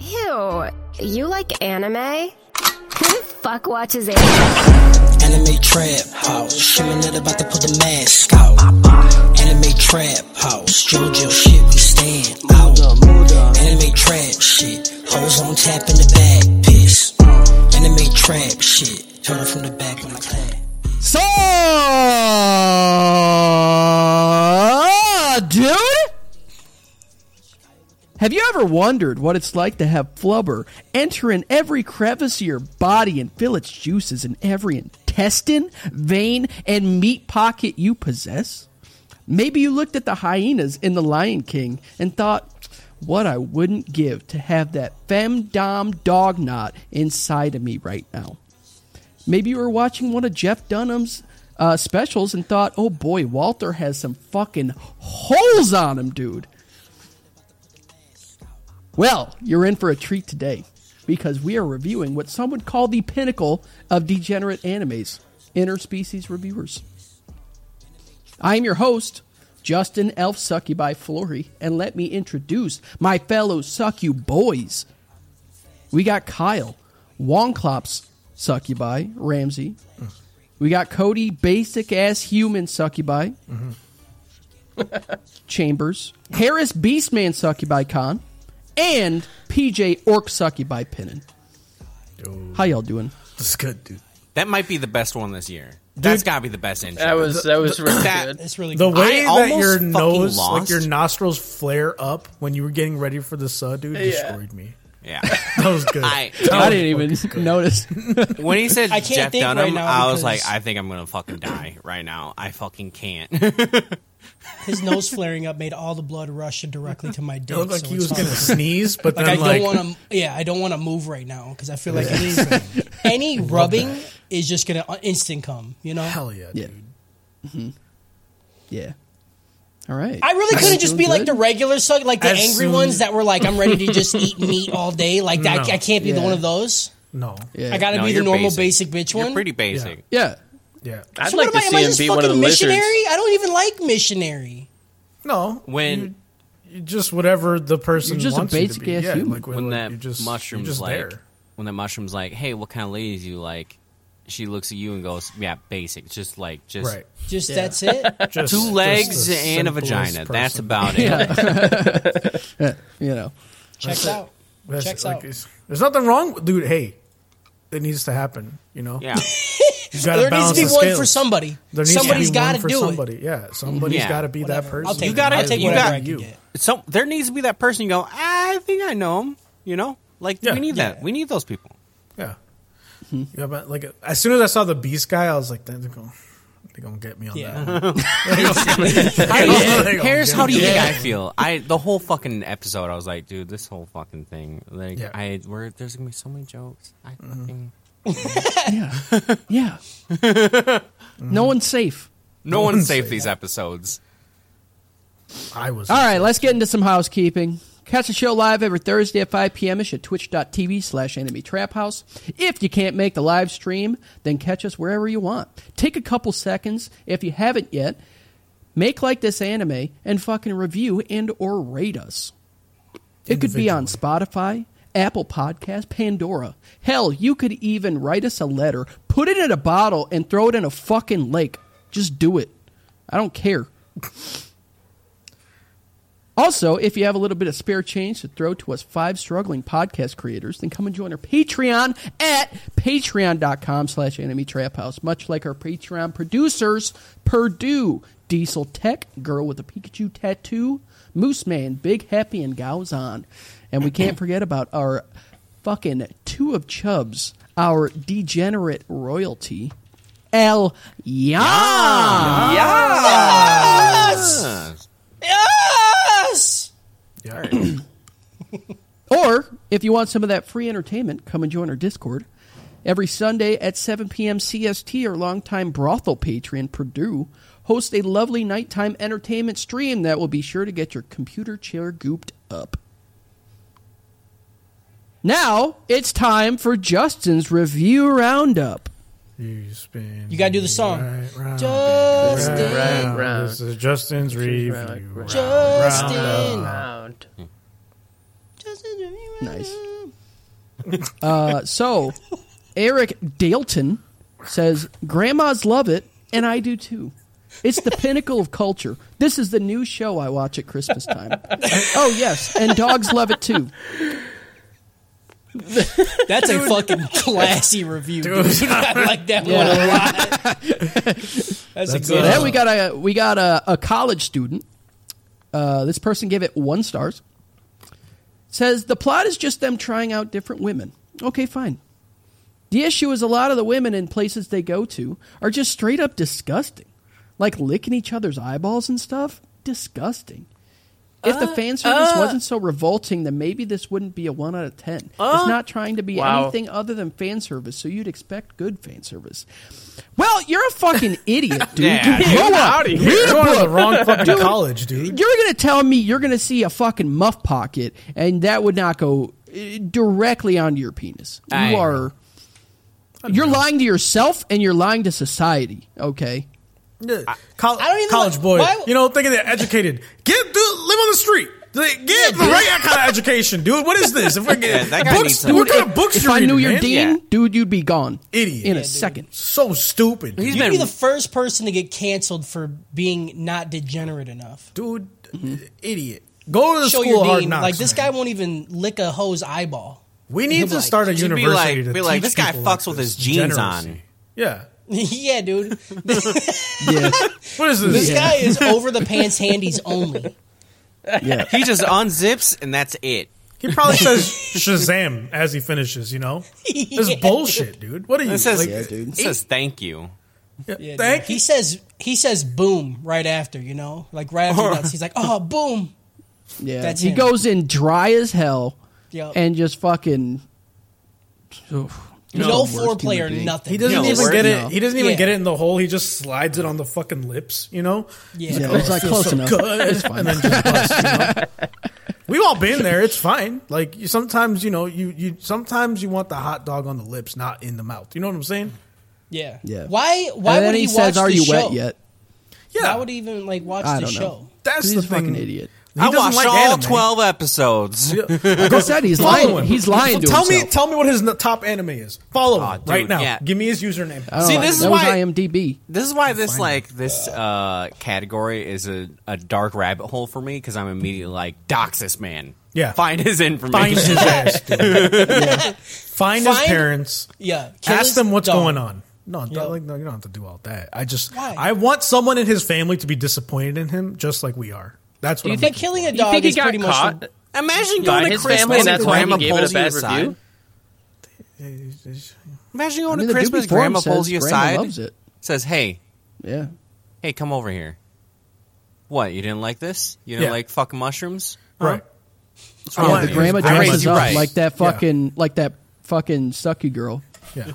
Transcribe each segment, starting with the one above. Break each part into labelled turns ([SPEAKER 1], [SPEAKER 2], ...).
[SPEAKER 1] Ew, you like anime? Who the fuck watches anime?
[SPEAKER 2] Anime trap house, shimming it about to put the mask out. Anime trap house, JoJo shit, we stand out. Anime trap shit, hoes on tap in the back, piss. Anime trap shit, turn it from the back when I clap.
[SPEAKER 3] So, uh, dude, have you ever wondered what it's like to have flubber enter in every crevice of your body and fill its juices in every intestine, vein, and meat pocket you possess? Maybe you looked at the hyenas in The Lion King and thought, what I wouldn't give to have that femdom dog knot inside of me right now. Maybe you were watching one of Jeff Dunham's uh, specials and thought, oh boy, Walter has some fucking holes on him, dude. Well, you're in for a treat today because we are reviewing what some would call the pinnacle of degenerate animes interspecies reviewers. I am your host, Justin Elf Succubi Flory, and let me introduce my fellow Succu boys. We got Kyle, Wongklops Succubi, Ramsey. We got Cody, basic ass human Succubi.
[SPEAKER 4] Mm-hmm.
[SPEAKER 3] Chambers, Harris Beastman Succubi Khan, and PJ Orc Succubi Pinnin. How y'all doing?
[SPEAKER 5] It's good, dude.
[SPEAKER 6] That might be the best one this year. That's got to be the best intro.
[SPEAKER 7] That was that was really
[SPEAKER 6] that-
[SPEAKER 7] good.
[SPEAKER 4] It's really
[SPEAKER 5] The
[SPEAKER 4] good.
[SPEAKER 6] I
[SPEAKER 5] way that
[SPEAKER 6] almost
[SPEAKER 5] your
[SPEAKER 6] fucking
[SPEAKER 5] nose, like
[SPEAKER 6] lost.
[SPEAKER 5] your nostrils, flare up when you were getting ready for the saw, dude, destroyed me.
[SPEAKER 6] yeah.
[SPEAKER 5] That was good.
[SPEAKER 6] I,
[SPEAKER 3] I didn't even notice.
[SPEAKER 6] when he said
[SPEAKER 4] I can't
[SPEAKER 6] Jeff
[SPEAKER 4] think right
[SPEAKER 6] Dunham,
[SPEAKER 4] now
[SPEAKER 6] I was
[SPEAKER 4] because-
[SPEAKER 6] like, I think I'm gonna fucking die right now. I fucking can't.
[SPEAKER 4] His nose flaring up made all the blood rush directly to my dick.
[SPEAKER 5] it looked like
[SPEAKER 4] so
[SPEAKER 5] he
[SPEAKER 4] it's
[SPEAKER 5] was gonna
[SPEAKER 4] fine.
[SPEAKER 5] sneeze, but
[SPEAKER 4] Like,
[SPEAKER 5] then
[SPEAKER 4] I
[SPEAKER 5] like,
[SPEAKER 4] don't want to. Yeah, I don't want to move right now because I feel like anything, any rubbing is just gonna uh, instant come. You know,
[SPEAKER 5] hell yeah, dude.
[SPEAKER 3] Yeah. Mm-hmm. Yeah. All right.
[SPEAKER 4] I really couldn't just be
[SPEAKER 3] Doing
[SPEAKER 4] like
[SPEAKER 3] good.
[SPEAKER 4] the regular suck, like the
[SPEAKER 5] As
[SPEAKER 4] angry
[SPEAKER 5] soon-
[SPEAKER 4] ones that were like, I'm ready to just eat meat all day. Like that,
[SPEAKER 5] No.
[SPEAKER 4] I can't be the
[SPEAKER 3] Yeah.
[SPEAKER 4] one of those.
[SPEAKER 5] No, yeah,
[SPEAKER 3] Yeah.
[SPEAKER 4] I gotta
[SPEAKER 6] No,
[SPEAKER 4] be the
[SPEAKER 6] you're
[SPEAKER 4] normal
[SPEAKER 6] basic.
[SPEAKER 4] basic, bitch
[SPEAKER 6] You're
[SPEAKER 4] one.
[SPEAKER 6] pretty basic.
[SPEAKER 3] Yeah.
[SPEAKER 7] I'd
[SPEAKER 4] So
[SPEAKER 7] like
[SPEAKER 4] what
[SPEAKER 7] to
[SPEAKER 4] am I? Am I
[SPEAKER 7] see him
[SPEAKER 4] just
[SPEAKER 7] be one of the
[SPEAKER 4] fucking missionary?
[SPEAKER 7] lizards.
[SPEAKER 4] I don't even like missionary.
[SPEAKER 5] No,
[SPEAKER 6] When
[SPEAKER 5] you- just whatever the person
[SPEAKER 3] You're just a
[SPEAKER 5] wants you to
[SPEAKER 3] basic
[SPEAKER 5] be.
[SPEAKER 3] ass
[SPEAKER 5] yeah,
[SPEAKER 3] human.
[SPEAKER 5] Like,
[SPEAKER 6] when
[SPEAKER 5] like,
[SPEAKER 6] that
[SPEAKER 5] you're just, you're
[SPEAKER 6] mushroom's
[SPEAKER 5] just
[SPEAKER 6] like
[SPEAKER 5] there.
[SPEAKER 6] when that mushroom's like, hey, what kind of ladies you like? She looks at you and goes, yeah, basic. Just like just
[SPEAKER 5] right?
[SPEAKER 4] Just that's it.
[SPEAKER 5] Just,
[SPEAKER 6] two
[SPEAKER 5] just
[SPEAKER 6] legs
[SPEAKER 5] the
[SPEAKER 6] and a
[SPEAKER 5] simplest
[SPEAKER 6] vagina. That's
[SPEAKER 5] person.
[SPEAKER 6] about it.
[SPEAKER 3] You know.
[SPEAKER 4] Checks out.
[SPEAKER 5] That's
[SPEAKER 4] Checks
[SPEAKER 5] it. Like,
[SPEAKER 4] out.
[SPEAKER 5] it's- There's nothing wrong, with- dude. Hey, it needs to happen. You know,
[SPEAKER 6] Yeah.
[SPEAKER 5] You gotta
[SPEAKER 4] There needs
[SPEAKER 5] balance
[SPEAKER 4] to be
[SPEAKER 5] the
[SPEAKER 4] one
[SPEAKER 5] scales.
[SPEAKER 4] for somebody.
[SPEAKER 5] There needs
[SPEAKER 4] Somebody's
[SPEAKER 5] to be
[SPEAKER 4] got
[SPEAKER 5] one
[SPEAKER 4] to
[SPEAKER 5] for
[SPEAKER 4] do it.
[SPEAKER 5] somebody. Yeah, somebody's
[SPEAKER 6] Yeah.
[SPEAKER 5] got to be that
[SPEAKER 4] Whatever.
[SPEAKER 5] person.
[SPEAKER 4] I'll take,
[SPEAKER 6] You gotta-
[SPEAKER 4] I'll take
[SPEAKER 6] you
[SPEAKER 4] whatever
[SPEAKER 6] gotta-
[SPEAKER 4] I can
[SPEAKER 5] you.
[SPEAKER 4] get.
[SPEAKER 6] So there needs to be that person you go, "Ah, I think I know him. You know? Like
[SPEAKER 5] Yeah.
[SPEAKER 6] we need that. We need those people.
[SPEAKER 5] Yeah.
[SPEAKER 4] Hmm.
[SPEAKER 5] Yeah, but like as soon as I saw the beast guy, I was like, they're gonna, they're gonna get me on
[SPEAKER 4] Yeah.
[SPEAKER 5] that. One. They're gonna- they're gonna
[SPEAKER 6] Here's
[SPEAKER 5] get
[SPEAKER 6] how do you
[SPEAKER 5] me.
[SPEAKER 6] think I feel? I the whole fucking episode, I was like, dude, this whole fucking thing. Like,
[SPEAKER 5] Yeah. Mm-hmm.
[SPEAKER 6] I we're, there's gonna be so many jokes. I fucking
[SPEAKER 3] Yeah. Yeah. no one's safe.
[SPEAKER 6] no one saved these episodes.
[SPEAKER 5] I was.
[SPEAKER 3] All right, let's get into some housekeeping. Catch the show live every Thursday at 5 p.m. ish at twitch.tv slash enemy trap house. If you can't make the live stream, then catch us wherever you want. Take a couple seconds, if you haven't yet, make like this anime and fucking review and or rate us. It could be on Spotify, Apple Podcast, Pandora. Hell, you could even write us a letter, put it in a bottle, and throw it in a fucking lake. Just do it. I don't care. Also, if you have a little bit of spare change to throw to us five struggling podcast creators, then come and join our Patreon at patreon.com slash enemy trap house, much like our Patreon producers, Purdue, Diesel Tech, Girl with a Pikachu Tattoo, Moose Man, Big Happy, and Gals on. And we can't forget about our fucking two of Chubs, our degenerate royalty, El Yan.
[SPEAKER 4] Yes.
[SPEAKER 5] Yeah.
[SPEAKER 3] Or if you want some of that free entertainment, come and join our Discord. Every Sunday at 7 p.m. CST, our longtime brothel patron, Purdue, hosts a lovely nighttime entertainment stream that will be sure to get your computer chair gooped up. Now it's time for Justin's review roundup.
[SPEAKER 5] You spin.
[SPEAKER 4] You gotta do the song.
[SPEAKER 5] Right round,
[SPEAKER 4] Justin.
[SPEAKER 5] right round.
[SPEAKER 7] Round.
[SPEAKER 5] This is Justin's review.
[SPEAKER 7] round.
[SPEAKER 5] round.
[SPEAKER 4] Justin.
[SPEAKER 7] Round.
[SPEAKER 3] Nice. uh, so, Eric Dalton says, Grandmas love it, and I do too. It's the pinnacle of culture. This is the new show I watch at Christmas time. oh, yes, and dogs love it too.
[SPEAKER 4] That's a fucking classy review, dude. I like that one a lot. That's, a good.
[SPEAKER 3] Then
[SPEAKER 4] one.
[SPEAKER 3] we got a we got a, a college student. Uh, this person gave it one stars. Says the plot is just them trying out different women. Okay, fine. The issue is a lot of the women in places they go to are just straight up disgusting, like licking each other's eyeballs and stuff. Disgusting. If the fan service wasn't so revolting, then maybe this wouldn't be a one out of ten. it's not trying to be
[SPEAKER 7] Wow.
[SPEAKER 3] anything other than fan service, so you'd expect good fan service. Well, you're a fucking idiot, dude.
[SPEAKER 6] Yeah,
[SPEAKER 3] Grow
[SPEAKER 7] get
[SPEAKER 3] up.
[SPEAKER 7] outta here.
[SPEAKER 3] Read
[SPEAKER 5] You're
[SPEAKER 3] a
[SPEAKER 5] going to the
[SPEAKER 3] book.
[SPEAKER 5] wrong fucking college, dude.
[SPEAKER 3] You're gonna tell me you're gonna see a fucking muff pocket, and that would not go uh, directly onto your penis. You
[SPEAKER 6] I-
[SPEAKER 3] are. You're lying to yourself, and you're lying to society. Okay.
[SPEAKER 5] Col-
[SPEAKER 4] I don't even
[SPEAKER 5] college
[SPEAKER 4] like-
[SPEAKER 5] boy.
[SPEAKER 4] why-
[SPEAKER 5] You know, thinking they're educated. Get dude, live on the street. Like, Get the right kind of education, dude. What is this? If we're getting
[SPEAKER 6] that guy needs
[SPEAKER 5] books,
[SPEAKER 6] some-
[SPEAKER 5] what
[SPEAKER 6] Dude,
[SPEAKER 5] kind of books
[SPEAKER 3] if
[SPEAKER 5] you
[SPEAKER 3] I
[SPEAKER 5] reading,
[SPEAKER 3] knew your
[SPEAKER 5] man?
[SPEAKER 3] dean,
[SPEAKER 6] Yeah.
[SPEAKER 3] dude, you'd be gone.
[SPEAKER 5] Idiot.
[SPEAKER 3] In a
[SPEAKER 5] Yeah, dude.
[SPEAKER 3] second.
[SPEAKER 5] So stupid,
[SPEAKER 6] He's
[SPEAKER 4] You'd
[SPEAKER 6] been
[SPEAKER 4] be the first person to get canceled for being not degenerate enough.
[SPEAKER 5] dude. Idiot. Go to the
[SPEAKER 4] mm-hmm. Show
[SPEAKER 5] school
[SPEAKER 4] your
[SPEAKER 5] of hard
[SPEAKER 4] dean,
[SPEAKER 5] knocks.
[SPEAKER 4] like this
[SPEAKER 5] man.
[SPEAKER 4] guy won't even lick a hoe's eyeball.
[SPEAKER 5] We need
[SPEAKER 4] He'll
[SPEAKER 5] to
[SPEAKER 4] be like-
[SPEAKER 5] start a
[SPEAKER 6] He'd be
[SPEAKER 5] university
[SPEAKER 6] like-
[SPEAKER 5] to
[SPEAKER 6] be like,
[SPEAKER 5] teach
[SPEAKER 6] "This guy
[SPEAKER 5] people like
[SPEAKER 6] fucks with his
[SPEAKER 5] this
[SPEAKER 6] jeans
[SPEAKER 5] degeneracy."
[SPEAKER 6] on.
[SPEAKER 5] Yeah.
[SPEAKER 4] yeah, dude.
[SPEAKER 3] Yeah.
[SPEAKER 5] What is this?
[SPEAKER 4] This guy is over the pants handies only.
[SPEAKER 3] Yeah.
[SPEAKER 6] He just unzips and that's it.
[SPEAKER 5] He probably says Shazam as he finishes, you know? This is
[SPEAKER 4] Yeah,
[SPEAKER 5] bullshit, dude. What are you?
[SPEAKER 6] It says,
[SPEAKER 5] like,
[SPEAKER 3] dude.
[SPEAKER 6] It says thank you.
[SPEAKER 4] Yeah,
[SPEAKER 5] thank
[SPEAKER 4] dude.
[SPEAKER 5] you.
[SPEAKER 4] He says he says boom right after, you know? Like right after nuts. He's like, "Oh, boom."
[SPEAKER 3] Yeah.
[SPEAKER 4] That's
[SPEAKER 3] he
[SPEAKER 4] him.
[SPEAKER 3] goes in dry as hell
[SPEAKER 4] Yup.
[SPEAKER 3] and just fucking. Oof.
[SPEAKER 4] No,
[SPEAKER 3] He's the worst
[SPEAKER 4] foreplay
[SPEAKER 3] human
[SPEAKER 4] or
[SPEAKER 3] being.
[SPEAKER 4] nothing.
[SPEAKER 5] He doesn't
[SPEAKER 6] No,
[SPEAKER 5] even
[SPEAKER 6] we're-
[SPEAKER 5] get
[SPEAKER 3] no.
[SPEAKER 5] it. He doesn't even
[SPEAKER 4] Yeah.
[SPEAKER 5] get it in the hole. He just slides it on the fucking lips, you know.
[SPEAKER 4] Yeah.
[SPEAKER 3] Yeah, it's like
[SPEAKER 5] feels
[SPEAKER 3] close
[SPEAKER 5] so
[SPEAKER 3] enough.
[SPEAKER 5] good.
[SPEAKER 3] It's fine.
[SPEAKER 5] And then just busts, you know? We've all been there. It's fine. Like you, sometimes, you know, you you sometimes you want the hot dog on the lips, not in the mouth. You know what I'm saying?
[SPEAKER 4] Yeah.
[SPEAKER 3] Yeah.
[SPEAKER 4] Why why
[SPEAKER 3] and
[SPEAKER 4] would
[SPEAKER 3] then he,
[SPEAKER 4] he, watch
[SPEAKER 3] says, "Are
[SPEAKER 4] the
[SPEAKER 3] you
[SPEAKER 4] show?
[SPEAKER 3] wet yet?"
[SPEAKER 5] Yeah,
[SPEAKER 4] Why would he even like watch
[SPEAKER 3] I
[SPEAKER 4] the
[SPEAKER 3] don't know.
[SPEAKER 4] show?
[SPEAKER 5] that's
[SPEAKER 3] He's
[SPEAKER 5] the
[SPEAKER 3] a fucking
[SPEAKER 5] thing.
[SPEAKER 3] idiot.
[SPEAKER 5] He
[SPEAKER 6] I
[SPEAKER 5] doesn't
[SPEAKER 6] watched
[SPEAKER 5] like
[SPEAKER 6] all
[SPEAKER 5] anime.
[SPEAKER 6] twelve episodes.
[SPEAKER 3] Like I said, he's
[SPEAKER 5] Follow him.
[SPEAKER 3] lying. He's lying to
[SPEAKER 5] So tell
[SPEAKER 3] himself.
[SPEAKER 5] me, tell me what his n- top anime is. Follow him
[SPEAKER 6] Ah, dude,
[SPEAKER 5] right now.
[SPEAKER 6] yeah.
[SPEAKER 5] Give me his username.
[SPEAKER 3] Oh, I don't
[SPEAKER 6] See,
[SPEAKER 3] know,
[SPEAKER 6] this is
[SPEAKER 3] that
[SPEAKER 6] why-
[SPEAKER 3] was IMDb.
[SPEAKER 6] This is why this like this uh, category is a, a dark rabbit hole for me because I'm immediately like dox this man.
[SPEAKER 5] Yeah.
[SPEAKER 6] find his
[SPEAKER 5] Find
[SPEAKER 6] information.
[SPEAKER 5] his ass. Dude. Find, his
[SPEAKER 4] Find-
[SPEAKER 5] parents.
[SPEAKER 4] Yeah. Kill
[SPEAKER 5] Ask
[SPEAKER 4] his
[SPEAKER 5] them what's
[SPEAKER 4] dog.
[SPEAKER 5] going on. No,
[SPEAKER 4] Yep.
[SPEAKER 5] don't, like, no, you don't have to do all that. I just,
[SPEAKER 4] Why?
[SPEAKER 5] I want someone in his family to be disappointed in him, just like we are. That's what
[SPEAKER 4] You
[SPEAKER 5] I'm
[SPEAKER 4] think
[SPEAKER 5] looking
[SPEAKER 4] killing a
[SPEAKER 5] for.
[SPEAKER 7] You
[SPEAKER 4] dog
[SPEAKER 7] think he
[SPEAKER 4] is
[SPEAKER 7] got
[SPEAKER 4] pretty much
[SPEAKER 7] caught
[SPEAKER 6] Imagine
[SPEAKER 7] by
[SPEAKER 6] going to
[SPEAKER 7] his family,
[SPEAKER 6] Christmas
[SPEAKER 7] and
[SPEAKER 6] and
[SPEAKER 7] that's why he
[SPEAKER 6] grandma
[SPEAKER 7] gave it
[SPEAKER 6] pulls
[SPEAKER 7] a
[SPEAKER 6] you
[SPEAKER 7] bad
[SPEAKER 6] aside.
[SPEAKER 7] review?
[SPEAKER 6] Imagine
[SPEAKER 3] I
[SPEAKER 6] going
[SPEAKER 3] mean,
[SPEAKER 6] to
[SPEAKER 3] the dude
[SPEAKER 6] Christmas,
[SPEAKER 3] before him
[SPEAKER 6] grandma
[SPEAKER 3] says
[SPEAKER 6] pulls you
[SPEAKER 3] grandma
[SPEAKER 6] aside,
[SPEAKER 3] loves it.
[SPEAKER 6] says, "Hey,
[SPEAKER 3] Yeah.
[SPEAKER 6] hey, come over here. What? You didn't like this? You didn't
[SPEAKER 5] Yeah.
[SPEAKER 6] like fucking mushrooms?
[SPEAKER 5] right? Oh,
[SPEAKER 6] What's
[SPEAKER 5] I
[SPEAKER 6] wrong
[SPEAKER 5] want
[SPEAKER 6] with
[SPEAKER 3] The
[SPEAKER 6] you?
[SPEAKER 3] grandma
[SPEAKER 6] I raised
[SPEAKER 3] dresses
[SPEAKER 6] you
[SPEAKER 3] up
[SPEAKER 6] right.
[SPEAKER 3] like that
[SPEAKER 5] Yeah.
[SPEAKER 3] fucking like that fucking sucky girl.
[SPEAKER 5] Yeah.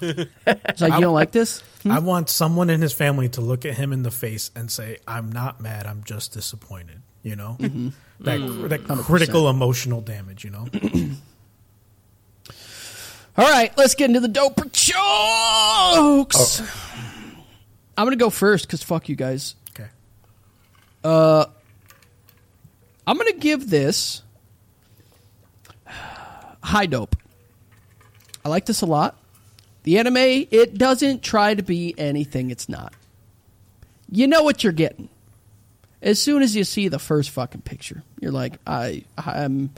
[SPEAKER 3] It's like you don't like this.
[SPEAKER 5] I want someone in his family to look at him in the face and say, "I'm not mad. I'm just disappointed." You know,
[SPEAKER 3] Mm-hmm.
[SPEAKER 5] that
[SPEAKER 4] Mm-hmm.
[SPEAKER 5] that critical emotional damage. You know,
[SPEAKER 3] All right, let's get into the doper jokes.
[SPEAKER 6] Oh.
[SPEAKER 3] I'm gonna go first because fuck you guys.
[SPEAKER 5] okay.
[SPEAKER 3] I'm gonna give this high dope. I like this a lot. The anime, it doesn't try to be anything it's not. You know what you're getting. As soon as you see the first fucking picture, you're like, I, I'm,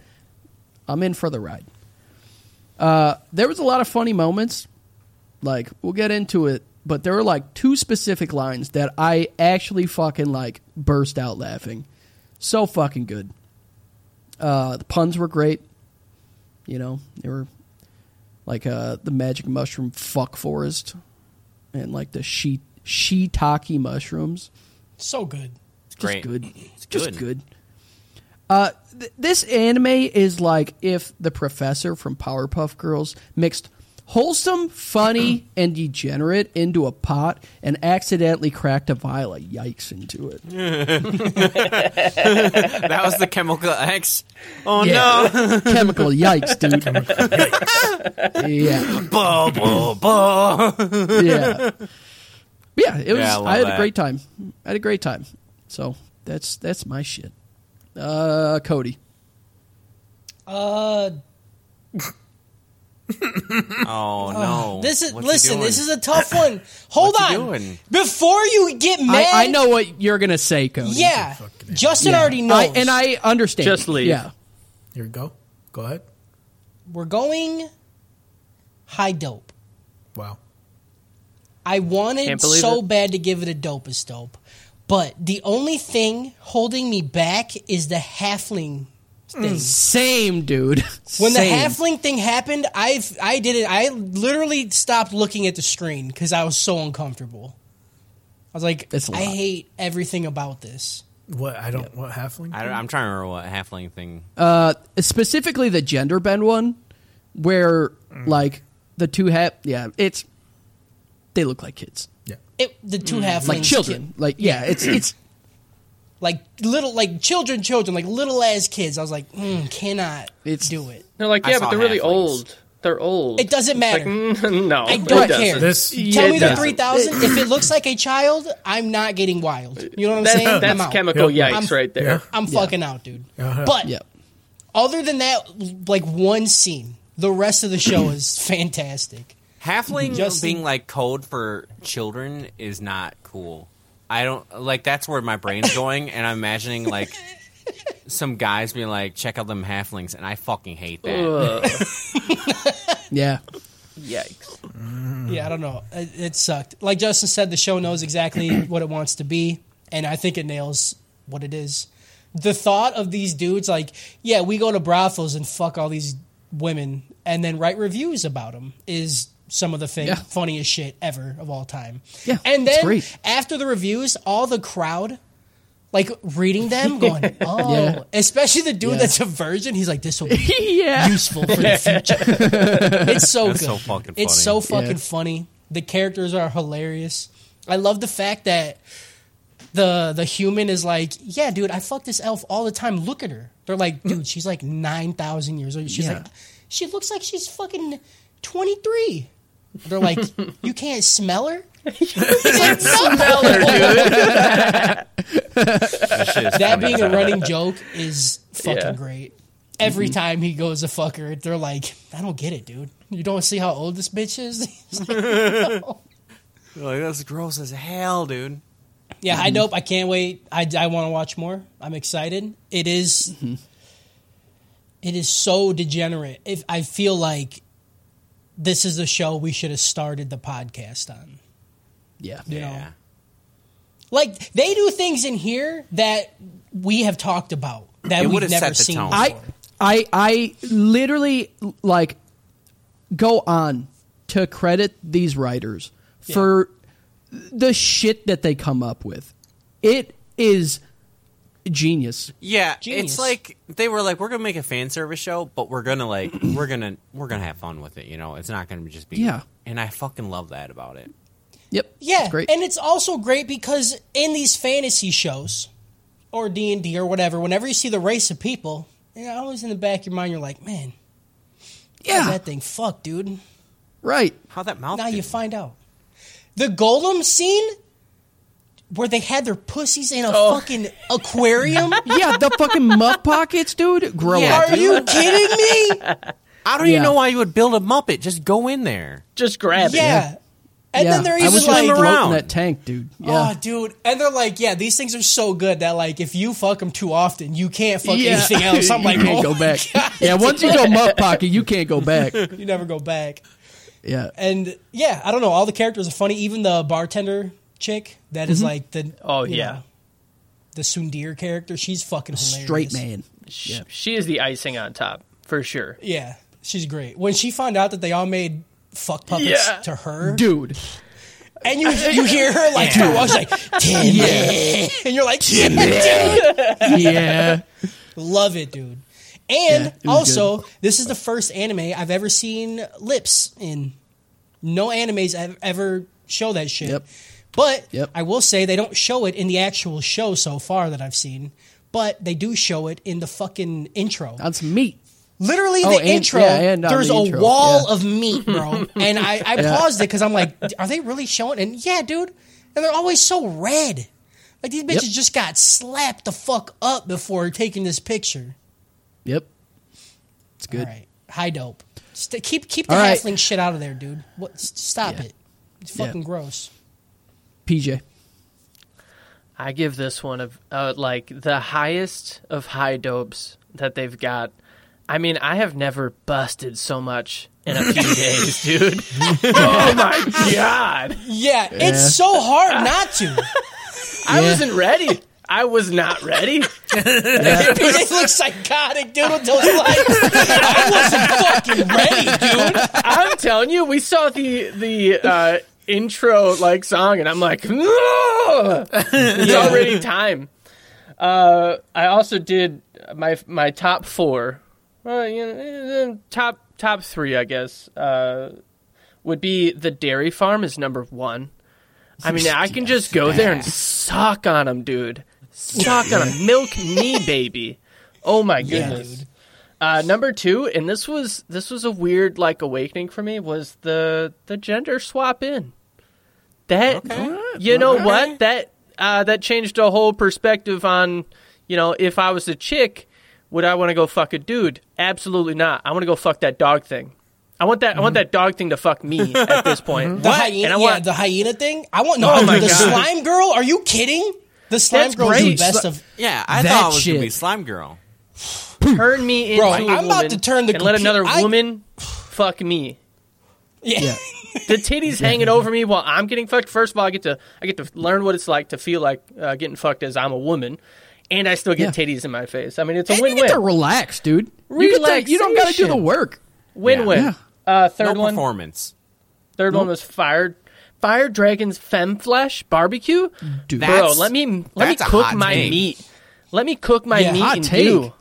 [SPEAKER 3] I'm in for the ride. Uh, there was a lot of funny moments. Like we'll get into it, but there were like two specific lines that I actually fucking like burst out laughing. So fucking good. Uh, the puns were great. You know, they were like uh, the magic mushroom fuck forest, and like the she shiitake mushrooms.
[SPEAKER 4] so good.
[SPEAKER 3] Just
[SPEAKER 6] Great.
[SPEAKER 3] good.
[SPEAKER 6] It's
[SPEAKER 3] Just
[SPEAKER 6] good.
[SPEAKER 3] good. Uh, th- this anime is like if the professor from Powerpuff Girls mixed wholesome, funny, and degenerate into a pot and accidentally cracked a vial of yikes into it.
[SPEAKER 6] that was the chemical X. Oh
[SPEAKER 3] Yeah. Chemical yikes, dude. yeah.
[SPEAKER 6] no! Buh, buh, buh.
[SPEAKER 3] Yeah. Yeah, it was
[SPEAKER 6] Yeah, I
[SPEAKER 3] I,
[SPEAKER 6] love
[SPEAKER 3] had a
[SPEAKER 6] that.
[SPEAKER 3] great time. I had a great time. So that's that's my shit. Uh Cody.
[SPEAKER 4] Uh,
[SPEAKER 6] Oh no!
[SPEAKER 4] this is
[SPEAKER 6] What you
[SPEAKER 4] listen.
[SPEAKER 6] doing?
[SPEAKER 4] This is a tough one. Hold
[SPEAKER 6] What you
[SPEAKER 4] on.
[SPEAKER 6] doing?
[SPEAKER 4] Before you get mad,
[SPEAKER 3] I, I know what you're gonna say, Cody.
[SPEAKER 4] Yeah, Justin already knows.
[SPEAKER 3] I, and I understand.
[SPEAKER 7] Just leave.
[SPEAKER 3] Yeah.
[SPEAKER 5] Here we go. Go ahead.
[SPEAKER 4] we're going high dope.
[SPEAKER 5] Wow.
[SPEAKER 4] I wanted
[SPEAKER 7] Can't believe
[SPEAKER 4] so
[SPEAKER 7] it.
[SPEAKER 4] bad to give it a dopest dope, but the only thing holding me back is the halfling
[SPEAKER 5] Hmm.
[SPEAKER 4] thing.
[SPEAKER 3] Same, dude.
[SPEAKER 4] When the
[SPEAKER 3] Same.
[SPEAKER 4] halfling thing happened, I I did it. I literally stopped looking at the screen because I was so uncomfortable. I was like,
[SPEAKER 3] That's a
[SPEAKER 4] I
[SPEAKER 3] lot.
[SPEAKER 4] hate everything about this.
[SPEAKER 5] What I don't what halfling?
[SPEAKER 6] I don't, I'm trying to remember what halfling thing.
[SPEAKER 3] Uh, specifically the gender bend one, where like the two half, yeah, it's they look like kids,
[SPEAKER 5] yeah.
[SPEAKER 4] It, the two
[SPEAKER 7] Mm.
[SPEAKER 4] halflings,
[SPEAKER 3] like children, like yeah, it's it's
[SPEAKER 4] like little, like children, children, like little ass kids. I was like, mm, cannot
[SPEAKER 3] It's-
[SPEAKER 4] do it.
[SPEAKER 7] They're like,
[SPEAKER 6] I
[SPEAKER 7] yeah,
[SPEAKER 6] saw
[SPEAKER 7] but they're really
[SPEAKER 6] halflings.
[SPEAKER 7] old. They're old.
[SPEAKER 4] It doesn't matter.
[SPEAKER 7] It's like, mm, no,
[SPEAKER 4] I
[SPEAKER 7] it
[SPEAKER 4] don't
[SPEAKER 7] doesn't.
[SPEAKER 4] care.
[SPEAKER 5] This
[SPEAKER 4] Tell
[SPEAKER 7] Yeah,
[SPEAKER 4] me the
[SPEAKER 7] that's-
[SPEAKER 4] three thousand. if it looks like a child, I'm not getting wild. You know what I'm
[SPEAKER 7] That-
[SPEAKER 4] saying? I'm
[SPEAKER 7] that's
[SPEAKER 4] out.
[SPEAKER 6] Oh,
[SPEAKER 7] chemical
[SPEAKER 5] Yeah.
[SPEAKER 7] yikes
[SPEAKER 4] I'm-
[SPEAKER 7] right there.
[SPEAKER 5] Yeah.
[SPEAKER 4] I'm fucking out, dude.
[SPEAKER 5] Uh-huh.
[SPEAKER 4] But
[SPEAKER 3] yeah.
[SPEAKER 4] other than that, like one scene, the rest of the show is fantastic.
[SPEAKER 6] Halfling
[SPEAKER 4] Justin-
[SPEAKER 6] being like code for children is not cool. I don't like. That's where my brain's going, and I'm imagining like some guys being like, "Check out them halflings," and I fucking hate that.
[SPEAKER 7] Ugh,
[SPEAKER 3] yeah.
[SPEAKER 7] yikes.
[SPEAKER 4] Yeah, I don't know. It, it sucked. Like Justin said, the show knows exactly what it wants to be, and I think it nails what it is. The thought of these dudes, like, yeah, we go to brothels and fuck all these women, and then write reviews about them, is some of the thing,
[SPEAKER 3] Yeah.
[SPEAKER 4] funniest shit ever of all time.
[SPEAKER 3] Yeah,
[SPEAKER 4] and
[SPEAKER 3] it's
[SPEAKER 4] then
[SPEAKER 3] great.
[SPEAKER 4] after the reviews, all the crowd. Like reading them, going, oh,
[SPEAKER 3] Yeah.
[SPEAKER 4] especially the dude
[SPEAKER 3] Yeah.
[SPEAKER 4] that's a virgin. He's like, this will be
[SPEAKER 3] Yeah.
[SPEAKER 4] useful for the future. it's so
[SPEAKER 6] That's
[SPEAKER 4] good.
[SPEAKER 6] so fucking
[SPEAKER 4] It's
[SPEAKER 6] funny.
[SPEAKER 4] so fucking
[SPEAKER 3] Yeah.
[SPEAKER 4] funny. The characters are hilarious. I love the fact that the the human is like, yeah, dude, I fuck this elf all the time. Look at her. They're like, dude, she's like nine thousand years old. She's
[SPEAKER 3] Yeah.
[SPEAKER 4] like, she looks like she's fucking twenty three. They're like, you can't smell her. He's like, "No." that being a running joke is fucking
[SPEAKER 7] Yeah.
[SPEAKER 4] great. Every time he goes to fuck her, they're like, I don't get it, dude. You don't see how old this bitch is? He's like, "No."
[SPEAKER 6] Like that's gross as hell, dude.
[SPEAKER 4] yeah, I dope. I can't wait. I, I want to watch more. I'm excited. It is-
[SPEAKER 6] Mm-hmm.
[SPEAKER 4] it is so degenerate. If I feel like this is the show we should have started the podcast on.
[SPEAKER 3] Yeah.
[SPEAKER 4] You know?
[SPEAKER 6] Yeah.
[SPEAKER 4] Like they do things in here that we have talked about that
[SPEAKER 6] It
[SPEAKER 4] we've
[SPEAKER 6] would've
[SPEAKER 4] never
[SPEAKER 6] set the
[SPEAKER 4] seen.
[SPEAKER 6] tone.
[SPEAKER 4] Before.
[SPEAKER 3] I I I literally like go on to credit these writers for the shit that they come up with. It is genius.
[SPEAKER 6] Yeah,
[SPEAKER 4] Genius.
[SPEAKER 6] it's like they were like, we're gonna make a fan service show, but we're gonna like, we're gonna we're gonna have fun with it. You know, it's not gonna just be.
[SPEAKER 3] Yeah.
[SPEAKER 6] and I fucking love that about it.
[SPEAKER 3] Yep.
[SPEAKER 4] yeah,
[SPEAKER 3] It's great.
[SPEAKER 4] and it's also great because in these fantasy shows or D and D or whatever, whenever you see the race of people, you know, always in the back of your mind, you're like, man,
[SPEAKER 3] yeah.
[SPEAKER 4] that thing, fuck, dude.
[SPEAKER 3] right.
[SPEAKER 6] How that mouth?
[SPEAKER 4] Now you
[SPEAKER 6] did.
[SPEAKER 4] find out the golem scene where they had their pussies in a
[SPEAKER 3] Oh.
[SPEAKER 4] fucking aquarium.
[SPEAKER 3] Yeah, the fucking muff pockets, dude. Grow
[SPEAKER 6] Yeah,
[SPEAKER 3] up.
[SPEAKER 4] Are you kidding me?
[SPEAKER 6] I don't
[SPEAKER 3] Yeah.
[SPEAKER 6] even know why you would build a Muppet. Just go in there.
[SPEAKER 7] Just grab it.
[SPEAKER 4] Yeah. And
[SPEAKER 3] yeah.
[SPEAKER 4] then they're
[SPEAKER 3] I was
[SPEAKER 4] even
[SPEAKER 3] just
[SPEAKER 4] like,
[SPEAKER 6] floating
[SPEAKER 3] floating
[SPEAKER 6] around.
[SPEAKER 3] that tank, dude.
[SPEAKER 4] Oh,
[SPEAKER 3] Yeah.
[SPEAKER 4] dude. And they're like, yeah, these things are so good that, like, if you fuck them too often, you can't fuck
[SPEAKER 3] yeah.
[SPEAKER 4] anything else. I'm
[SPEAKER 3] You
[SPEAKER 4] like,
[SPEAKER 3] can't
[SPEAKER 4] oh,
[SPEAKER 3] go back. Yeah, once you go muff pocket, you can't go back.
[SPEAKER 4] you never go back.
[SPEAKER 3] Yeah.
[SPEAKER 4] And, yeah, I don't know. All the characters are funny. Even the bartender chick that is, like, the.
[SPEAKER 7] Oh,
[SPEAKER 4] you
[SPEAKER 7] yeah.
[SPEAKER 4] know, the Sundir character. She's fucking hilarious.
[SPEAKER 3] Straight man.
[SPEAKER 7] Sh- She is the icing on top, for sure.
[SPEAKER 4] Yeah. She's great. When she found out that they all made fuck puppets
[SPEAKER 7] Yeah.
[SPEAKER 4] to her.
[SPEAKER 3] Dude.
[SPEAKER 4] And you you hear her like I was like Tim, and you're like Tim,
[SPEAKER 3] Yeah.
[SPEAKER 4] love it, dude. And
[SPEAKER 3] it was
[SPEAKER 4] also, this is the first anime I've ever seen lips in. No animes have ever show that shit.
[SPEAKER 3] Yep.
[SPEAKER 4] But
[SPEAKER 3] Yep.
[SPEAKER 4] I will say they don't show it in the actual show so far that I've seen. But they do show it in the fucking intro.
[SPEAKER 3] That's meat.
[SPEAKER 4] Literally,
[SPEAKER 3] Oh,
[SPEAKER 4] the
[SPEAKER 3] and-
[SPEAKER 4] intro.
[SPEAKER 3] yeah, and on
[SPEAKER 4] there's
[SPEAKER 3] the
[SPEAKER 4] a
[SPEAKER 3] intro,
[SPEAKER 4] wall
[SPEAKER 3] yeah.
[SPEAKER 4] of meat, bro. and I, I paused it because I'm like, are they really showing? And yeah, dude. And they're always so red. Like these bitches just got slapped the fuck up before taking this picture.
[SPEAKER 3] Yep. It's good.
[SPEAKER 4] All right, high dope. St- keep keep the
[SPEAKER 3] All right.
[SPEAKER 4] halfling shit out of there, dude. What? s- Stop
[SPEAKER 3] Yeah.
[SPEAKER 4] it. It's fucking
[SPEAKER 3] Yeah.
[SPEAKER 4] gross.
[SPEAKER 3] PJ.
[SPEAKER 7] I give this one of uh, like the highest of high dopes that they've got. I mean, I have never busted so much in a few days, dude. oh my god.
[SPEAKER 4] Yeah, it's so hard not to.
[SPEAKER 7] I wasn't ready. I was not ready.
[SPEAKER 4] PJ looks psychotic, dude. With those lights, I wasn't fucking ready, dude.
[SPEAKER 7] I'm telling you, we saw the the uh, intro like song, and I'm like, "No!" it's already time. Uh, I also did my my top four, well, you know, eh, top top three, I guess. Uh, would be the dairy farm is number one. I mean, I can just go there and suck on them, dude. Suck on 'em. milk me, baby. Oh my goodness. Uh, number two, and this was this was a weird like awakening for me was the the gender swap in. That you know what that uh, that changed a whole perspective on you know if I was a chick, would I want to go fuck a dude? Absolutely not. I want to go fuck that dog thing. I want that I want that dog thing to fuck me at this point.
[SPEAKER 4] Mm-hmm. The
[SPEAKER 7] What? And
[SPEAKER 4] hyena, yeah,
[SPEAKER 7] I want Oh
[SPEAKER 4] the hyena thing. I want no.
[SPEAKER 7] my
[SPEAKER 4] the
[SPEAKER 7] God.
[SPEAKER 4] slime girl? Are you kidding? The slime
[SPEAKER 7] That's
[SPEAKER 4] girl is the
[SPEAKER 7] great.
[SPEAKER 4] best of.
[SPEAKER 6] Yeah, I
[SPEAKER 3] That
[SPEAKER 6] thought it was gonna be
[SPEAKER 3] shit.
[SPEAKER 6] Slime Girl.
[SPEAKER 7] turn me into
[SPEAKER 4] Bro,
[SPEAKER 7] a
[SPEAKER 4] I'm
[SPEAKER 7] woman
[SPEAKER 4] about to turn the
[SPEAKER 7] and let
[SPEAKER 4] compu-
[SPEAKER 7] another
[SPEAKER 4] I-
[SPEAKER 7] woman fuck me.
[SPEAKER 4] Yeah,
[SPEAKER 7] the titties hanging over me while I'm getting fucked. First of all, I get to I get to learn what it's like to feel like uh, getting fucked as I'm a woman, and I still get
[SPEAKER 3] Yeah.
[SPEAKER 7] titties in my face. I mean, it's a
[SPEAKER 3] And you
[SPEAKER 7] win-win.
[SPEAKER 3] get to relax, dude. You, get to, you don't got to do the
[SPEAKER 7] Relaxation.
[SPEAKER 3] work.
[SPEAKER 7] win-win.
[SPEAKER 3] Yeah.
[SPEAKER 7] Uh,
[SPEAKER 6] No
[SPEAKER 7] third one,
[SPEAKER 6] performance.
[SPEAKER 7] third one was fired. Fire Dragon's Femme Flesh Barbecue,
[SPEAKER 3] Dude.
[SPEAKER 7] bro.
[SPEAKER 6] That's-
[SPEAKER 7] Let me let me
[SPEAKER 6] that's a
[SPEAKER 7] cook
[SPEAKER 6] hot
[SPEAKER 7] my
[SPEAKER 6] take.
[SPEAKER 7] meat. Let me cook my
[SPEAKER 4] Yeah,
[SPEAKER 7] meat
[SPEAKER 3] hot
[SPEAKER 7] and
[SPEAKER 3] take.
[SPEAKER 7] you.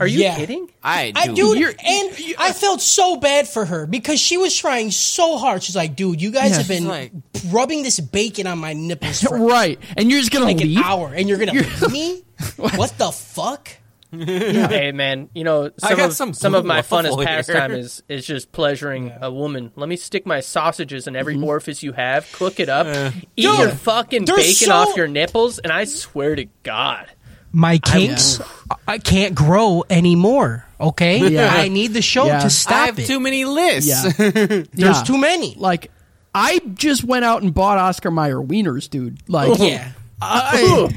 [SPEAKER 7] Are you
[SPEAKER 4] Yeah.
[SPEAKER 7] kidding?
[SPEAKER 6] I do.
[SPEAKER 4] I dude,
[SPEAKER 3] you're-
[SPEAKER 4] and I felt so bad for her because she was trying so hard. She's like, dude, you guys
[SPEAKER 3] Yeah.
[SPEAKER 4] have been
[SPEAKER 6] Like-
[SPEAKER 4] rubbing this bacon on my nipples for
[SPEAKER 3] Right. And you're just going
[SPEAKER 4] like
[SPEAKER 3] to
[SPEAKER 4] an
[SPEAKER 3] leave?
[SPEAKER 4] hour, and you're gonna leave me? What the fuck?
[SPEAKER 7] Hey man, you know
[SPEAKER 6] I
[SPEAKER 7] some
[SPEAKER 6] got
[SPEAKER 7] of
[SPEAKER 6] some
[SPEAKER 7] some, of
[SPEAKER 6] blue
[SPEAKER 7] my
[SPEAKER 6] waffle
[SPEAKER 7] funnest
[SPEAKER 6] here.
[SPEAKER 7] pastime is is just pleasuring a woman. Let me stick my sausages in every orifice you have, cook it up, eat your fucking
[SPEAKER 4] they're
[SPEAKER 7] bacon
[SPEAKER 4] so-
[SPEAKER 7] off your nipples, and I swear to God,
[SPEAKER 4] my kinks I can't grow anymore. Okay,
[SPEAKER 3] Yeah.
[SPEAKER 4] I need the show
[SPEAKER 3] Yeah.
[SPEAKER 4] to
[SPEAKER 6] I
[SPEAKER 4] stop
[SPEAKER 6] have
[SPEAKER 4] it.
[SPEAKER 6] too many lists.
[SPEAKER 3] Yeah.
[SPEAKER 4] There's
[SPEAKER 3] Yeah.
[SPEAKER 4] too many.
[SPEAKER 3] Like, I just went out and bought Oscar Mayer wieners, dude. Like,
[SPEAKER 5] Oh.
[SPEAKER 4] Yeah,
[SPEAKER 3] I,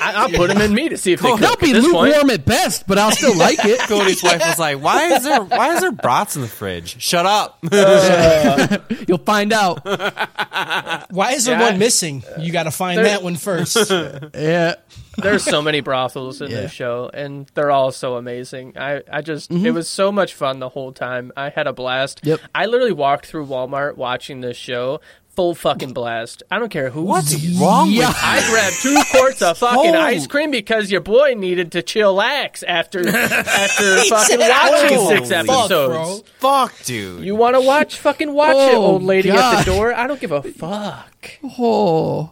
[SPEAKER 7] I, I'll put them in me to see if they
[SPEAKER 3] they'll
[SPEAKER 7] cook.
[SPEAKER 3] be
[SPEAKER 7] at this
[SPEAKER 3] lukewarm
[SPEAKER 7] point.
[SPEAKER 3] at best, but I'll still like it.
[SPEAKER 6] Cody's wife was like, "Why is there why is there brats in the fridge? Shut up."
[SPEAKER 3] You'll find out.
[SPEAKER 4] why is there
[SPEAKER 7] Yeah.
[SPEAKER 4] one missing? You got to find
[SPEAKER 7] There-
[SPEAKER 4] that one first.
[SPEAKER 3] Yeah.
[SPEAKER 7] There's so many brothels in
[SPEAKER 3] Yeah.
[SPEAKER 7] this show, and they're all so amazing. I, I just, it was so much fun the whole time. I had a blast.
[SPEAKER 3] Yep.
[SPEAKER 7] I literally walked through Walmart watching this show, full fucking blast. I don't care who.
[SPEAKER 6] What's wrong with
[SPEAKER 3] Yeah.
[SPEAKER 7] I grabbed two quarts of fucking
[SPEAKER 6] Holy-
[SPEAKER 7] ice cream because your boy needed to chillax after after fucking
[SPEAKER 4] said,
[SPEAKER 7] watching
[SPEAKER 6] "Holy
[SPEAKER 7] six
[SPEAKER 6] fuck,
[SPEAKER 7] episodes.
[SPEAKER 4] bro.
[SPEAKER 6] fuck, dude?
[SPEAKER 7] you want to watch? Fucking watch it,
[SPEAKER 3] Oh,
[SPEAKER 7] old lady at
[SPEAKER 3] God.
[SPEAKER 7] the door. I don't give a fuck.
[SPEAKER 3] Oh.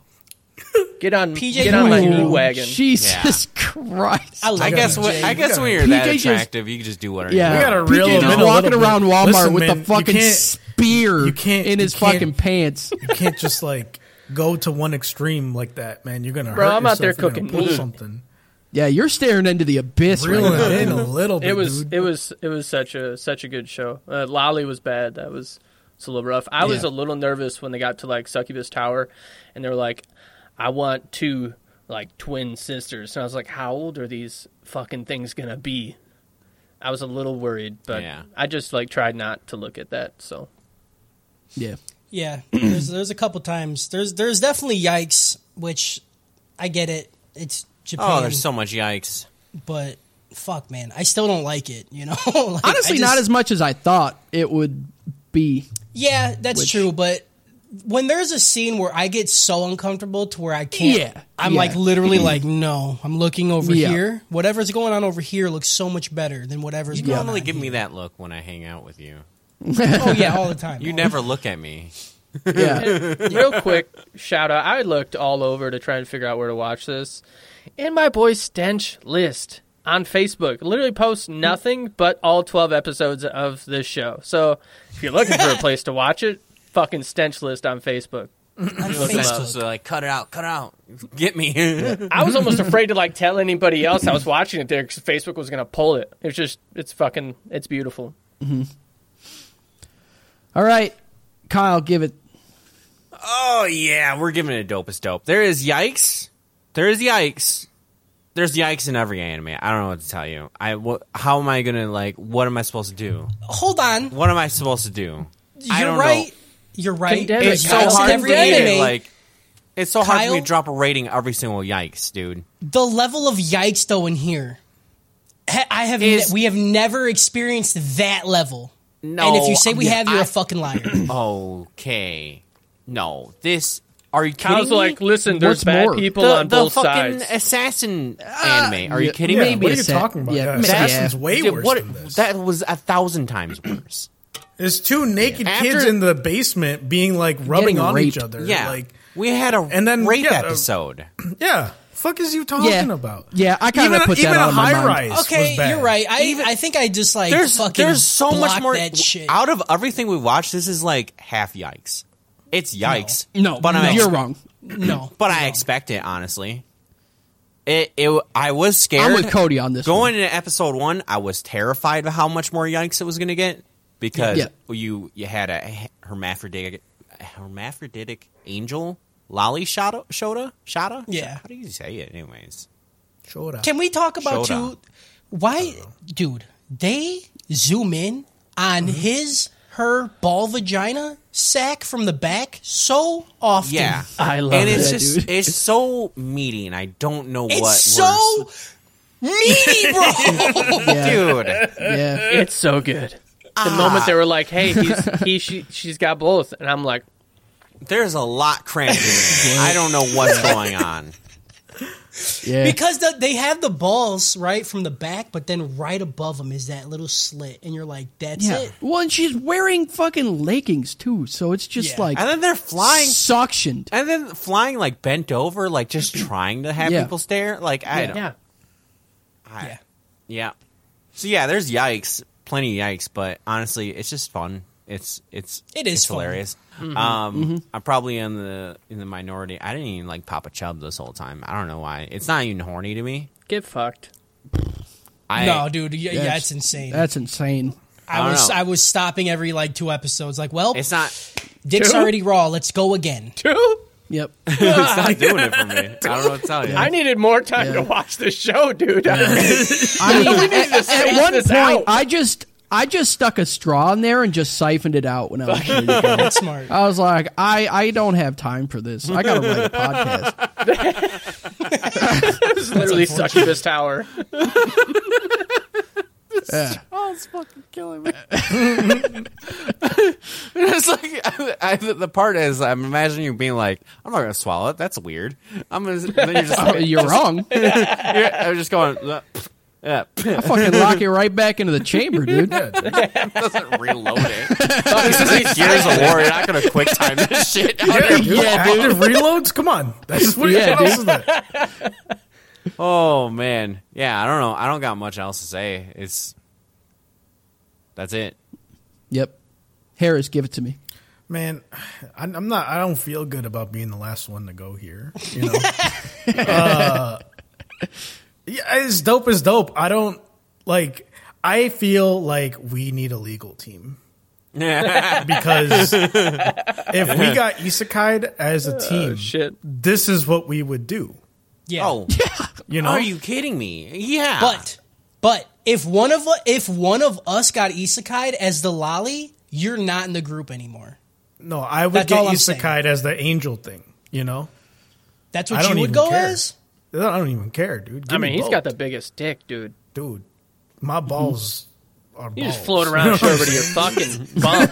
[SPEAKER 7] Get on,
[SPEAKER 4] PJ
[SPEAKER 7] get on my
[SPEAKER 4] Cooper.
[SPEAKER 7] new wagon.
[SPEAKER 3] Jesus Christ.
[SPEAKER 4] I, love
[SPEAKER 6] I guess
[SPEAKER 4] it.
[SPEAKER 6] what I guess when you're
[SPEAKER 3] PJ
[SPEAKER 6] that
[SPEAKER 3] just-
[SPEAKER 6] attractive, you can just do whatever.
[SPEAKER 3] Yeah,
[SPEAKER 6] you
[SPEAKER 5] We gotta
[SPEAKER 3] PJ
[SPEAKER 5] reel
[SPEAKER 3] just
[SPEAKER 5] him in a
[SPEAKER 3] walking
[SPEAKER 5] little
[SPEAKER 3] around
[SPEAKER 5] bit.
[SPEAKER 3] Walmart
[SPEAKER 5] Listen,
[SPEAKER 3] with
[SPEAKER 5] man,
[SPEAKER 3] the
[SPEAKER 5] you
[SPEAKER 3] fucking
[SPEAKER 5] can't-
[SPEAKER 3] spear
[SPEAKER 5] you can't-
[SPEAKER 3] in
[SPEAKER 5] you
[SPEAKER 3] his
[SPEAKER 5] can't-
[SPEAKER 3] fucking pants.
[SPEAKER 5] You can't just like go to one extreme like that, man. You're gonna
[SPEAKER 7] Bro,
[SPEAKER 5] hurt
[SPEAKER 7] I'm
[SPEAKER 5] yourself.
[SPEAKER 7] out there
[SPEAKER 5] You're gonna
[SPEAKER 7] cooking
[SPEAKER 5] pull
[SPEAKER 7] meat.
[SPEAKER 5] something.
[SPEAKER 3] Yeah, you're staring into the abyss
[SPEAKER 5] Reel
[SPEAKER 3] right now.
[SPEAKER 5] it in a little bit.
[SPEAKER 7] It was
[SPEAKER 5] dude.
[SPEAKER 7] it was it was such a such a good show. Uh, Lolly was bad. That was it's a little rough. I was
[SPEAKER 3] Yeah.
[SPEAKER 7] a little nervous when they got to like Succubus Tower, and they were like, "I want two like twin sisters," and I was like, "How old are these fucking things gonna be?" I was a little worried, but
[SPEAKER 6] Yeah.
[SPEAKER 7] I just like tried not to look at that. So
[SPEAKER 3] Yeah.
[SPEAKER 4] Yeah, there's, there's a couple times. There's there's definitely yikes, which I get it. It's Japan,
[SPEAKER 6] Oh, there's so much yikes.
[SPEAKER 4] but fuck, man, I still don't like it. You know, Like, I
[SPEAKER 3] Honestly,
[SPEAKER 4] just-
[SPEAKER 3] not as much as I thought it would be.
[SPEAKER 4] Yeah, that's
[SPEAKER 3] Which-
[SPEAKER 4] true. But when there's a scene where I get so uncomfortable to where I can't,
[SPEAKER 3] Yeah,
[SPEAKER 4] I'm
[SPEAKER 3] yeah.
[SPEAKER 4] like literally like, no, I'm looking over
[SPEAKER 3] Yeah.
[SPEAKER 4] here. Whatever's going on over here looks so much better than whatever's
[SPEAKER 6] You
[SPEAKER 4] going on.
[SPEAKER 6] normally give
[SPEAKER 4] here.
[SPEAKER 6] me that look when I hang out with you.
[SPEAKER 4] Oh yeah, all the time.
[SPEAKER 6] You
[SPEAKER 4] Oh,
[SPEAKER 6] never look at me.
[SPEAKER 3] Yeah.
[SPEAKER 7] real quick shout out i looked all over to try and figure out where to watch this and my boy stench list on facebook literally posts nothing but all 12 episodes of this show so if you're looking for a place to watch it fucking stench list on facebook
[SPEAKER 4] on
[SPEAKER 6] So I was
[SPEAKER 4] Facebook.
[SPEAKER 6] like, cut it out, cut it out, get me.
[SPEAKER 7] I was almost afraid to like tell anybody else I was watching it there because Facebook was gonna pull it. It's just it's fucking it's beautiful.
[SPEAKER 3] All right, Kyle, give it.
[SPEAKER 6] oh yeah, we're giving it a dope as dope. There is yikes. There is yikes. There's yikes in every anime. I don't know what to tell you. I wh- how am I gonna like? What am I supposed to do?
[SPEAKER 4] Hold on.
[SPEAKER 6] What am I supposed to do? I
[SPEAKER 4] You're
[SPEAKER 6] don't
[SPEAKER 4] right.
[SPEAKER 6] Know.
[SPEAKER 4] You're right.
[SPEAKER 7] Condemn
[SPEAKER 4] There's
[SPEAKER 6] It's so
[SPEAKER 4] yikes in
[SPEAKER 6] hard for
[SPEAKER 4] every
[SPEAKER 6] me to
[SPEAKER 4] anime.
[SPEAKER 6] like. It's so hard for me
[SPEAKER 4] Kyle?
[SPEAKER 6] to drop a rating every single yikes, dude.
[SPEAKER 4] the level of yikes though in here. ha- I have ne-
[SPEAKER 6] Is-
[SPEAKER 4] we have never experienced that level.
[SPEAKER 6] No,
[SPEAKER 4] and if you say we
[SPEAKER 6] I-
[SPEAKER 4] have, you're a
[SPEAKER 6] I-
[SPEAKER 4] fucking liar.
[SPEAKER 6] Okay, no, this. Are you kidding
[SPEAKER 7] I was
[SPEAKER 6] me?
[SPEAKER 7] like, listen,
[SPEAKER 3] What's
[SPEAKER 7] there's bad
[SPEAKER 3] more?
[SPEAKER 7] people on both sides.
[SPEAKER 6] assassin
[SPEAKER 4] Uh,
[SPEAKER 6] anime. Are you kidding
[SPEAKER 5] Yeah,
[SPEAKER 6] me?
[SPEAKER 5] what are you
[SPEAKER 3] Assassin-
[SPEAKER 5] talking about?
[SPEAKER 3] yeah,
[SPEAKER 5] Yeah,
[SPEAKER 3] maybe-
[SPEAKER 5] Assassin's
[SPEAKER 3] yeah.
[SPEAKER 5] way
[SPEAKER 6] Dude,
[SPEAKER 5] worse
[SPEAKER 6] what-
[SPEAKER 5] than this.
[SPEAKER 6] That was a thousand times worse.
[SPEAKER 5] There's two naked
[SPEAKER 6] Yeah.
[SPEAKER 5] kids
[SPEAKER 6] After-
[SPEAKER 5] in the basement being like rubbing
[SPEAKER 3] Getting
[SPEAKER 5] on
[SPEAKER 3] raped.
[SPEAKER 5] each other.
[SPEAKER 6] yeah,
[SPEAKER 5] like
[SPEAKER 6] we had a
[SPEAKER 5] and then,
[SPEAKER 6] rape
[SPEAKER 5] yeah, uh,
[SPEAKER 6] episode.
[SPEAKER 5] yeah. Fuck is you talking
[SPEAKER 3] Yeah.
[SPEAKER 5] about?
[SPEAKER 3] Yeah, I kinda
[SPEAKER 5] Even a-
[SPEAKER 3] put that
[SPEAKER 5] even
[SPEAKER 3] out
[SPEAKER 5] a
[SPEAKER 3] of my
[SPEAKER 5] high
[SPEAKER 3] mind.
[SPEAKER 5] rise.
[SPEAKER 4] Okay,
[SPEAKER 5] was bad.
[SPEAKER 4] you're right. I, I think I just like
[SPEAKER 6] there's
[SPEAKER 4] fucking
[SPEAKER 6] there's so much
[SPEAKER 4] blocked
[SPEAKER 6] more
[SPEAKER 4] that shit.
[SPEAKER 6] out of everything we watched. This is like half yikes. It's yikes.
[SPEAKER 3] No,
[SPEAKER 6] but I
[SPEAKER 3] you're
[SPEAKER 6] ex-
[SPEAKER 3] wrong.
[SPEAKER 4] no.
[SPEAKER 6] But I expect it honestly. It, it I was scared.
[SPEAKER 3] I'm with Cody on this
[SPEAKER 6] Going into episode one, I was terrified of how much more yikes it was going to get because
[SPEAKER 3] Yeah.
[SPEAKER 6] you you had a hermaphroditic hermaphroditic angel lolly shoda shoda shoda.
[SPEAKER 4] Yeah.
[SPEAKER 6] how do you say it? Anyways,
[SPEAKER 5] Sure.
[SPEAKER 4] Can we talk about
[SPEAKER 6] Showdown.
[SPEAKER 4] you? Why, dude? They zoom in on
[SPEAKER 6] Mm-hmm.
[SPEAKER 4] his her ball vagina sack from the back so often.
[SPEAKER 6] yeah,
[SPEAKER 3] I love
[SPEAKER 6] and it's
[SPEAKER 3] that,
[SPEAKER 6] just
[SPEAKER 3] dude.
[SPEAKER 6] it's so meaty, and I don't know
[SPEAKER 4] it's
[SPEAKER 6] what
[SPEAKER 4] so meaty, bro.
[SPEAKER 6] worse. dude.
[SPEAKER 3] Yeah,
[SPEAKER 7] It's so good. The moment they were like, "Hey, he's, he she she's got both," and I'm like,
[SPEAKER 6] There's a lot cramped in there. I don't know what's going on.
[SPEAKER 3] yeah.
[SPEAKER 4] because the, they have the balls right from the back, but then right above them is that little slit, and you're like, "That's
[SPEAKER 3] yeah.
[SPEAKER 4] it."
[SPEAKER 3] Well, and she's wearing fucking leggings too, so it's just
[SPEAKER 4] Yeah.
[SPEAKER 3] like
[SPEAKER 6] And then they're flying
[SPEAKER 3] suctioned.
[SPEAKER 6] And then flying like bent over, like just trying to have
[SPEAKER 3] Yeah.
[SPEAKER 6] people stare. Like I don't.
[SPEAKER 7] "Yeah,
[SPEAKER 6] I-
[SPEAKER 4] Yeah.
[SPEAKER 6] yeah. So yeah, there's yikes, plenty of yikes, but honestly, it's just fun. It's it's
[SPEAKER 4] It is
[SPEAKER 6] it's
[SPEAKER 4] fun. Mm-hmm.
[SPEAKER 6] hilarious. Um, I'm probably in the in the minority. I didn't even like Papa Chubb this whole time. I don't know why. It's not even horny to me.
[SPEAKER 7] get fucked."
[SPEAKER 6] I
[SPEAKER 4] no, dude, yeah, yeah,
[SPEAKER 3] That's-
[SPEAKER 4] it's insane.
[SPEAKER 3] That's insane.
[SPEAKER 6] I
[SPEAKER 4] I
[SPEAKER 6] don't
[SPEAKER 4] was
[SPEAKER 6] know.
[SPEAKER 4] I was stopping every like two episodes, like, "Well,
[SPEAKER 6] It's not.
[SPEAKER 4] dick's
[SPEAKER 7] Two?
[SPEAKER 4] already raw. Let's go again."
[SPEAKER 7] Two.
[SPEAKER 3] Yep.
[SPEAKER 6] It's not doing it for me. I don't know what to tell you.
[SPEAKER 7] I needed more time to watch this show, dude.
[SPEAKER 3] I mean, at,
[SPEAKER 7] to space
[SPEAKER 3] at one
[SPEAKER 7] this
[SPEAKER 3] point,
[SPEAKER 7] out.
[SPEAKER 3] I just I just stuck a straw in there and just siphoned it out when I was ready to go.
[SPEAKER 4] That's smart.
[SPEAKER 3] I was like, I, I don't have time for this. I gotta write a podcast.
[SPEAKER 7] This is literally succubus tower.
[SPEAKER 6] It's like I, I, the part is I'm imagining you being like, I'm not gonna swallow it. That's weird. I'm gonna. Then you're just
[SPEAKER 4] Oh,
[SPEAKER 6] like,
[SPEAKER 3] You're wrong.
[SPEAKER 6] you're- I'm just going. "Uh, pff, Yeah, pff."
[SPEAKER 3] I fucking lock it right back into the chamber, dude.
[SPEAKER 6] doesn't reload it. this isn't Gears of War. You're not gonna quick time this shit.
[SPEAKER 5] Yeah, active reloads. Come on, that's what,
[SPEAKER 3] Yeah,
[SPEAKER 5] what
[SPEAKER 3] dude.
[SPEAKER 5] else is that?
[SPEAKER 6] Oh man, yeah. I don't know. I don't got much else to say. It's that's it.
[SPEAKER 3] Yep. Harris, give it to me.
[SPEAKER 5] Man, I- I'm not. I don't feel good about being the last one to go here. You know. Uh, Yeah, it's dope as dope. I don't like. I feel like we need a legal team because if we got isekai as
[SPEAKER 4] Uh,
[SPEAKER 5] a team,
[SPEAKER 7] Shit.
[SPEAKER 5] this is what we would do.
[SPEAKER 4] Yeah.
[SPEAKER 6] Oh,
[SPEAKER 5] You know,
[SPEAKER 6] are you kidding me? Yeah,
[SPEAKER 4] But but if one of u- if one of us got isekai'd as the lolly, you're not in the group anymore.
[SPEAKER 5] no, I would
[SPEAKER 4] That's
[SPEAKER 5] get
[SPEAKER 4] all I'm saying.
[SPEAKER 5] isekai as the angel thing. You know,
[SPEAKER 4] That's
[SPEAKER 5] I
[SPEAKER 4] what
[SPEAKER 5] don't
[SPEAKER 4] you would
[SPEAKER 5] even
[SPEAKER 4] go
[SPEAKER 5] care.
[SPEAKER 4] as.
[SPEAKER 5] I don't even care, dude. Give
[SPEAKER 7] I mean,
[SPEAKER 5] me
[SPEAKER 7] he's
[SPEAKER 5] both.
[SPEAKER 7] got the biggest dick, dude.
[SPEAKER 5] dude. My balls are
[SPEAKER 7] You
[SPEAKER 5] balls.
[SPEAKER 7] just float around show over to your fucking bump,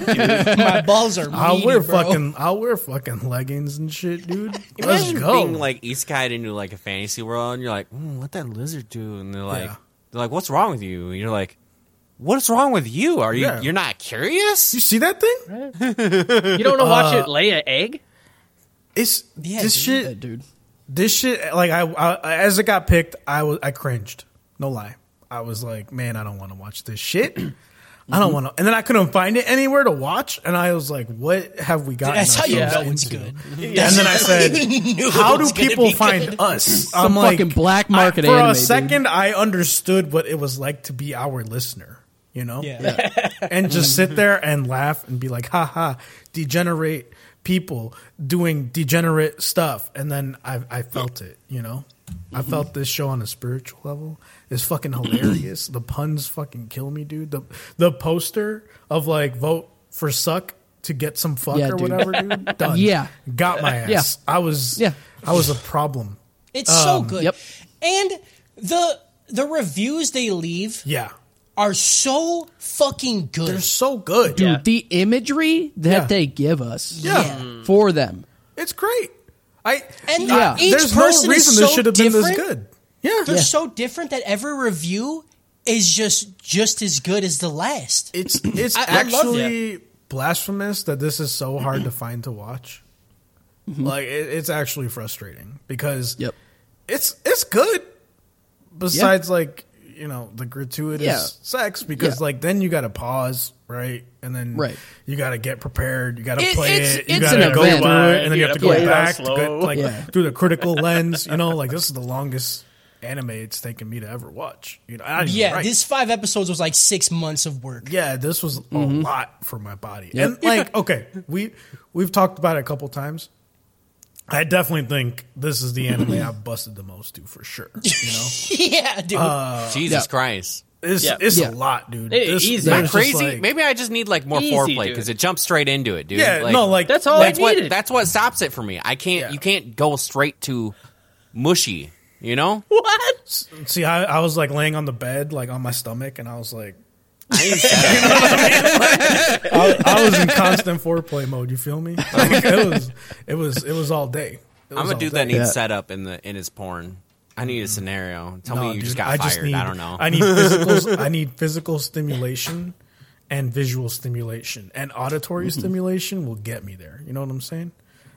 [SPEAKER 7] dude.
[SPEAKER 4] My balls are.
[SPEAKER 5] I'll
[SPEAKER 4] meaty,
[SPEAKER 5] wear
[SPEAKER 4] bro.
[SPEAKER 5] Ah, fucking I'll wear fucking leggings and shit, dude. Let's
[SPEAKER 6] imagine
[SPEAKER 5] go.
[SPEAKER 6] being like Isekai into like a fantasy world, and you're like, mm, what that lizard do? And they're like,
[SPEAKER 5] Yeah.
[SPEAKER 6] they're like, what's wrong with you? And you're like, what's wrong with you? Are you
[SPEAKER 5] Yeah.
[SPEAKER 6] you're not
[SPEAKER 5] you
[SPEAKER 6] curious?
[SPEAKER 5] see that thing?
[SPEAKER 7] You don't want to watch it lay an egg?
[SPEAKER 5] It's
[SPEAKER 4] Yeah,
[SPEAKER 5] this
[SPEAKER 4] dude.
[SPEAKER 3] Yeah,
[SPEAKER 5] shit.
[SPEAKER 3] dude.
[SPEAKER 5] This shit. Like I, I, as it got picked, I was I cringed. No lie, I was like, man, I don't want to watch this shit. I
[SPEAKER 4] Mm-hmm.
[SPEAKER 5] don't want to. And then I couldn't find it anywhere to watch. And I was like, what have we gotten?
[SPEAKER 4] That's how you
[SPEAKER 5] ourselves
[SPEAKER 4] know it's
[SPEAKER 5] into?
[SPEAKER 4] good.
[SPEAKER 5] And then I said, how do people find us?
[SPEAKER 3] Some fucking black market
[SPEAKER 5] I, for
[SPEAKER 3] anime,
[SPEAKER 5] a
[SPEAKER 3] dude.
[SPEAKER 5] second, I understood what it was like to be our listener, you know?
[SPEAKER 4] Yeah.
[SPEAKER 5] and just sit there and laugh and be like, ha ha, degenerate people doing degenerate stuff. And then I, I felt it, you know? I felt this show on a spiritual level. It's fucking hilarious. the puns fucking kill me, dude. The the poster of like vote for suck to get some fuck
[SPEAKER 3] Yeah,
[SPEAKER 5] or
[SPEAKER 3] dude.
[SPEAKER 5] whatever, dude. Done.
[SPEAKER 3] Yeah.
[SPEAKER 5] Got my ass.
[SPEAKER 3] Yeah.
[SPEAKER 5] I was
[SPEAKER 3] Yeah.
[SPEAKER 5] I was a problem.
[SPEAKER 4] It's so
[SPEAKER 5] Um,
[SPEAKER 4] good.
[SPEAKER 3] yep.
[SPEAKER 4] And the the reviews they leave
[SPEAKER 5] Yeah.
[SPEAKER 4] are so fucking good.
[SPEAKER 5] They're so good.
[SPEAKER 3] Dude,
[SPEAKER 7] Yeah.
[SPEAKER 3] the imagery that
[SPEAKER 5] Yeah.
[SPEAKER 3] they give us
[SPEAKER 5] Yeah.
[SPEAKER 3] for them.
[SPEAKER 5] It's great. I
[SPEAKER 4] And
[SPEAKER 5] I-
[SPEAKER 4] each
[SPEAKER 5] there's
[SPEAKER 4] person
[SPEAKER 5] no
[SPEAKER 4] is
[SPEAKER 5] reason
[SPEAKER 4] so
[SPEAKER 5] this should have been this
[SPEAKER 4] different.
[SPEAKER 5] good. Yeah.
[SPEAKER 4] They're so different that every review is just just as good as the last.
[SPEAKER 5] It's it's
[SPEAKER 4] I- I love
[SPEAKER 5] actually blasphemous that this is so hard to find to watch.
[SPEAKER 4] Mm-hmm.
[SPEAKER 5] Like it, it's actually frustrating because
[SPEAKER 3] Yep.
[SPEAKER 5] it's it's good. Besides, like you know, the gratuitous
[SPEAKER 3] Yeah.
[SPEAKER 5] sex because
[SPEAKER 3] Yeah.
[SPEAKER 5] like then you got to pause right, and then
[SPEAKER 3] Right.
[SPEAKER 5] you got to get prepared. You got to
[SPEAKER 3] It-
[SPEAKER 5] play
[SPEAKER 3] it's-
[SPEAKER 5] it. You
[SPEAKER 3] it's
[SPEAKER 5] got to
[SPEAKER 3] an
[SPEAKER 5] go
[SPEAKER 3] event.
[SPEAKER 5] through it, and then you,
[SPEAKER 7] You
[SPEAKER 5] have to
[SPEAKER 7] gotta
[SPEAKER 5] go
[SPEAKER 7] play it out
[SPEAKER 5] back to
[SPEAKER 7] slow.
[SPEAKER 5] go, like
[SPEAKER 3] Yeah.
[SPEAKER 5] through the critical lens. You know, like this is the longest anime it's taken me to ever watch. You know, I didn't even
[SPEAKER 4] Yeah,
[SPEAKER 5] write.
[SPEAKER 4] this five episodes was like six months of work.
[SPEAKER 5] Yeah, this was a
[SPEAKER 3] Mm-hmm.
[SPEAKER 5] lot for my body. And like, okay, we we've talked about it a couple times. I definitely think this is the anime I've busted the most to for sure. You know,
[SPEAKER 4] yeah, dude.
[SPEAKER 5] Uh-huh.
[SPEAKER 6] Jesus
[SPEAKER 3] Yeah.
[SPEAKER 6] Christ.
[SPEAKER 5] it's
[SPEAKER 7] Yeah.
[SPEAKER 5] it's
[SPEAKER 3] Yeah.
[SPEAKER 5] a lot, dude.
[SPEAKER 7] It-
[SPEAKER 5] This-
[SPEAKER 7] easy.
[SPEAKER 5] there's
[SPEAKER 6] Am I
[SPEAKER 5] just,
[SPEAKER 6] crazy?
[SPEAKER 5] like-
[SPEAKER 6] Maybe I just need like more
[SPEAKER 7] Easy,
[SPEAKER 6] foreplay
[SPEAKER 7] dude.
[SPEAKER 6] because it jumps straight into it, dude.
[SPEAKER 5] yeah, no, like
[SPEAKER 7] That's all I
[SPEAKER 6] that's what
[SPEAKER 7] needed.
[SPEAKER 6] that's what stops it for me. I can't.
[SPEAKER 5] Yeah.
[SPEAKER 6] You can't go straight to mushy. You know,
[SPEAKER 7] What?
[SPEAKER 5] See, I, I was like laying on the bed, like on my stomach, and I was like,
[SPEAKER 6] I ain't said it.
[SPEAKER 5] I, I was in constant foreplay mode. You feel me?
[SPEAKER 6] Uh-huh.
[SPEAKER 5] Like, it was it was it was all day. It
[SPEAKER 6] I'm
[SPEAKER 5] was
[SPEAKER 6] a
[SPEAKER 5] all
[SPEAKER 6] dude
[SPEAKER 5] day.
[SPEAKER 6] that needs
[SPEAKER 3] Yeah.
[SPEAKER 6] setup in the in his porn. I need a scenario. Tell me
[SPEAKER 5] No,
[SPEAKER 6] you
[SPEAKER 5] dude,
[SPEAKER 6] just got fired. I don't know.
[SPEAKER 5] I need physical. I need physical stimulation and visual stimulation and auditory
[SPEAKER 6] Mm-hmm.
[SPEAKER 5] stimulation will get me there. You know what I'm saying?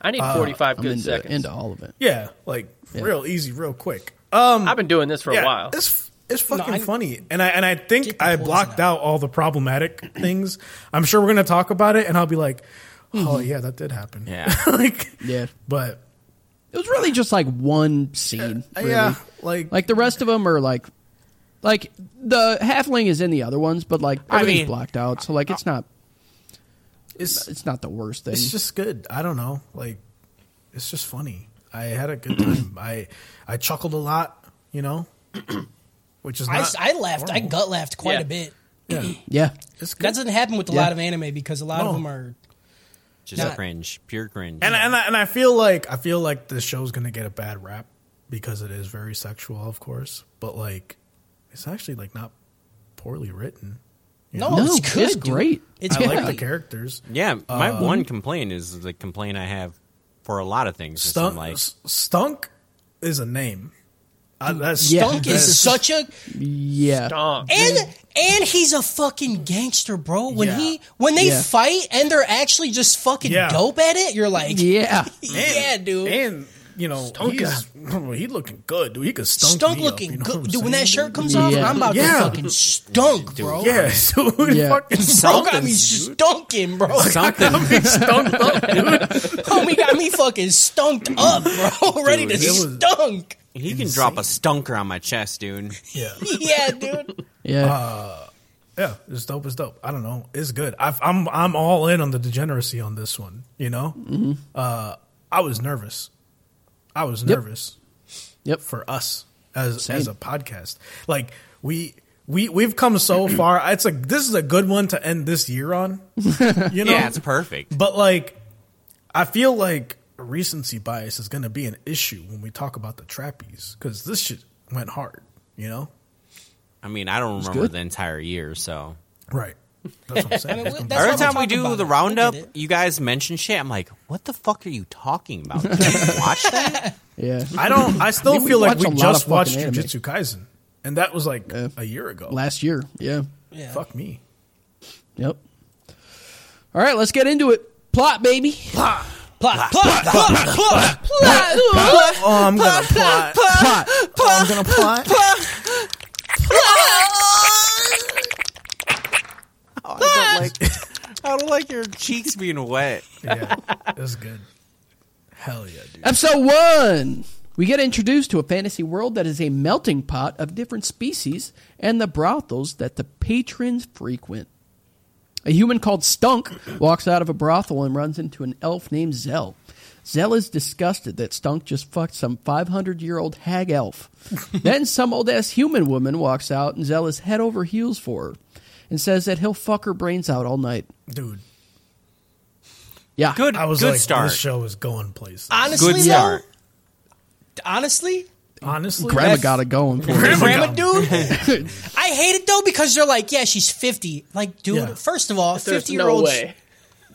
[SPEAKER 7] I need 45
[SPEAKER 3] I'm
[SPEAKER 7] good
[SPEAKER 3] into,
[SPEAKER 7] seconds.
[SPEAKER 3] into all of it.
[SPEAKER 5] Yeah, like real easy, real quick.
[SPEAKER 7] I've been doing this for
[SPEAKER 5] yeah,
[SPEAKER 7] a while.
[SPEAKER 5] It's it's fucking
[SPEAKER 4] I-
[SPEAKER 5] funny, and I and I think
[SPEAKER 4] the
[SPEAKER 5] I
[SPEAKER 4] poison
[SPEAKER 5] blocked out all the problematic things. I'm sure we're gonna talk about it, and I'll be like, oh yeah, that did happen.
[SPEAKER 6] Yeah.
[SPEAKER 5] like
[SPEAKER 3] Yeah.
[SPEAKER 5] but
[SPEAKER 3] It was really just like one scene.
[SPEAKER 5] uh,
[SPEAKER 3] Really.
[SPEAKER 5] yeah, like
[SPEAKER 3] Like the rest of them are like, like the halfling is in the other ones, but like
[SPEAKER 6] I
[SPEAKER 3] everything's
[SPEAKER 6] mean-
[SPEAKER 3] blocked out, so like it's not
[SPEAKER 5] it's
[SPEAKER 3] it's not the worst thing.
[SPEAKER 5] it's just good. I don't know. Like, it's just funny. I had a good time. I I chuckled a lot. You know, which is
[SPEAKER 4] I,
[SPEAKER 5] not.
[SPEAKER 4] I laughed. I gut laughed quite
[SPEAKER 7] Yeah.
[SPEAKER 4] a bit.
[SPEAKER 5] yeah,
[SPEAKER 3] yeah,
[SPEAKER 5] it's good.
[SPEAKER 4] That doesn't happen with a lot of anime because a lot
[SPEAKER 5] No.
[SPEAKER 4] of them are.
[SPEAKER 6] just
[SPEAKER 4] Not-
[SPEAKER 6] cringe, pure cringe.
[SPEAKER 5] and I- and I, and I feel like I feel like this show's gonna get a bad rap because it is very sexual, of course. But like, it's actually like not poorly written.
[SPEAKER 4] No,
[SPEAKER 3] No,
[SPEAKER 4] it's
[SPEAKER 3] it's
[SPEAKER 4] good. dude.
[SPEAKER 3] great.
[SPEAKER 4] It's
[SPEAKER 5] I
[SPEAKER 4] great.
[SPEAKER 5] like the characters.
[SPEAKER 6] yeah, my
[SPEAKER 5] Um,
[SPEAKER 6] one complaint is the complaint I have for a lot of things. is I'm
[SPEAKER 5] Stunk,
[SPEAKER 6] like,
[SPEAKER 5] S- stunk is a name. Uh, I, that's,
[SPEAKER 3] Yeah.
[SPEAKER 4] Dunk is such a
[SPEAKER 3] yeah.
[SPEAKER 7] Dong.
[SPEAKER 4] and and he's a fucking gangster, bro. When
[SPEAKER 5] Yeah.
[SPEAKER 4] he when they
[SPEAKER 3] Yeah.
[SPEAKER 4] fight and they're actually just fucking
[SPEAKER 5] Yeah.
[SPEAKER 4] dope at it, you're like,
[SPEAKER 3] Yeah,
[SPEAKER 4] yeah, dude.
[SPEAKER 5] And you know,
[SPEAKER 7] Stunk
[SPEAKER 5] he's, he looking good, dude. He could stunk.
[SPEAKER 4] stunk
[SPEAKER 5] me up,
[SPEAKER 4] looking
[SPEAKER 5] you know what I'm
[SPEAKER 4] good, dude. When
[SPEAKER 5] saying?
[SPEAKER 4] that shirt comes off,
[SPEAKER 3] Yeah.
[SPEAKER 4] I'm about
[SPEAKER 5] Yeah.
[SPEAKER 4] to fucking stunk, bro.
[SPEAKER 5] Yeah, dude.
[SPEAKER 3] Yeah.
[SPEAKER 5] Fucking
[SPEAKER 4] Bro
[SPEAKER 5] stunk.
[SPEAKER 4] got me stunking, bro.
[SPEAKER 6] something.
[SPEAKER 4] Homie got me fucking stunked up, bro. Ready to
[SPEAKER 5] Dude, it was-
[SPEAKER 4] stunk.
[SPEAKER 6] He can drop a stunker on my chest, dude.
[SPEAKER 5] Yeah.
[SPEAKER 4] Yeah, dude.
[SPEAKER 3] yeah.
[SPEAKER 5] Uh. Yeah. It's dope. It's dope. I don't know. It's good. I've, I'm I'm all in on the degeneracy on this one. You know.
[SPEAKER 6] Mm-hmm.
[SPEAKER 5] Uh, I was nervous. I was nervous.
[SPEAKER 3] Yep.
[SPEAKER 5] For us as as a podcast, like we. We we've come so far. It's like this is a good one to end this year on. You know,
[SPEAKER 6] Yeah, it's perfect.
[SPEAKER 5] But like, I feel like recency bias is going to be an issue when we talk about the trappies because this shit went hard. You know,
[SPEAKER 6] I mean, I don't remember
[SPEAKER 3] good.
[SPEAKER 6] the entire year, so
[SPEAKER 5] right? That's what I'm saying.
[SPEAKER 4] mean,
[SPEAKER 5] It's gonna be-
[SPEAKER 4] that's
[SPEAKER 6] every
[SPEAKER 4] why
[SPEAKER 6] time
[SPEAKER 4] we're
[SPEAKER 6] we
[SPEAKER 4] talking about
[SPEAKER 6] do
[SPEAKER 4] it.
[SPEAKER 6] the
[SPEAKER 4] I
[SPEAKER 6] roundup,
[SPEAKER 4] get it.
[SPEAKER 6] you guys mention shit. I'm like, what the fuck are you talking about? Did you watch that?
[SPEAKER 3] Yeah.
[SPEAKER 5] I don't. I still
[SPEAKER 3] We
[SPEAKER 5] feel like
[SPEAKER 3] watch a
[SPEAKER 5] we
[SPEAKER 3] lot
[SPEAKER 5] just
[SPEAKER 3] of
[SPEAKER 5] watched
[SPEAKER 3] fucking anime.
[SPEAKER 5] Jujutsu Kaisen, and that was like a year ago.
[SPEAKER 3] Last year. Yeah.
[SPEAKER 4] Yeah.
[SPEAKER 5] Fuck me.
[SPEAKER 3] Yep. All right, let's get into it. Plot, baby.
[SPEAKER 4] Plot, plot, plot, plot, plot, plot.
[SPEAKER 5] Oh, I'm gonna plot.
[SPEAKER 3] Plot. Oh,
[SPEAKER 5] I'm gonna plot.
[SPEAKER 6] I don't like. I don't like your cheeks being wet.
[SPEAKER 5] Yeah, it was good. Hell yeah, dude.
[SPEAKER 3] Episode one. We get introduced to a fantasy world that is a melting pot of different species and the brothels that the patrons frequent. A human called Stunk walks out of a brothel and runs into an elf named Zell. Zell is disgusted that Stunk just fucked some 500 year old hag elf. then some old ass human woman walks out and Zell is head over heels for her and says that he'll fuck her brains out all night.
[SPEAKER 5] Dude,
[SPEAKER 3] Yeah.
[SPEAKER 6] Good.
[SPEAKER 5] I was
[SPEAKER 6] good
[SPEAKER 5] like,
[SPEAKER 6] start.
[SPEAKER 5] this show is going places.
[SPEAKER 4] Honestly,
[SPEAKER 6] Good
[SPEAKER 4] though,
[SPEAKER 6] start.
[SPEAKER 4] honestly,
[SPEAKER 5] Honestly,
[SPEAKER 3] Grandma got it going for her.
[SPEAKER 4] Grandma dude, I hate it though because they're like, yeah, she's fifty. Like, dude,
[SPEAKER 5] Yeah.
[SPEAKER 4] first of all,
[SPEAKER 7] There's
[SPEAKER 4] fifty year
[SPEAKER 7] no
[SPEAKER 4] olds
[SPEAKER 7] way.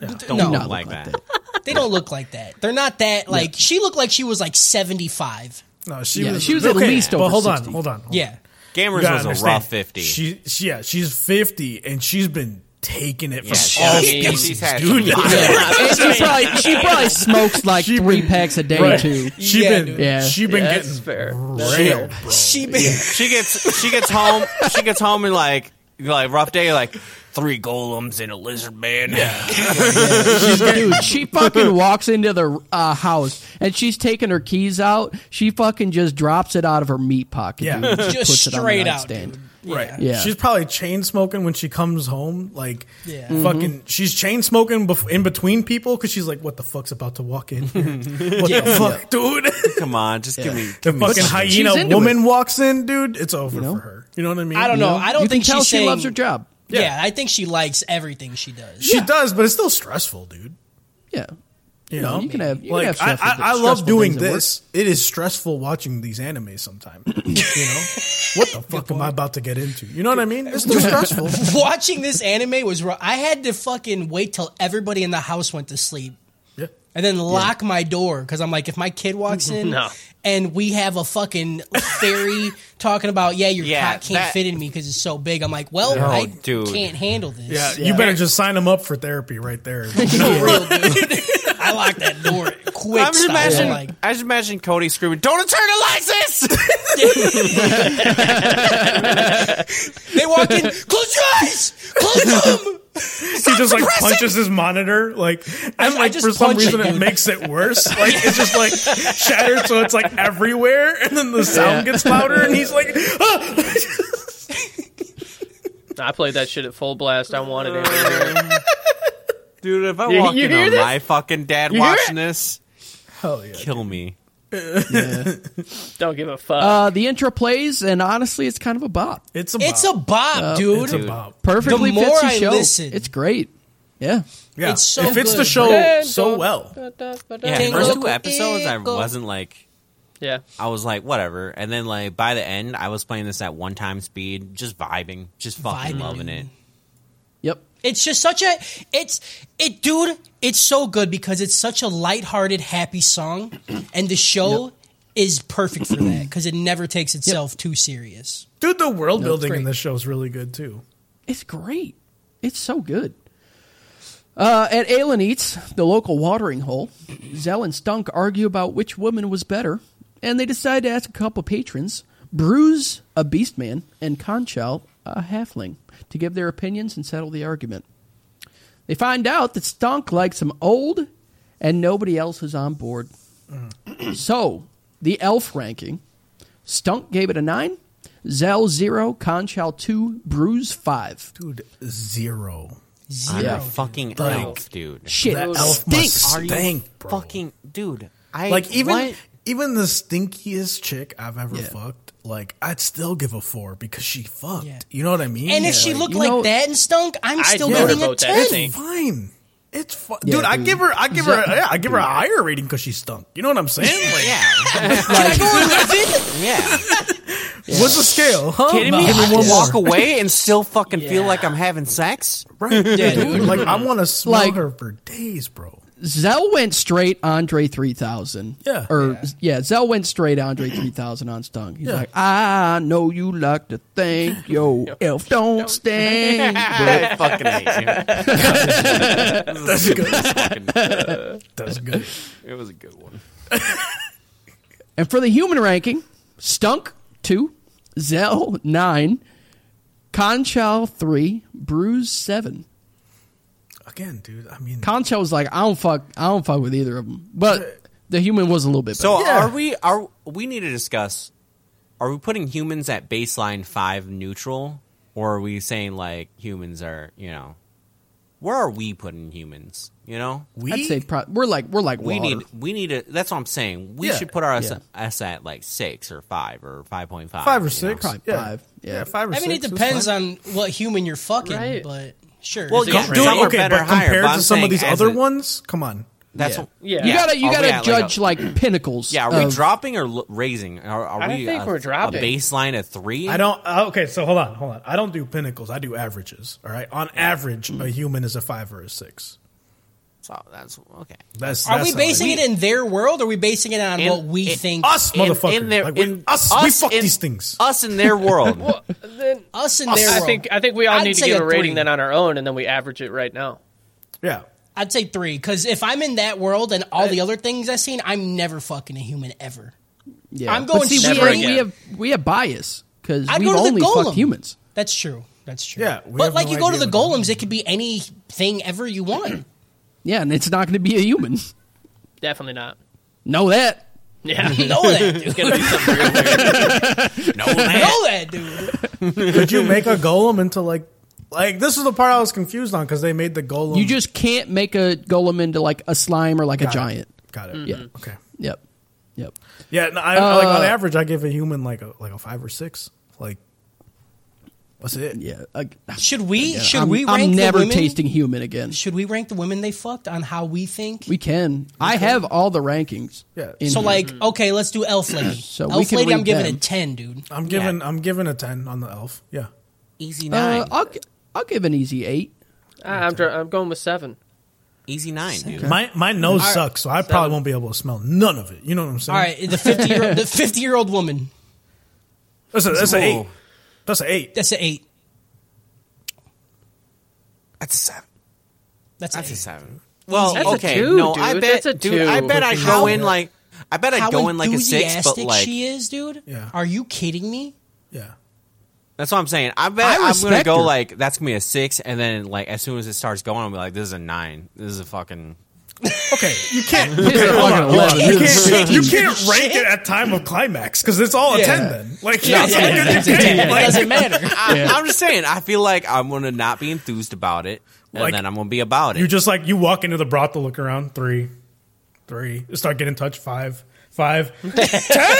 [SPEAKER 6] Don't
[SPEAKER 4] No.
[SPEAKER 6] look
[SPEAKER 3] Not
[SPEAKER 6] like
[SPEAKER 3] like
[SPEAKER 6] that.
[SPEAKER 3] that.
[SPEAKER 4] they don't look like that. They're not that like. She looked like she was like seventy five.
[SPEAKER 5] No, she
[SPEAKER 3] Yeah,
[SPEAKER 5] was.
[SPEAKER 3] she was at least
[SPEAKER 5] But
[SPEAKER 3] over
[SPEAKER 5] hold on,
[SPEAKER 3] 60.
[SPEAKER 5] hold on. hold on.
[SPEAKER 4] Yeah,
[SPEAKER 5] You
[SPEAKER 6] Gamers
[SPEAKER 5] gotta
[SPEAKER 6] was a
[SPEAKER 5] understand,
[SPEAKER 6] rough fifty.
[SPEAKER 5] She, she, yeah, she's fifty, and she's been taking it for
[SPEAKER 6] she-
[SPEAKER 5] all
[SPEAKER 6] she's-
[SPEAKER 5] species,
[SPEAKER 6] she's had-
[SPEAKER 5] dude.
[SPEAKER 3] And she probably she probably smokes like
[SPEAKER 5] She
[SPEAKER 3] three
[SPEAKER 5] been-
[SPEAKER 3] packs a day
[SPEAKER 5] Right.
[SPEAKER 3] too.
[SPEAKER 5] She
[SPEAKER 4] Yeah,
[SPEAKER 5] been,
[SPEAKER 4] dude.
[SPEAKER 3] Yeah.
[SPEAKER 5] she been
[SPEAKER 7] Yeah,
[SPEAKER 5] getting
[SPEAKER 7] that's fair. That's
[SPEAKER 5] railed, bro.
[SPEAKER 4] she been
[SPEAKER 6] She gets she gets home she gets home and like like rough day like three golems and a lizard man.
[SPEAKER 3] Dude, she fucking walks into the uh, house and she's taking her keys out. She fucking just drops it out of her meat pocket.
[SPEAKER 5] Yeah.
[SPEAKER 3] dude, and
[SPEAKER 4] just
[SPEAKER 3] puts it on the
[SPEAKER 4] straight out.
[SPEAKER 3] nightstand.
[SPEAKER 4] dude.
[SPEAKER 5] Right.
[SPEAKER 3] Yeah.
[SPEAKER 5] She's probably chain smoking when she comes home. Like,
[SPEAKER 4] Yeah.
[SPEAKER 3] Mm-hmm.
[SPEAKER 5] fucking, she's chain smoking bef- in between people because she's like, what the fuck's about to walk in here? What the fuck, dude?
[SPEAKER 6] Come on, just give me
[SPEAKER 5] the fucking
[SPEAKER 3] she's
[SPEAKER 5] hyena
[SPEAKER 3] into
[SPEAKER 5] woman walks in, dude. It's over for her. You know what I mean?
[SPEAKER 4] I don't know. I don't
[SPEAKER 3] you
[SPEAKER 4] think
[SPEAKER 3] can tell
[SPEAKER 4] she's
[SPEAKER 3] she
[SPEAKER 4] saying-
[SPEAKER 3] loves her job.
[SPEAKER 4] Yeah. I think she likes everything she does.
[SPEAKER 5] She does, but it's still stressful, dude.
[SPEAKER 3] Yeah,
[SPEAKER 5] You
[SPEAKER 3] No,
[SPEAKER 5] know?
[SPEAKER 3] you can have- you can
[SPEAKER 5] like,
[SPEAKER 3] have
[SPEAKER 5] I,
[SPEAKER 3] stressful-
[SPEAKER 5] I, I love
[SPEAKER 3] stressful
[SPEAKER 5] doing
[SPEAKER 3] things at work.
[SPEAKER 5] this. It is stressful watching these animes sometimes. you know? What the fuck am I about to get into? You know what I mean? It's still stressful.
[SPEAKER 4] Watching this anime was rough. I had to fucking wait till everybody in the house went to sleep.
[SPEAKER 5] Yeah.
[SPEAKER 4] And then lock my door because I'm like, if my kid walks in
[SPEAKER 7] No.
[SPEAKER 4] and we have a fucking fairy talking about, yeah, your
[SPEAKER 6] Yeah,
[SPEAKER 4] cat can't
[SPEAKER 6] that-
[SPEAKER 4] fit in me because it's so big. I'm like, well, I
[SPEAKER 6] dude.
[SPEAKER 4] can't handle this.
[SPEAKER 5] Yeah, you better just sign them up for therapy right there.
[SPEAKER 4] For real, dude. I locked that door quick.
[SPEAKER 6] I'm just
[SPEAKER 4] style,
[SPEAKER 6] imagining
[SPEAKER 4] like,
[SPEAKER 6] I just imagine Cody screaming, Don't internalize this
[SPEAKER 4] they walk in, close your eyes, close them.
[SPEAKER 5] he just like punches his monitor, like, and
[SPEAKER 4] I
[SPEAKER 5] like
[SPEAKER 4] just
[SPEAKER 5] for some
[SPEAKER 4] punch it,
[SPEAKER 5] reason it,
[SPEAKER 4] dude.
[SPEAKER 5] makes it worse. Like it's just like shattered, so it's like everywhere, and then the sound gets louder, and he's like, "Ah!"
[SPEAKER 7] I played that shit at full blast. I wanted it.
[SPEAKER 6] Dude, if I
[SPEAKER 7] You-
[SPEAKER 6] walk
[SPEAKER 7] you
[SPEAKER 6] in
[SPEAKER 7] hear
[SPEAKER 6] on
[SPEAKER 7] this?
[SPEAKER 6] my fucking dad
[SPEAKER 7] You hear
[SPEAKER 6] watching this,
[SPEAKER 5] "Hell yeah!"
[SPEAKER 6] kill me.
[SPEAKER 7] Don't give a fuck.
[SPEAKER 3] uh, the intro plays, and honestly, it's kind of a bop.
[SPEAKER 5] It's a
[SPEAKER 4] It's a
[SPEAKER 5] bop.
[SPEAKER 4] bop, dude.
[SPEAKER 5] it's a bop.
[SPEAKER 3] Perfectly
[SPEAKER 4] The more
[SPEAKER 3] fits the
[SPEAKER 4] I
[SPEAKER 3] show.
[SPEAKER 4] listen-
[SPEAKER 3] It's great. Yeah,
[SPEAKER 5] Yeah,
[SPEAKER 4] It's so
[SPEAKER 5] it fits the
[SPEAKER 4] good,
[SPEAKER 5] show
[SPEAKER 7] bro.
[SPEAKER 5] so well.
[SPEAKER 6] Yeah, the
[SPEAKER 4] Tingle,
[SPEAKER 6] first two episodes I
[SPEAKER 4] tinkle.
[SPEAKER 6] wasn't like
[SPEAKER 7] yeah.
[SPEAKER 6] I was like, whatever. And then like by the end I was playing this at one time speed, just vibing, just fucking
[SPEAKER 4] Vibing.
[SPEAKER 6] loving it.
[SPEAKER 3] yep.
[SPEAKER 4] It's just such a it's it dude, it's so good because it's such a lighthearted happy song and the show is perfect for that cuz it never takes itself too serious.
[SPEAKER 5] Dude, the world building in
[SPEAKER 3] great.
[SPEAKER 5] this show is really good too.
[SPEAKER 3] It's great. It's so good. Uh, at Alan Eats, the local watering hole, Zell and Stunk argue about which woman was better, and they decide to ask a couple patrons, Bruise, a beastman, and Conchal, a halfling, to give their opinions and settle the argument. They find out that Stunk likes him old, and nobody else is on board. so, the elf ranking Stunk gave it a 9, Zell 0, Conchal 2, Bruise 5.
[SPEAKER 5] Dude, zero.
[SPEAKER 6] I'm
[SPEAKER 4] Zero.
[SPEAKER 6] a fucking
[SPEAKER 5] Like,
[SPEAKER 6] elf, dude.
[SPEAKER 3] Shit,
[SPEAKER 5] That elf must
[SPEAKER 3] stinks.
[SPEAKER 6] Are you
[SPEAKER 5] Stank, bro.
[SPEAKER 6] fucking dude? I
[SPEAKER 5] Like even
[SPEAKER 6] what?
[SPEAKER 5] even the stinkiest chick I've ever
[SPEAKER 3] Yeah.
[SPEAKER 5] fucked, like I'd still give a four because she fucked.
[SPEAKER 4] Yeah.
[SPEAKER 5] You know what I mean?
[SPEAKER 4] And if she looked
[SPEAKER 3] you
[SPEAKER 4] like
[SPEAKER 3] know-
[SPEAKER 4] that and stunk, I'm still
[SPEAKER 7] never
[SPEAKER 4] giving a
[SPEAKER 7] vote that
[SPEAKER 4] 10.
[SPEAKER 7] thing.
[SPEAKER 5] It's fine. It's fine,
[SPEAKER 3] Yeah,
[SPEAKER 5] dude, I
[SPEAKER 3] dude.
[SPEAKER 5] give her, I give her, yeah, I give her a higher rating because she stunk. You know what I'm saying? Like,
[SPEAKER 6] yeah,
[SPEAKER 4] Can I go eleven?
[SPEAKER 6] yeah.
[SPEAKER 5] What's the scale? Huh?
[SPEAKER 6] Kidding me?
[SPEAKER 5] Give
[SPEAKER 6] I
[SPEAKER 5] one
[SPEAKER 6] can walk
[SPEAKER 5] more.
[SPEAKER 6] away and still fucking feel like I'm having sex.
[SPEAKER 5] Right,
[SPEAKER 4] Yeah,
[SPEAKER 5] dude.
[SPEAKER 4] dude.
[SPEAKER 5] Like I want to smell
[SPEAKER 3] Like-
[SPEAKER 5] her for days, bro.
[SPEAKER 3] Zell went straight Andre 3000.
[SPEAKER 5] Yeah.
[SPEAKER 3] Or, yeah, Zell went straight Andre 3000 on Stung. He's like, I know you like to think yo elf don't stink.
[SPEAKER 6] I fucking hate you.
[SPEAKER 5] That's good.
[SPEAKER 6] Fucking-
[SPEAKER 5] That's good.
[SPEAKER 6] it was a good one.
[SPEAKER 3] and for the human ranking, Stunk 2, Zell 9, Conchal 3, Bruise 7.
[SPEAKER 5] again, dude. I mean,
[SPEAKER 3] Concho was like, I don't fuck, I don't fuck with either of them. But the human was a little bit.
[SPEAKER 6] So
[SPEAKER 3] better.
[SPEAKER 6] are we? Are we need to discuss? Are we putting humans at baseline five neutral, or are we saying like humans are? You know, where are we putting humans? You know,
[SPEAKER 5] we
[SPEAKER 3] I'd say pro- we're like we're like
[SPEAKER 6] we
[SPEAKER 3] water.
[SPEAKER 6] need we need to. That's what I'm saying. We
[SPEAKER 5] Yeah.
[SPEAKER 6] should put our us,
[SPEAKER 3] Yeah.
[SPEAKER 6] us at like six or five or five point five.
[SPEAKER 5] five or six,
[SPEAKER 3] probably
[SPEAKER 5] yeah.
[SPEAKER 3] five, yeah.
[SPEAKER 5] five or
[SPEAKER 4] I
[SPEAKER 5] six.
[SPEAKER 4] mean, it
[SPEAKER 5] is
[SPEAKER 4] depends
[SPEAKER 5] fine.
[SPEAKER 4] on what human you're fucking,
[SPEAKER 7] Right.
[SPEAKER 4] but sure.
[SPEAKER 6] Well,
[SPEAKER 4] So
[SPEAKER 6] yeah,
[SPEAKER 4] you're
[SPEAKER 6] dude,
[SPEAKER 4] right.
[SPEAKER 6] or
[SPEAKER 5] okay,
[SPEAKER 6] better
[SPEAKER 5] but
[SPEAKER 6] higher,
[SPEAKER 5] compared
[SPEAKER 6] but I'm
[SPEAKER 5] to some of
[SPEAKER 6] saying
[SPEAKER 5] these
[SPEAKER 6] as
[SPEAKER 5] other
[SPEAKER 6] a-
[SPEAKER 5] ones, come on.
[SPEAKER 6] That's
[SPEAKER 3] Yeah.
[SPEAKER 6] what-
[SPEAKER 7] Yeah.
[SPEAKER 3] You gotta you
[SPEAKER 6] Are we
[SPEAKER 3] gotta
[SPEAKER 6] at, like,
[SPEAKER 3] judge
[SPEAKER 6] a-
[SPEAKER 3] like, pinnacles.
[SPEAKER 6] yeah, are we
[SPEAKER 3] of-
[SPEAKER 6] dropping or l- raising? Are, are
[SPEAKER 7] I don't
[SPEAKER 6] we
[SPEAKER 7] think
[SPEAKER 6] a,
[SPEAKER 7] we're
[SPEAKER 6] a
[SPEAKER 7] dropping.
[SPEAKER 6] baseline of three?
[SPEAKER 5] I don't. uh, Okay, so hold on, hold on. I don't do pinnacles. I do averages. All right. On average, a human is a five or a six.
[SPEAKER 6] So that's okay.
[SPEAKER 5] That's
[SPEAKER 4] Are
[SPEAKER 5] that's
[SPEAKER 4] we
[SPEAKER 5] how I-
[SPEAKER 4] basing it in their world? Or are we basing it on
[SPEAKER 6] In-
[SPEAKER 4] what we
[SPEAKER 6] in-
[SPEAKER 4] think?
[SPEAKER 5] us,
[SPEAKER 6] In-
[SPEAKER 5] motherfucker?
[SPEAKER 6] in their-
[SPEAKER 5] Like, we-
[SPEAKER 6] in-
[SPEAKER 5] us, we fuck
[SPEAKER 6] in-
[SPEAKER 5] these things.
[SPEAKER 6] Us in their world.
[SPEAKER 7] Then
[SPEAKER 4] us in their
[SPEAKER 7] I
[SPEAKER 4] world.
[SPEAKER 7] think I think we all
[SPEAKER 4] I'd
[SPEAKER 7] need to
[SPEAKER 4] say
[SPEAKER 7] give a,
[SPEAKER 4] a
[SPEAKER 7] rating
[SPEAKER 4] three.
[SPEAKER 7] then on our own, and then we average it right now.
[SPEAKER 5] yeah.
[SPEAKER 4] I'd say three because if I'm in that world and all the other things I've seen, I'm never fucking a human ever.
[SPEAKER 3] Yeah.
[SPEAKER 4] I'm going
[SPEAKER 3] But see,
[SPEAKER 4] straight-
[SPEAKER 3] we,
[SPEAKER 7] Never
[SPEAKER 3] we
[SPEAKER 7] again.
[SPEAKER 3] have we have bias because
[SPEAKER 4] I'd
[SPEAKER 3] we've
[SPEAKER 4] go to the
[SPEAKER 3] only
[SPEAKER 4] golem.
[SPEAKER 3] fucked humans.
[SPEAKER 4] That's true. That's true.
[SPEAKER 5] Yeah, we
[SPEAKER 4] but
[SPEAKER 5] have
[SPEAKER 4] like
[SPEAKER 5] no
[SPEAKER 4] you go to
[SPEAKER 5] idea
[SPEAKER 4] the
[SPEAKER 5] what
[SPEAKER 4] golems, it could be anything ever you want.
[SPEAKER 3] Yeah, and it's not going to be a human.
[SPEAKER 7] Definitely not.
[SPEAKER 3] Know that.
[SPEAKER 7] Yeah,
[SPEAKER 4] know that, dude.
[SPEAKER 7] gonna be something real weird.
[SPEAKER 6] no,
[SPEAKER 4] know that, dude.
[SPEAKER 5] Could you make a golem into like like this is the part I was confused on because they made the golem.
[SPEAKER 4] Hmm.
[SPEAKER 3] You just can't make a golem into like a slime or like a
[SPEAKER 5] Got it.
[SPEAKER 3] giant.
[SPEAKER 5] got it.
[SPEAKER 4] Mm-hmm.
[SPEAKER 3] Yeah.
[SPEAKER 5] Okay.
[SPEAKER 3] Yep. Yep.
[SPEAKER 5] Yeah. No, I, I- like
[SPEAKER 4] Uh,
[SPEAKER 5] on average, I give a human like a like a five or six. Like, what's it?
[SPEAKER 3] Yeah. Like,
[SPEAKER 4] Should we?
[SPEAKER 3] yeah,
[SPEAKER 4] should
[SPEAKER 3] I'm,
[SPEAKER 4] we rank
[SPEAKER 3] I'm never
[SPEAKER 4] the women?
[SPEAKER 3] tasting human again.
[SPEAKER 4] Should we rank the women they fucked on how we think?
[SPEAKER 3] We can. I have all the rankings.
[SPEAKER 5] Yeah.
[SPEAKER 3] in
[SPEAKER 4] so
[SPEAKER 3] here.
[SPEAKER 4] like, okay, let's do elf lady.
[SPEAKER 3] Mm-hmm. So we
[SPEAKER 4] elf
[SPEAKER 3] can
[SPEAKER 4] lady, I'm
[SPEAKER 3] rate
[SPEAKER 4] giving
[SPEAKER 3] them.
[SPEAKER 4] a ten, dude.
[SPEAKER 5] I'm giving I'm giving a ten on the elf. Yeah.
[SPEAKER 6] easy nine.
[SPEAKER 3] uh, I'll gi- I'll give an easy eight.
[SPEAKER 7] Ah, I'm dr- I'm going with seven.
[SPEAKER 6] easy nine, dude.
[SPEAKER 5] My my nose sucks, so I probably won't be able to smell none of it. You know what I'm saying?
[SPEAKER 4] All right, the fifty year the fifty year old woman.
[SPEAKER 5] That's a, that's an
[SPEAKER 6] Whoa.
[SPEAKER 5] eight. That's an eight.
[SPEAKER 4] That's an eight.
[SPEAKER 6] That's a seven.
[SPEAKER 4] That's,
[SPEAKER 6] That's
[SPEAKER 4] an
[SPEAKER 6] a
[SPEAKER 4] eight.
[SPEAKER 6] seven. Well,
[SPEAKER 7] That's a
[SPEAKER 6] okay,
[SPEAKER 7] two,
[SPEAKER 6] no, I
[SPEAKER 7] dude.
[SPEAKER 6] bet,
[SPEAKER 7] That's a
[SPEAKER 6] dude, I
[SPEAKER 7] two.
[SPEAKER 6] bet I
[SPEAKER 5] How-
[SPEAKER 6] go in like, I bet I
[SPEAKER 4] How
[SPEAKER 6] go in like a six,
[SPEAKER 4] enthusiastic
[SPEAKER 6] but like,
[SPEAKER 4] she is, dude.
[SPEAKER 5] Yeah.
[SPEAKER 4] Are you kidding me?
[SPEAKER 5] Yeah.
[SPEAKER 6] that's what I'm saying. I bet
[SPEAKER 3] I
[SPEAKER 6] I am gonna
[SPEAKER 3] respect
[SPEAKER 6] go
[SPEAKER 3] her.
[SPEAKER 6] like, that's gonna be a six, and then like, as soon as it starts going, I'll be like, this is a nine. This is a fucking.
[SPEAKER 5] Okay. You can't.
[SPEAKER 3] It's a fucking eleven.
[SPEAKER 5] You
[SPEAKER 3] It's a
[SPEAKER 5] can't,
[SPEAKER 3] 16.
[SPEAKER 5] you can't rank it at time of climax because it's all a ten then. Like yeah, it's
[SPEAKER 4] yeah,
[SPEAKER 5] like,
[SPEAKER 4] yeah,
[SPEAKER 5] it's a
[SPEAKER 4] yeah,
[SPEAKER 5] 10.
[SPEAKER 4] yeah.
[SPEAKER 5] Like,
[SPEAKER 4] It doesn't matter.
[SPEAKER 6] I, I'm just saying. I feel like I'm gonna not be enthused about it, and
[SPEAKER 5] Like,
[SPEAKER 6] then I'm gonna be about it.
[SPEAKER 5] You just like you walk into the brothel, look around, three, three, start getting touched, five, five, ten,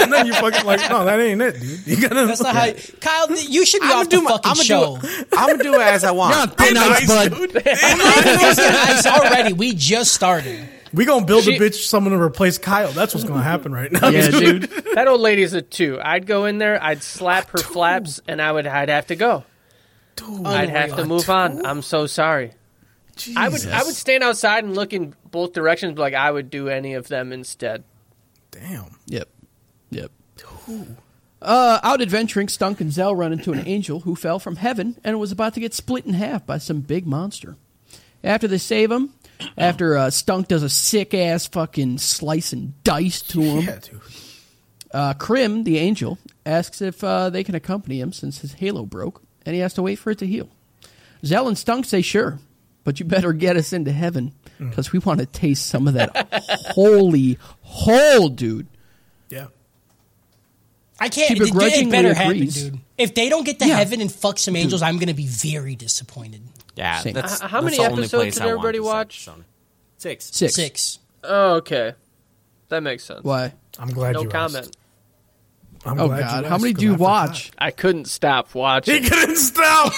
[SPEAKER 5] and then you fucking like, no, that ain't it, dude. You gotta
[SPEAKER 4] That's not how. Kyle, th- you should be
[SPEAKER 6] I'm gonna
[SPEAKER 4] off the
[SPEAKER 6] do my.
[SPEAKER 4] fucking
[SPEAKER 6] I'm gonna
[SPEAKER 4] show.
[SPEAKER 6] do. it- I'm gonna do it as I want.
[SPEAKER 3] You're on thin ice, bud.
[SPEAKER 4] Guys, already, we just started.
[SPEAKER 5] We gonna build
[SPEAKER 7] She-
[SPEAKER 5] a bitch, someone to replace Kyle. That's what's gonna happen right now.
[SPEAKER 3] Yeah, dude.
[SPEAKER 7] That old lady's a two. I'd go in there, I'd slap her flaps, and I would I'd have to go. I'd have to move on. I'm so sorry. I would I would stand outside and look in both directions, but like I would do any of them instead.
[SPEAKER 5] Damn.
[SPEAKER 3] Yep. Yep. Uh, out adventuring, Stunk and Zell run into an angel who fell from heaven and was about to get split in half by some big monster. After they save him, after uh, Stunk does a sick ass fucking slice and dice to him,
[SPEAKER 5] Yeah, dude.
[SPEAKER 3] uh, Krim, the angel, asks if uh, they can accompany him since his halo broke and he has to wait for it to heal. Zell and Stunk say sure, but you better get us into heaven because we want to taste some of that holy hole, dude.
[SPEAKER 5] Yeah.
[SPEAKER 4] I can't.
[SPEAKER 3] She
[SPEAKER 4] It, it
[SPEAKER 3] begrudgingly
[SPEAKER 4] better happen,
[SPEAKER 3] agrees.
[SPEAKER 4] dude. If they don't get to
[SPEAKER 3] Yeah.
[SPEAKER 4] heaven and fuck some angels, I'm going to be very disappointed.
[SPEAKER 6] Yeah,
[SPEAKER 3] Same.
[SPEAKER 6] that's,
[SPEAKER 7] Uh, how
[SPEAKER 6] that's
[SPEAKER 7] many
[SPEAKER 6] the only
[SPEAKER 7] episodes
[SPEAKER 6] place
[SPEAKER 7] did
[SPEAKER 6] I want
[SPEAKER 7] everybody
[SPEAKER 6] this
[SPEAKER 7] watch?
[SPEAKER 6] episode. Six.
[SPEAKER 3] Six.
[SPEAKER 4] Six.
[SPEAKER 7] Oh, okay. That makes sense.
[SPEAKER 3] Why?
[SPEAKER 5] I'm glad
[SPEAKER 7] No
[SPEAKER 5] you
[SPEAKER 7] comment.
[SPEAKER 5] asked. I'm
[SPEAKER 3] Oh
[SPEAKER 5] glad
[SPEAKER 3] God!
[SPEAKER 5] you
[SPEAKER 3] How
[SPEAKER 5] asked,
[SPEAKER 3] many
[SPEAKER 5] 'cause
[SPEAKER 3] do you
[SPEAKER 5] I forgot.
[SPEAKER 3] watch?
[SPEAKER 7] I couldn't stop
[SPEAKER 5] He
[SPEAKER 7] watching.
[SPEAKER 5] couldn't stop.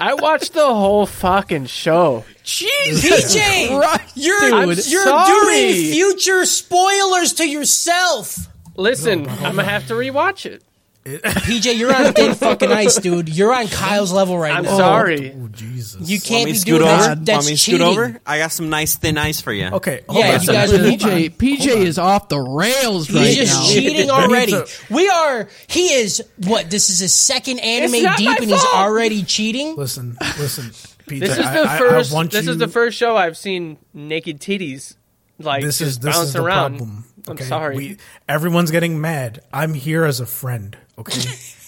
[SPEAKER 7] I watched the whole fucking show.
[SPEAKER 3] Jesus,
[SPEAKER 4] PJ,
[SPEAKER 3] Christ,
[SPEAKER 4] you're
[SPEAKER 3] dude.
[SPEAKER 7] I'm
[SPEAKER 4] you're
[SPEAKER 7] sorry.
[SPEAKER 4] doing future spoilers to yourself.
[SPEAKER 7] Listen, I'm gonna have to rewatch it.
[SPEAKER 4] PJ, you're on thin fucking ice, dude. You're on Kyle's level right
[SPEAKER 7] I'm
[SPEAKER 4] now.
[SPEAKER 7] sorry.
[SPEAKER 5] Oh Jesus.
[SPEAKER 4] You
[SPEAKER 6] Want
[SPEAKER 4] can't
[SPEAKER 6] me
[SPEAKER 4] be
[SPEAKER 6] to scoot
[SPEAKER 4] doing
[SPEAKER 6] over?
[SPEAKER 4] that.
[SPEAKER 6] Want
[SPEAKER 4] That's
[SPEAKER 6] me to
[SPEAKER 4] cheating.
[SPEAKER 6] scoot over? I got some nice thin ice for you.
[SPEAKER 5] Okay.
[SPEAKER 4] Yeah,
[SPEAKER 5] hold on.
[SPEAKER 4] you guys are
[SPEAKER 3] PJ, PJ is off the rails right
[SPEAKER 4] He's just
[SPEAKER 3] now.
[SPEAKER 4] cheating
[SPEAKER 5] I need
[SPEAKER 4] already.
[SPEAKER 5] to-
[SPEAKER 4] We are. He is what? This is his second
[SPEAKER 7] It's
[SPEAKER 4] anime
[SPEAKER 7] not my
[SPEAKER 4] deep, and he's
[SPEAKER 7] fault.
[SPEAKER 4] already cheating.
[SPEAKER 5] Listen, listen, PJ.
[SPEAKER 7] This is
[SPEAKER 5] I-
[SPEAKER 7] the
[SPEAKER 5] I- I
[SPEAKER 7] first.
[SPEAKER 5] want
[SPEAKER 7] this
[SPEAKER 5] you-
[SPEAKER 7] is the first show I've seen naked titties like
[SPEAKER 5] This
[SPEAKER 7] just
[SPEAKER 5] is this
[SPEAKER 7] bounce
[SPEAKER 5] is the
[SPEAKER 7] around.
[SPEAKER 5] problem.
[SPEAKER 7] I'm sorry.
[SPEAKER 5] We, everyone's getting mad. I'm here as a friend. Okay,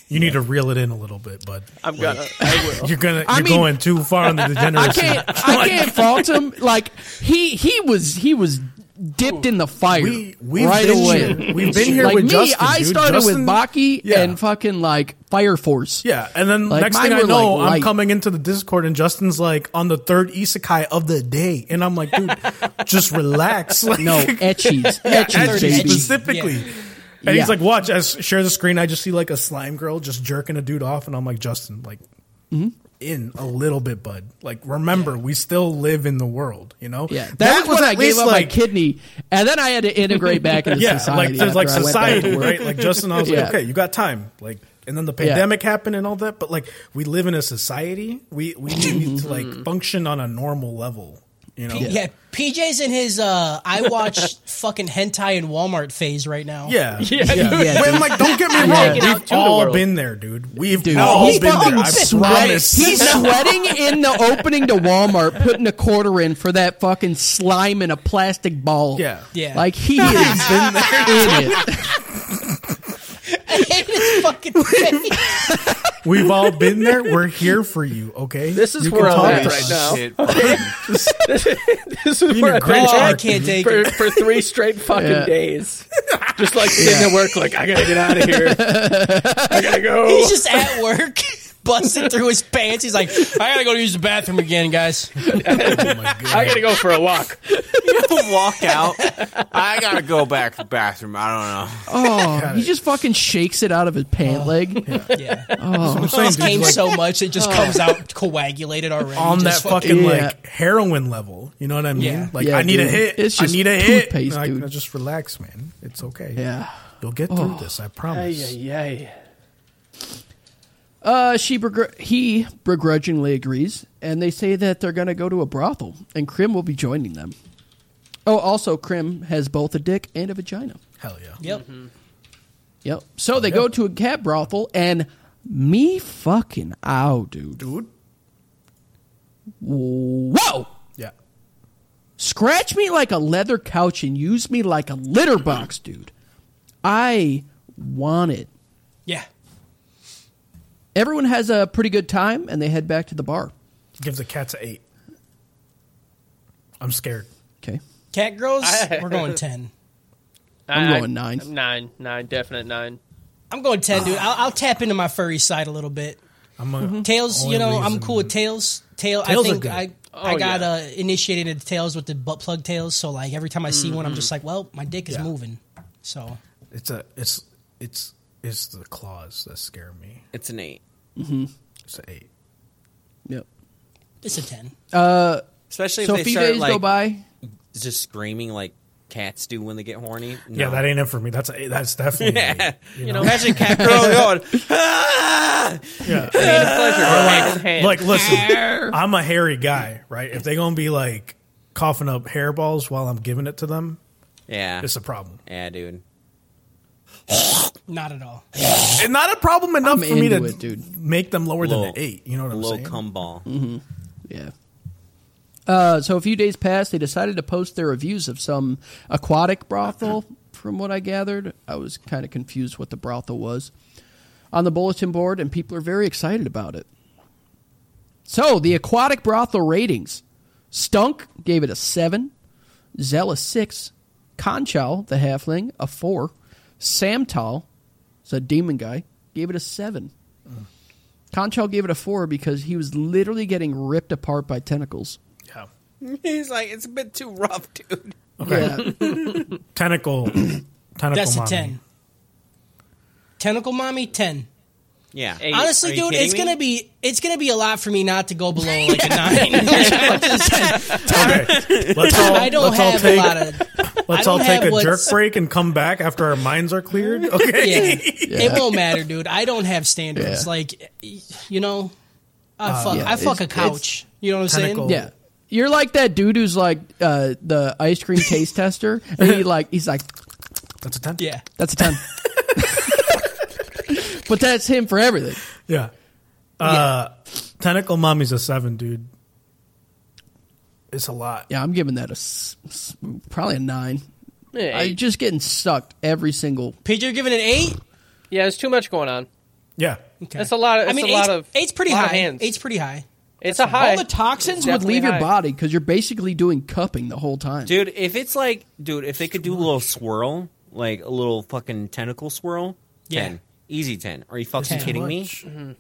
[SPEAKER 5] You need to reel it in a little bit, bud.
[SPEAKER 7] I'm gonna. I will.
[SPEAKER 5] You're gonna. You're
[SPEAKER 3] I mean-
[SPEAKER 5] going too far on the
[SPEAKER 3] I
[SPEAKER 5] degeneracy.
[SPEAKER 3] can't. I can't fault him. Like he he was he was dipped in the fire
[SPEAKER 5] We- we've
[SPEAKER 3] right
[SPEAKER 5] been
[SPEAKER 3] away.
[SPEAKER 5] here- we've been here
[SPEAKER 3] like
[SPEAKER 5] with
[SPEAKER 3] me.
[SPEAKER 5] Justin,
[SPEAKER 3] I
[SPEAKER 5] dude.
[SPEAKER 3] started
[SPEAKER 5] Justin-
[SPEAKER 3] with Baki
[SPEAKER 5] Yeah.
[SPEAKER 3] and fucking like Fire Force.
[SPEAKER 5] Yeah, and then
[SPEAKER 3] Like,
[SPEAKER 5] next
[SPEAKER 3] mine
[SPEAKER 5] thing I
[SPEAKER 3] were,
[SPEAKER 5] know,
[SPEAKER 3] like,
[SPEAKER 5] I'm
[SPEAKER 3] light.
[SPEAKER 5] coming into the Discord and Justin's like on the third isekai of the day, and I'm like, dude, just relax. Like,
[SPEAKER 3] No, etchies,
[SPEAKER 5] Edgy
[SPEAKER 3] etchies, baby.
[SPEAKER 5] specifically.
[SPEAKER 4] Yeah.
[SPEAKER 5] And
[SPEAKER 3] Yeah.
[SPEAKER 5] he's like, watch, as share the screen. I just see like a slime girl just jerking a dude off, and I'm like, Justin, like,
[SPEAKER 3] Mm-hmm.
[SPEAKER 5] in a little bit, bud. Like, remember, we still live in the world, you know.
[SPEAKER 3] Yeah, that,
[SPEAKER 5] That's
[SPEAKER 3] was
[SPEAKER 5] what
[SPEAKER 3] when
[SPEAKER 5] at
[SPEAKER 3] I gave
[SPEAKER 5] least,
[SPEAKER 3] up
[SPEAKER 5] like,
[SPEAKER 3] my kidney, and then I had to integrate back into
[SPEAKER 5] Yeah,
[SPEAKER 3] society.
[SPEAKER 5] like there's like
[SPEAKER 3] after I went back to
[SPEAKER 5] society,
[SPEAKER 3] work.
[SPEAKER 5] right? Like Justin, I was
[SPEAKER 3] Yeah.
[SPEAKER 5] like, okay, you got time, like. And then the pandemic happened and all that, but like we live in a society, we we need
[SPEAKER 3] Mm-hmm.
[SPEAKER 5] to like function on a normal level, you know?
[SPEAKER 4] Yeah, PJ's in his uh, I watch fucking hentai in Walmart phase right now.
[SPEAKER 5] Yeah.
[SPEAKER 7] Yeah,
[SPEAKER 3] Yeah,
[SPEAKER 5] When, like, don't get me
[SPEAKER 7] Yeah.
[SPEAKER 5] wrong,
[SPEAKER 7] Take it out
[SPEAKER 5] we've
[SPEAKER 7] to the
[SPEAKER 5] all
[SPEAKER 7] world.
[SPEAKER 5] been there, dude. We've
[SPEAKER 3] Dude,
[SPEAKER 5] all
[SPEAKER 3] he's
[SPEAKER 5] been there.
[SPEAKER 3] fucking
[SPEAKER 5] I
[SPEAKER 3] sweating.
[SPEAKER 5] promise.
[SPEAKER 3] He's sweating in the opening to Walmart, putting a quarter in for that fucking slime in a plastic ball.
[SPEAKER 5] Yeah.
[SPEAKER 4] Yeah.
[SPEAKER 3] Like he is in it.
[SPEAKER 4] it's fucking.
[SPEAKER 5] We've all been there. We're here for you, okay?
[SPEAKER 7] This is
[SPEAKER 5] you
[SPEAKER 7] where I'm
[SPEAKER 5] talk
[SPEAKER 7] at
[SPEAKER 5] to
[SPEAKER 7] right
[SPEAKER 5] us. Oh
[SPEAKER 7] now.
[SPEAKER 6] Shit.
[SPEAKER 7] this is
[SPEAKER 5] need a
[SPEAKER 7] where I've been
[SPEAKER 5] great
[SPEAKER 4] Oh, I
[SPEAKER 7] at
[SPEAKER 5] Mark,
[SPEAKER 4] can't take
[SPEAKER 7] for,
[SPEAKER 4] it.
[SPEAKER 7] for three straight fucking
[SPEAKER 3] Yeah.
[SPEAKER 7] days. Just like sitting at work, like I gotta get out of here. I gotta go.
[SPEAKER 4] He's just at work, busting through his pants. He's like, I gotta go use the bathroom again, guys.
[SPEAKER 7] I gotta go for a walk.
[SPEAKER 6] walk out. I gotta go back to the bathroom. I don't know.
[SPEAKER 3] Oh, he just fucking shakes it out of his pant leg.
[SPEAKER 4] Yeah.
[SPEAKER 5] I'm
[SPEAKER 4] It
[SPEAKER 5] saying,
[SPEAKER 4] just
[SPEAKER 5] dude,
[SPEAKER 4] came
[SPEAKER 5] like, oh.
[SPEAKER 4] so much, it just comes out coagulated already.
[SPEAKER 5] on that
[SPEAKER 4] Just
[SPEAKER 5] fucking
[SPEAKER 3] Yeah.
[SPEAKER 5] like heroin level. You know what I mean?
[SPEAKER 4] Yeah.
[SPEAKER 5] Like
[SPEAKER 3] Yeah,
[SPEAKER 5] I need a
[SPEAKER 3] dude.
[SPEAKER 5] hit.
[SPEAKER 3] It's
[SPEAKER 5] I
[SPEAKER 3] just
[SPEAKER 5] need a hit.
[SPEAKER 3] toothpaste,
[SPEAKER 5] Like,
[SPEAKER 3] dude.
[SPEAKER 5] now just relax, man. It's okay.
[SPEAKER 3] Yeah.
[SPEAKER 5] You'll get
[SPEAKER 7] Oh.
[SPEAKER 5] through this, I promise.
[SPEAKER 7] yeah.
[SPEAKER 3] Uh, she begr- he begrudgingly agrees, and they say that they're gonna go to a brothel, and Krim will be joining them. Oh, also Krim has both a dick and a vagina.
[SPEAKER 5] Hell yeah.
[SPEAKER 4] Yep.
[SPEAKER 3] Yep. So they go to a cat brothel, and me fucking ow, dude.
[SPEAKER 5] Dude.
[SPEAKER 3] Whoa!
[SPEAKER 5] Yeah.
[SPEAKER 3] Scratch me like a leather couch and use me like a litter box, dude. I want it.
[SPEAKER 4] Yeah.
[SPEAKER 3] Everyone has a pretty good time, and they head back to the bar.
[SPEAKER 5] Give the cats an eight. I'm scared.
[SPEAKER 3] Okay.
[SPEAKER 4] Cat girls, we're going 10.
[SPEAKER 3] I'm
[SPEAKER 7] I-
[SPEAKER 3] going nine.
[SPEAKER 7] Nine, nine, definite nine.
[SPEAKER 4] I'm going 10, dude. I'll, I'll tap into my furry side a little bit.
[SPEAKER 5] I'm a,
[SPEAKER 7] Mm-hmm.
[SPEAKER 4] Tails,
[SPEAKER 5] only
[SPEAKER 4] you know,
[SPEAKER 5] reason-
[SPEAKER 4] I'm cool with tails. Tail,
[SPEAKER 5] Oh, Tails
[SPEAKER 4] I
[SPEAKER 5] are
[SPEAKER 4] think
[SPEAKER 5] good.
[SPEAKER 4] I, I
[SPEAKER 7] Oh,
[SPEAKER 4] got
[SPEAKER 7] yeah.
[SPEAKER 4] uh, initiated into tails with the butt plug tails. So like every time I see one, I'm just like, well, my dick is
[SPEAKER 5] Yeah.
[SPEAKER 4] moving. So
[SPEAKER 5] It's a it's it's it's the claws that scare me.
[SPEAKER 6] It's an eight,
[SPEAKER 5] It's an eight.
[SPEAKER 3] Yep.
[SPEAKER 4] it's a ten.
[SPEAKER 5] Uh,
[SPEAKER 6] especially
[SPEAKER 3] So
[SPEAKER 6] if E
[SPEAKER 3] if
[SPEAKER 6] they start
[SPEAKER 3] days go
[SPEAKER 6] like
[SPEAKER 3] by.
[SPEAKER 6] just screaming like cats do when they get horny.
[SPEAKER 5] Yeah, that ain't it for me. That's a, that's definitely an
[SPEAKER 6] Yeah.
[SPEAKER 5] eight.
[SPEAKER 6] You, know, imagine cat girl going. "Ah!"
[SPEAKER 7] Pain and pleasure go hand in hand.
[SPEAKER 5] Like, listen, I'm a hairy guy, right? If they gonna be like coughing up hairballs while I'm giving it to them,
[SPEAKER 6] Yeah,
[SPEAKER 5] it's a problem.
[SPEAKER 6] yeah, dude.
[SPEAKER 4] Not at all.
[SPEAKER 5] And not a problem enough
[SPEAKER 3] I'm
[SPEAKER 5] for me to
[SPEAKER 3] into it, dude.
[SPEAKER 5] make them lower than
[SPEAKER 6] Little-
[SPEAKER 5] an eight. You know what I'm
[SPEAKER 6] Little
[SPEAKER 5] saying?
[SPEAKER 6] cum ball.
[SPEAKER 3] Yeah. Uh, so a few days passed. They decided to post their reviews of some aquatic brothel. From what I gathered, I was kind of confused what the brothel was on the bulletin board, and people are very excited about it. So the aquatic brothel ratings: Stunk gave it a seven, Zell a six, Conchal the halfling a four, Samtal, the demon guy, gave it a seven. Conchal gave it a four because he was literally getting ripped apart by tentacles.
[SPEAKER 5] Yeah.
[SPEAKER 6] He's like, it's a bit too rough, dude.
[SPEAKER 3] Okay.
[SPEAKER 5] Tentacle, tentacle.
[SPEAKER 4] That's a
[SPEAKER 5] mommy.
[SPEAKER 4] ten. Tentacle mommy ten.
[SPEAKER 6] Yeah,
[SPEAKER 7] Eight.
[SPEAKER 4] Honestly,
[SPEAKER 6] Are you
[SPEAKER 4] dude,
[SPEAKER 6] kidding
[SPEAKER 4] it's
[SPEAKER 6] me?
[SPEAKER 4] gonna be it's gonna be a lot for me not to go below like a nine.
[SPEAKER 5] Okay. Let's all,
[SPEAKER 4] I don't
[SPEAKER 5] let's all
[SPEAKER 4] have
[SPEAKER 5] take,
[SPEAKER 4] a lot of.
[SPEAKER 5] Let's
[SPEAKER 4] I
[SPEAKER 5] all
[SPEAKER 4] don't
[SPEAKER 5] take
[SPEAKER 4] have
[SPEAKER 5] a jerk
[SPEAKER 4] what's-
[SPEAKER 5] break and come back after our minds are cleared. Okay.
[SPEAKER 4] Yeah. It won't matter, dude. I don't have standards.
[SPEAKER 3] Yeah.
[SPEAKER 4] Like, you know, I fuck,
[SPEAKER 3] yeah,
[SPEAKER 4] I fuck a
[SPEAKER 3] it's- it's-
[SPEAKER 4] couch. You know what I'm saying?
[SPEAKER 5] Tentacle.
[SPEAKER 3] Yeah. You're like that dude who's like uh, the ice cream taste tester, and he like he's like,
[SPEAKER 5] That's a ten.
[SPEAKER 4] Yeah.
[SPEAKER 3] "That's a ten. but that's him for everything.
[SPEAKER 5] Yeah. Uh, Tentacle mommy's a seven, dude. It's a lot.
[SPEAKER 3] Yeah, I'm giving that a s- s- probably a nine.
[SPEAKER 7] Yeah,
[SPEAKER 3] I'm
[SPEAKER 7] eight.
[SPEAKER 3] just getting sucked every single.
[SPEAKER 4] PJ, you're giving it eight.
[SPEAKER 7] yeah, there's too much going on.
[SPEAKER 5] Yeah.
[SPEAKER 4] Okay.
[SPEAKER 7] That's a lot. Of,
[SPEAKER 4] I
[SPEAKER 7] it's
[SPEAKER 4] mean,
[SPEAKER 7] a
[SPEAKER 4] eight's,
[SPEAKER 7] lot of
[SPEAKER 4] eight's pretty
[SPEAKER 7] lot
[SPEAKER 4] high.
[SPEAKER 7] Of hands.
[SPEAKER 4] Eight's pretty high.
[SPEAKER 7] it's a high.
[SPEAKER 3] All the toxins would
[SPEAKER 7] Definitely
[SPEAKER 3] leave your
[SPEAKER 7] high.
[SPEAKER 3] body because you're basically doing cupping the whole time.
[SPEAKER 6] Dude, if it's like, dude, if they could do a little swirl, like a little fucking tentacle swirl,
[SPEAKER 4] Yeah.
[SPEAKER 6] 10. Easy 10. Are you fucking
[SPEAKER 4] It's too
[SPEAKER 6] kidding me?
[SPEAKER 5] Much. Mm-hmm.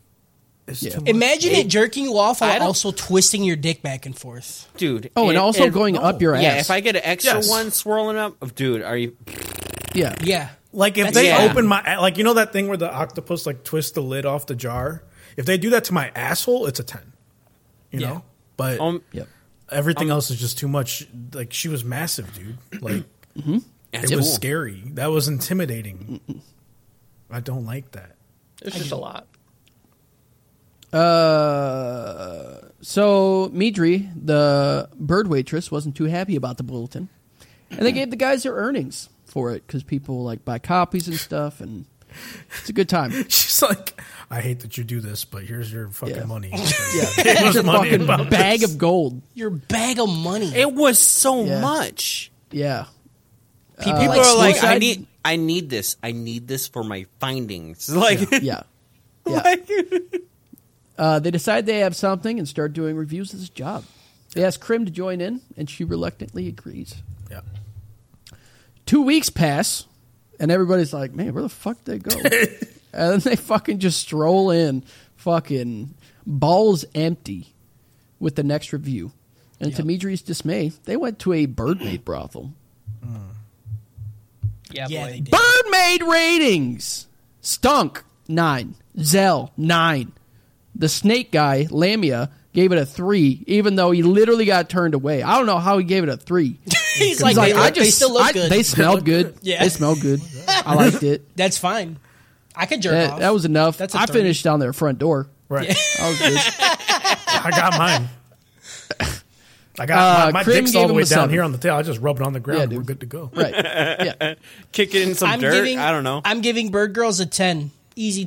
[SPEAKER 5] It's too much.
[SPEAKER 4] Imagine it jerking you off
[SPEAKER 7] I
[SPEAKER 4] while
[SPEAKER 7] don't-
[SPEAKER 4] also twisting your dick back and forth.
[SPEAKER 6] Dude.
[SPEAKER 3] Oh, and also going up your
[SPEAKER 6] Yeah,
[SPEAKER 3] ass.
[SPEAKER 6] if I get an extra
[SPEAKER 5] Yes.
[SPEAKER 6] one swirling up, oh, dude, are you.
[SPEAKER 3] yeah.
[SPEAKER 4] Yeah.
[SPEAKER 5] Like if
[SPEAKER 4] That's-
[SPEAKER 5] they
[SPEAKER 6] Yeah.
[SPEAKER 5] open my like you know that thing where the octopus like twists the lid off the jar. If they do that to my asshole, it's a ten. You know, but
[SPEAKER 6] Um,
[SPEAKER 3] Yep.
[SPEAKER 5] everything else is just too much. Like she was massive, dude. Like
[SPEAKER 6] that's
[SPEAKER 5] it was
[SPEAKER 6] cool.
[SPEAKER 5] scary. That was intimidating. I don't like that.
[SPEAKER 7] it's just a lot.
[SPEAKER 3] Uh, so Midri, the bird waitress, wasn't too happy about the bulletin, and they gave the guys their earnings for it because people like buy copies and stuff, and it's a good time.
[SPEAKER 5] She's like, I hate that you do this, but here's your fucking
[SPEAKER 3] Yeah.
[SPEAKER 5] money.
[SPEAKER 3] Yeah, it's a
[SPEAKER 5] money
[SPEAKER 3] fucking
[SPEAKER 5] about
[SPEAKER 3] bag of gold.
[SPEAKER 4] Your bag of money.
[SPEAKER 6] It was so
[SPEAKER 3] Yeah.
[SPEAKER 6] much.
[SPEAKER 3] Yeah,
[SPEAKER 6] People
[SPEAKER 4] Uh, like
[SPEAKER 6] are like, I
[SPEAKER 3] suicide-
[SPEAKER 6] need, I need this. I need this for my findings. Like,
[SPEAKER 3] yeah, yeah. Uh, they decide they have something and start doing reviews of this job. They ask Krim to join in, and she reluctantly agrees.
[SPEAKER 5] Yeah.
[SPEAKER 3] Two weeks pass, and everybody's like, "Man, where the fuck did they go?" and then they fucking just stroll in, fucking balls empty, with the next review. And to Midri's dismay, they went to a birdmaid brothel.
[SPEAKER 7] Yeah,
[SPEAKER 4] yeah,
[SPEAKER 7] boy.
[SPEAKER 4] they did.
[SPEAKER 3] Birdmaid ratings: Stunk nine, Zell nine. The snake guy Lamia gave it a three, even though he literally got turned away. I don't know how he gave it a three.
[SPEAKER 4] He's like, they, look- they still look
[SPEAKER 3] I-
[SPEAKER 4] good.
[SPEAKER 3] They smelled good.
[SPEAKER 4] Yeah.
[SPEAKER 3] they smelled good. I liked it.
[SPEAKER 4] That's fine. I could jerk
[SPEAKER 3] That,
[SPEAKER 4] off.
[SPEAKER 3] that was enough.
[SPEAKER 4] That's a
[SPEAKER 3] I
[SPEAKER 4] three.
[SPEAKER 3] finished down their front door.
[SPEAKER 5] Right.
[SPEAKER 3] I was good.
[SPEAKER 5] I got mine. I got
[SPEAKER 3] Uh,
[SPEAKER 5] my, my
[SPEAKER 3] Krim
[SPEAKER 5] dick's all
[SPEAKER 3] gave
[SPEAKER 5] the
[SPEAKER 3] him
[SPEAKER 5] way
[SPEAKER 3] a
[SPEAKER 5] down
[SPEAKER 3] seven.
[SPEAKER 5] here on the tail. I just rub it on the ground.
[SPEAKER 3] Yeah,
[SPEAKER 5] and we're
[SPEAKER 3] dude.
[SPEAKER 5] good to go.
[SPEAKER 3] right? Yeah,
[SPEAKER 6] kick it in some dirt. I don't know.
[SPEAKER 4] I'm giving Bird Girls a ten, easy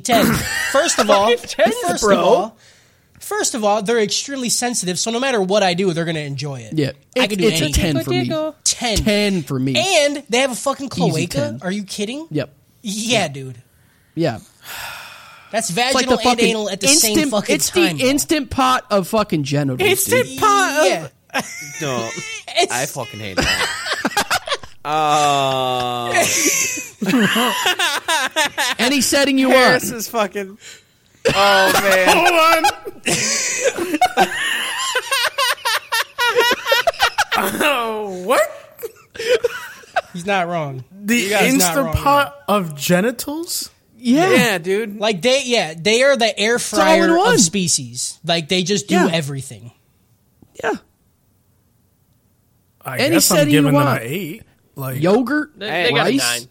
[SPEAKER 4] ten. First of all, first
[SPEAKER 7] bro.
[SPEAKER 4] of all, first of all, they're extremely sensitive. So no matter what I do, they're gonna enjoy it.
[SPEAKER 3] yeah.
[SPEAKER 4] I
[SPEAKER 3] It-
[SPEAKER 4] could do
[SPEAKER 3] it's a
[SPEAKER 4] anything.
[SPEAKER 3] ten for me.
[SPEAKER 4] Ten.
[SPEAKER 3] Ten for me.
[SPEAKER 4] And they have a fucking
[SPEAKER 3] Easy
[SPEAKER 4] cloaca.
[SPEAKER 3] 10.
[SPEAKER 4] Are you kidding?
[SPEAKER 3] Yep.
[SPEAKER 4] Yeah, dude.
[SPEAKER 3] Yeah. It's
[SPEAKER 4] That's vaginal
[SPEAKER 3] like the
[SPEAKER 4] and
[SPEAKER 3] fucking
[SPEAKER 4] anal at the
[SPEAKER 3] instant.
[SPEAKER 4] same fucking
[SPEAKER 3] it's
[SPEAKER 4] time.
[SPEAKER 3] the
[SPEAKER 4] bro.
[SPEAKER 3] instant pot of fucking genitals.
[SPEAKER 6] Instant
[SPEAKER 3] dude.
[SPEAKER 6] pot of-
[SPEAKER 4] Yeah.
[SPEAKER 6] No,
[SPEAKER 4] It's-
[SPEAKER 6] I fucking hate that. Oh,
[SPEAKER 3] Any setting you want.
[SPEAKER 6] Paris is fucking. Oh man,
[SPEAKER 5] Hold on. oh, what?
[SPEAKER 4] He's not wrong.
[SPEAKER 5] The
[SPEAKER 4] guys not wrong,
[SPEAKER 5] Instant Pot of genitals?
[SPEAKER 3] Yeah.
[SPEAKER 6] yeah, dude.
[SPEAKER 4] Like they, yeah, they are the air
[SPEAKER 3] all in
[SPEAKER 4] fryer
[SPEAKER 3] one.
[SPEAKER 4] of species. Like they just do
[SPEAKER 3] Yeah.
[SPEAKER 4] everything.
[SPEAKER 3] Yeah.
[SPEAKER 5] I
[SPEAKER 3] Any
[SPEAKER 5] guess I'm
[SPEAKER 3] setting you
[SPEAKER 5] giving them an
[SPEAKER 3] want.
[SPEAKER 5] eight. Like
[SPEAKER 3] Yogurt.
[SPEAKER 7] They,
[SPEAKER 6] Hey,
[SPEAKER 7] they got a
[SPEAKER 3] rice.
[SPEAKER 7] nine.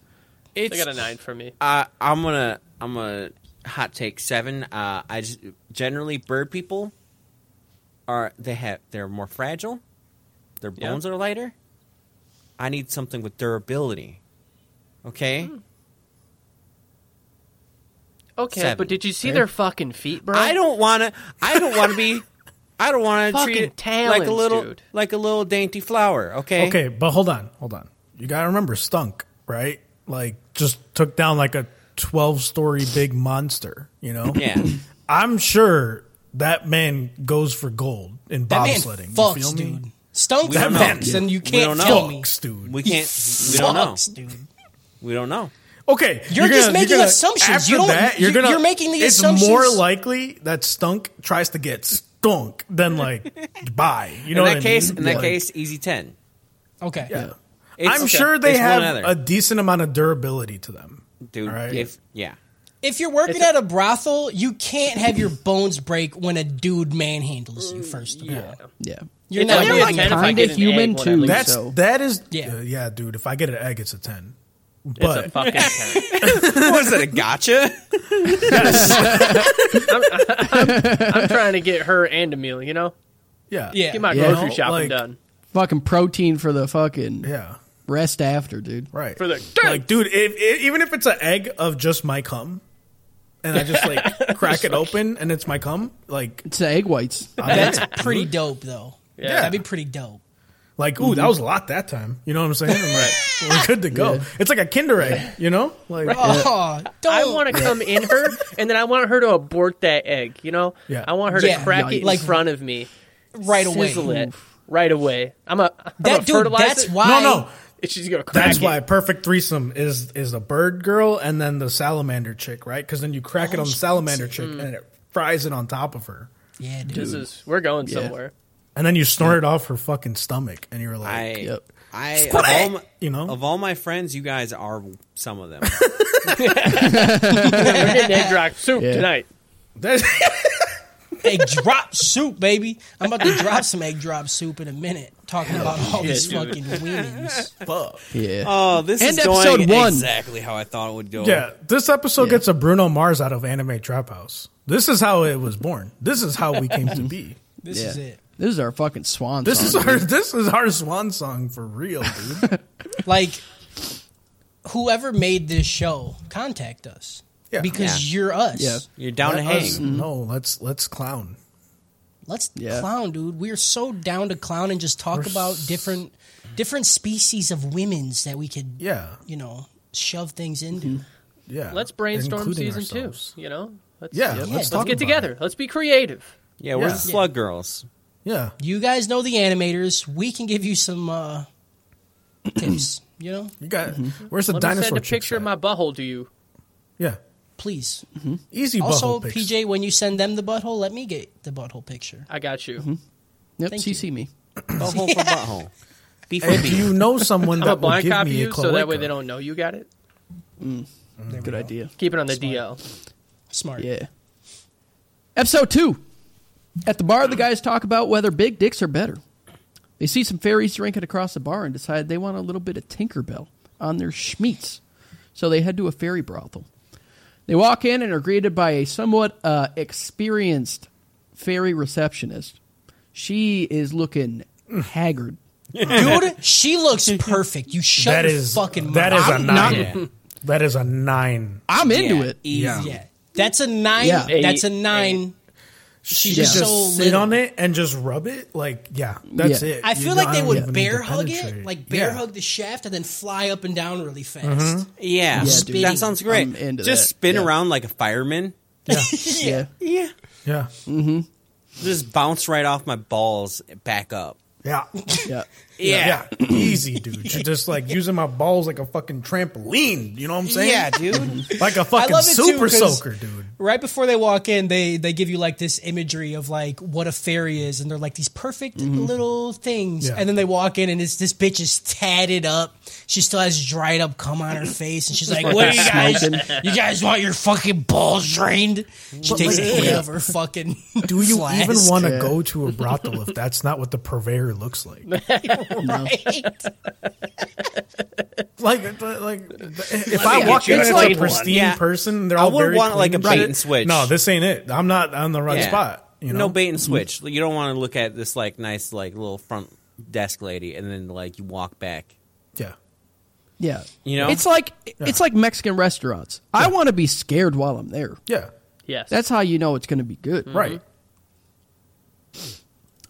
[SPEAKER 7] They
[SPEAKER 6] It's.
[SPEAKER 7] got a nine for me.
[SPEAKER 6] uh, I'm gonna. I'm gonna hot take seven. Uh, I just, generally bird people are they have they're more fragile. Their
[SPEAKER 7] Yeah.
[SPEAKER 6] bones are lighter. I need something with durability. Okay.
[SPEAKER 7] Hmm. Okay,
[SPEAKER 6] Seven.
[SPEAKER 7] but did you see their fucking feet, bro?
[SPEAKER 6] I don't want to. I don't want to be. I don't want to
[SPEAKER 7] Fucking
[SPEAKER 6] treat it like
[SPEAKER 7] talons,
[SPEAKER 6] a little,
[SPEAKER 7] dude.
[SPEAKER 6] like a little dainty flower.
[SPEAKER 3] eh?
[SPEAKER 6] Okay.
[SPEAKER 5] Okay, but hold on, hold on. You gotta remember stunk, right? Like just took down like a twelve story big monster, you know?
[SPEAKER 6] Yeah.
[SPEAKER 5] I'm sure that man goes for gold in
[SPEAKER 4] That man
[SPEAKER 5] bobsledding. you feel
[SPEAKER 4] fucks,
[SPEAKER 5] me?
[SPEAKER 4] dude. Stunk
[SPEAKER 6] don't
[SPEAKER 5] know.
[SPEAKER 4] fucks, and you
[SPEAKER 6] We
[SPEAKER 4] can't
[SPEAKER 6] don't know.
[SPEAKER 4] tell me.
[SPEAKER 5] Fucks, dude.
[SPEAKER 6] We can't. We don't know.
[SPEAKER 4] Fucks, dude.
[SPEAKER 6] We don't know.
[SPEAKER 5] Okay,
[SPEAKER 4] You're just making
[SPEAKER 5] gonna-
[SPEAKER 4] assumptions.
[SPEAKER 5] After
[SPEAKER 4] You don't-
[SPEAKER 5] that,
[SPEAKER 4] you-
[SPEAKER 5] you're gonna.
[SPEAKER 4] you're making the
[SPEAKER 5] it's
[SPEAKER 4] assumptions.
[SPEAKER 5] more likely that stunk tries to get stunk than like buy. You know
[SPEAKER 6] In
[SPEAKER 5] what
[SPEAKER 6] that
[SPEAKER 5] I
[SPEAKER 6] case,
[SPEAKER 5] mean?
[SPEAKER 6] in that
[SPEAKER 5] Like,
[SPEAKER 6] case, easy ten.
[SPEAKER 4] Okay.
[SPEAKER 5] yeah.
[SPEAKER 6] It's-
[SPEAKER 5] I'm
[SPEAKER 6] okay.
[SPEAKER 5] sure they
[SPEAKER 6] It's one or
[SPEAKER 5] have
[SPEAKER 6] the
[SPEAKER 5] a
[SPEAKER 6] other.
[SPEAKER 5] decent amount of durability to them,
[SPEAKER 6] Dude,
[SPEAKER 5] All right.
[SPEAKER 6] if yeah,
[SPEAKER 4] If you're working at a brothel, you can't have your bones break when a dude manhandles you. First of all,
[SPEAKER 3] Yeah.
[SPEAKER 4] you're
[SPEAKER 7] It's
[SPEAKER 4] not
[SPEAKER 7] only a
[SPEAKER 4] really.
[SPEAKER 7] 10 if I
[SPEAKER 3] kinda
[SPEAKER 7] get an egg
[SPEAKER 3] human,
[SPEAKER 7] when I
[SPEAKER 3] too.
[SPEAKER 7] leave.
[SPEAKER 5] That's
[SPEAKER 3] so-
[SPEAKER 5] that is
[SPEAKER 4] Yeah.
[SPEAKER 5] yeah. yeah, dude. If I get an egg, it's a ten.
[SPEAKER 7] It's
[SPEAKER 5] But
[SPEAKER 7] a fucking ten.
[SPEAKER 6] was it a gotcha?
[SPEAKER 7] I'm trying to get her and Emil. You know,
[SPEAKER 5] yeah,
[SPEAKER 4] Yeah.
[SPEAKER 7] get my
[SPEAKER 3] Yeah.
[SPEAKER 7] grocery
[SPEAKER 5] No,
[SPEAKER 7] shopping
[SPEAKER 5] like-
[SPEAKER 7] done
[SPEAKER 3] Fucking protein for the fucking
[SPEAKER 5] yeah,
[SPEAKER 3] rest after, dude.
[SPEAKER 5] right.
[SPEAKER 7] for the
[SPEAKER 5] like, dude, if, if, even if it's an egg of just my cum, and I just like crack it open and it's my cum, like
[SPEAKER 3] It's the egg whites.
[SPEAKER 4] That's pretty dope, though.
[SPEAKER 7] Yeah.
[SPEAKER 4] That'd be pretty dope.
[SPEAKER 5] Like, ooh, that was a lot that time. You know what I'm saying? I'm like, we're good to go. It's like a Kinder egg, you know? Like,
[SPEAKER 4] Oh, don't.
[SPEAKER 7] I want to come in her, and then I want her to abort that egg. You know,
[SPEAKER 5] Yeah.
[SPEAKER 7] I want her to
[SPEAKER 4] Yeah,
[SPEAKER 7] crack
[SPEAKER 4] yikes.
[SPEAKER 7] it in
[SPEAKER 4] Like-
[SPEAKER 7] front of me,
[SPEAKER 4] right away.
[SPEAKER 7] sizzle it right away. I'm a I'm
[SPEAKER 4] That
[SPEAKER 7] gonna
[SPEAKER 4] dude,
[SPEAKER 7] fertilize
[SPEAKER 4] that's
[SPEAKER 7] it.
[SPEAKER 5] no,
[SPEAKER 4] why-
[SPEAKER 5] no.
[SPEAKER 7] And she's gonna crack
[SPEAKER 5] That's
[SPEAKER 7] it.
[SPEAKER 5] why perfect threesome is is the bird girl and then the salamander chick, right? Because then you crack it on the
[SPEAKER 7] Oh,
[SPEAKER 5] salamander chick
[SPEAKER 7] Mm.
[SPEAKER 5] and it fries it on top of her,
[SPEAKER 4] Yeah, dude.
[SPEAKER 7] This is we're going somewhere.
[SPEAKER 5] and then you snort it off her fucking stomach, and you're like,
[SPEAKER 6] I,
[SPEAKER 3] Yep.
[SPEAKER 6] I, of all, my,
[SPEAKER 5] You know?
[SPEAKER 6] of all my friends, you guys are some of them.
[SPEAKER 7] We're getting egg rock soup tonight.
[SPEAKER 5] That's-
[SPEAKER 4] egg drop soup, baby. I'm about to drop some egg drop soup in a minute. Talking about all these fucking women's.
[SPEAKER 3] Yeah.
[SPEAKER 6] Oh, this
[SPEAKER 3] End
[SPEAKER 6] is
[SPEAKER 3] episode
[SPEAKER 6] going
[SPEAKER 3] one.
[SPEAKER 6] exactly how I thought it would go.
[SPEAKER 5] yeah, this episode gets a Bruno Mars out of Anime Trap House. This is how it was born. This is how we came to be.
[SPEAKER 4] This is it.
[SPEAKER 3] This is our fucking swan.
[SPEAKER 5] This
[SPEAKER 3] song,
[SPEAKER 5] is
[SPEAKER 3] dude.
[SPEAKER 5] our this is our swan song for real, dude.
[SPEAKER 4] Like, whoever made this show, contact us
[SPEAKER 5] Yeah.
[SPEAKER 4] because you're us.
[SPEAKER 3] Yeah.
[SPEAKER 6] You're down to
[SPEAKER 5] Let
[SPEAKER 6] hang.
[SPEAKER 5] us- no, let's let's clown.
[SPEAKER 4] Let's
[SPEAKER 3] Yeah.
[SPEAKER 4] clown, dude. We're so down to clown and just talk about different different species of women's that we could,
[SPEAKER 5] Yeah,
[SPEAKER 4] you know, shove things into.
[SPEAKER 3] Mm-hmm.
[SPEAKER 5] yeah.
[SPEAKER 7] Let's brainstorm
[SPEAKER 5] Including
[SPEAKER 7] season
[SPEAKER 5] ourselves.
[SPEAKER 7] two. You know, let's
[SPEAKER 5] Yeah,
[SPEAKER 7] let's,
[SPEAKER 5] let's,
[SPEAKER 4] let's
[SPEAKER 5] talk
[SPEAKER 7] get
[SPEAKER 5] about
[SPEAKER 7] together.
[SPEAKER 5] it.
[SPEAKER 7] Let's be creative.
[SPEAKER 6] Yeah, where's
[SPEAKER 5] Yeah.
[SPEAKER 6] the slug girls?
[SPEAKER 5] Yeah,
[SPEAKER 4] You guys know the animators. We can give you some uh, tips. You know,
[SPEAKER 5] you got.
[SPEAKER 6] Mm-hmm.
[SPEAKER 5] Where's the
[SPEAKER 7] Let me
[SPEAKER 5] dinosaur?
[SPEAKER 7] send a
[SPEAKER 5] chicks
[SPEAKER 7] picture of
[SPEAKER 5] at?
[SPEAKER 7] my butthole to you.
[SPEAKER 5] Yeah,
[SPEAKER 4] please.
[SPEAKER 5] easy.
[SPEAKER 4] Also,
[SPEAKER 5] butthole pics.
[SPEAKER 4] PJ, when you send them the butthole, let me get the butthole picture.
[SPEAKER 7] I got you.
[SPEAKER 3] Yep,
[SPEAKER 4] Thank
[SPEAKER 3] CC me.
[SPEAKER 6] Butthole for butthole. Beef
[SPEAKER 5] Hey, do
[SPEAKER 6] for beef.
[SPEAKER 5] you know someone
[SPEAKER 7] I'm gonna
[SPEAKER 5] that will
[SPEAKER 7] blind
[SPEAKER 5] give
[SPEAKER 7] copy
[SPEAKER 5] me a
[SPEAKER 7] you so that way
[SPEAKER 5] cloaca?
[SPEAKER 7] they don't know you got it.
[SPEAKER 3] Good idea.
[SPEAKER 7] Keep it on the DL.
[SPEAKER 4] Smart.
[SPEAKER 3] Yeah. Episode two. At the bar, the guys talk about whether big dicks are better. They see some fairies drinking across the bar and decide they want a little bit of Tinkerbell on their schmeats. So they head to a fairy brothel. They walk in and are greeted by a somewhat uh, experienced fairy receptionist. She is looking haggard.
[SPEAKER 4] Dude, she looks perfect. You shut
[SPEAKER 5] That
[SPEAKER 4] your
[SPEAKER 5] is
[SPEAKER 4] fucking mouth.
[SPEAKER 5] that is a
[SPEAKER 4] I'm not-
[SPEAKER 5] nine. That is a nine.
[SPEAKER 3] I'm into
[SPEAKER 6] Yeah,
[SPEAKER 3] it.
[SPEAKER 6] easy.
[SPEAKER 5] Yeah.
[SPEAKER 4] Yeah. That's a nine.
[SPEAKER 3] Yeah.
[SPEAKER 4] That's a nine.
[SPEAKER 5] She
[SPEAKER 4] just
[SPEAKER 5] just
[SPEAKER 4] so
[SPEAKER 5] sit
[SPEAKER 4] little.
[SPEAKER 5] on it and just rub it. Like, yeah, that's
[SPEAKER 3] Yeah.
[SPEAKER 5] it.
[SPEAKER 4] I
[SPEAKER 5] You
[SPEAKER 4] feel like
[SPEAKER 5] don't
[SPEAKER 4] they
[SPEAKER 5] even
[SPEAKER 4] would
[SPEAKER 5] need to
[SPEAKER 4] bear hug
[SPEAKER 5] penetrate.
[SPEAKER 4] it, like bear
[SPEAKER 5] Yeah.
[SPEAKER 4] hug the shaft, and then fly up and down really fast.
[SPEAKER 5] Mm-hmm.
[SPEAKER 6] Yeah,
[SPEAKER 4] dude.
[SPEAKER 6] that sounds great.
[SPEAKER 3] I'm into
[SPEAKER 6] Just
[SPEAKER 3] that.
[SPEAKER 6] spin
[SPEAKER 3] Yeah.
[SPEAKER 6] around like a fireman.
[SPEAKER 3] Yeah.
[SPEAKER 6] Yeah,
[SPEAKER 5] Yeah,
[SPEAKER 6] just bounce right off my balls back up.
[SPEAKER 5] yeah,
[SPEAKER 3] Yeah.
[SPEAKER 6] Yeah,
[SPEAKER 5] yeah. Easy, dude. You're just like using my balls like a fucking trampoline. You know what I'm saying?
[SPEAKER 6] yeah, dude.
[SPEAKER 5] like a fucking
[SPEAKER 4] love it too,
[SPEAKER 5] super
[SPEAKER 4] 'cause-
[SPEAKER 5] soaker, dude.
[SPEAKER 4] Right before they walk in, they they give you like this imagery of like what a fairy is, and they're like these perfect little things.
[SPEAKER 5] Mm-hmm. Yeah.
[SPEAKER 4] And then they walk in, and it's this bitch is tatted up. She still has dried up cum on her face, and she's like, "What do you guys? You guys want your fucking balls drained?" She takes a hit of her fucking.
[SPEAKER 5] Do you
[SPEAKER 4] flask.
[SPEAKER 5] even want to go to a brothel if that's not what the purveyor looks like?
[SPEAKER 4] Right?
[SPEAKER 5] Like, like if I
[SPEAKER 6] get
[SPEAKER 5] walk
[SPEAKER 6] you
[SPEAKER 5] in
[SPEAKER 6] a
[SPEAKER 5] as
[SPEAKER 6] clean
[SPEAKER 5] a
[SPEAKER 6] one.
[SPEAKER 5] pristine
[SPEAKER 6] Yeah.
[SPEAKER 5] person, they're
[SPEAKER 6] I
[SPEAKER 5] all
[SPEAKER 6] would
[SPEAKER 5] very
[SPEAKER 6] want, like,
[SPEAKER 5] clean
[SPEAKER 6] a bait
[SPEAKER 5] shit.
[SPEAKER 6] and switch.
[SPEAKER 5] No, this ain't it. I'm not on the right
[SPEAKER 6] Yeah.
[SPEAKER 5] spot. You know,
[SPEAKER 6] No bait and switch. You don't want to look at this like nice like little front desk lady, and then like you walk back.
[SPEAKER 5] yeah,
[SPEAKER 3] Yeah.
[SPEAKER 6] You know?
[SPEAKER 3] It's like it's like Mexican restaurants. I want to be scared while I'm there.
[SPEAKER 5] yeah,
[SPEAKER 7] Yes,
[SPEAKER 3] That's how you know it's going to be good.
[SPEAKER 7] Mm.
[SPEAKER 5] right.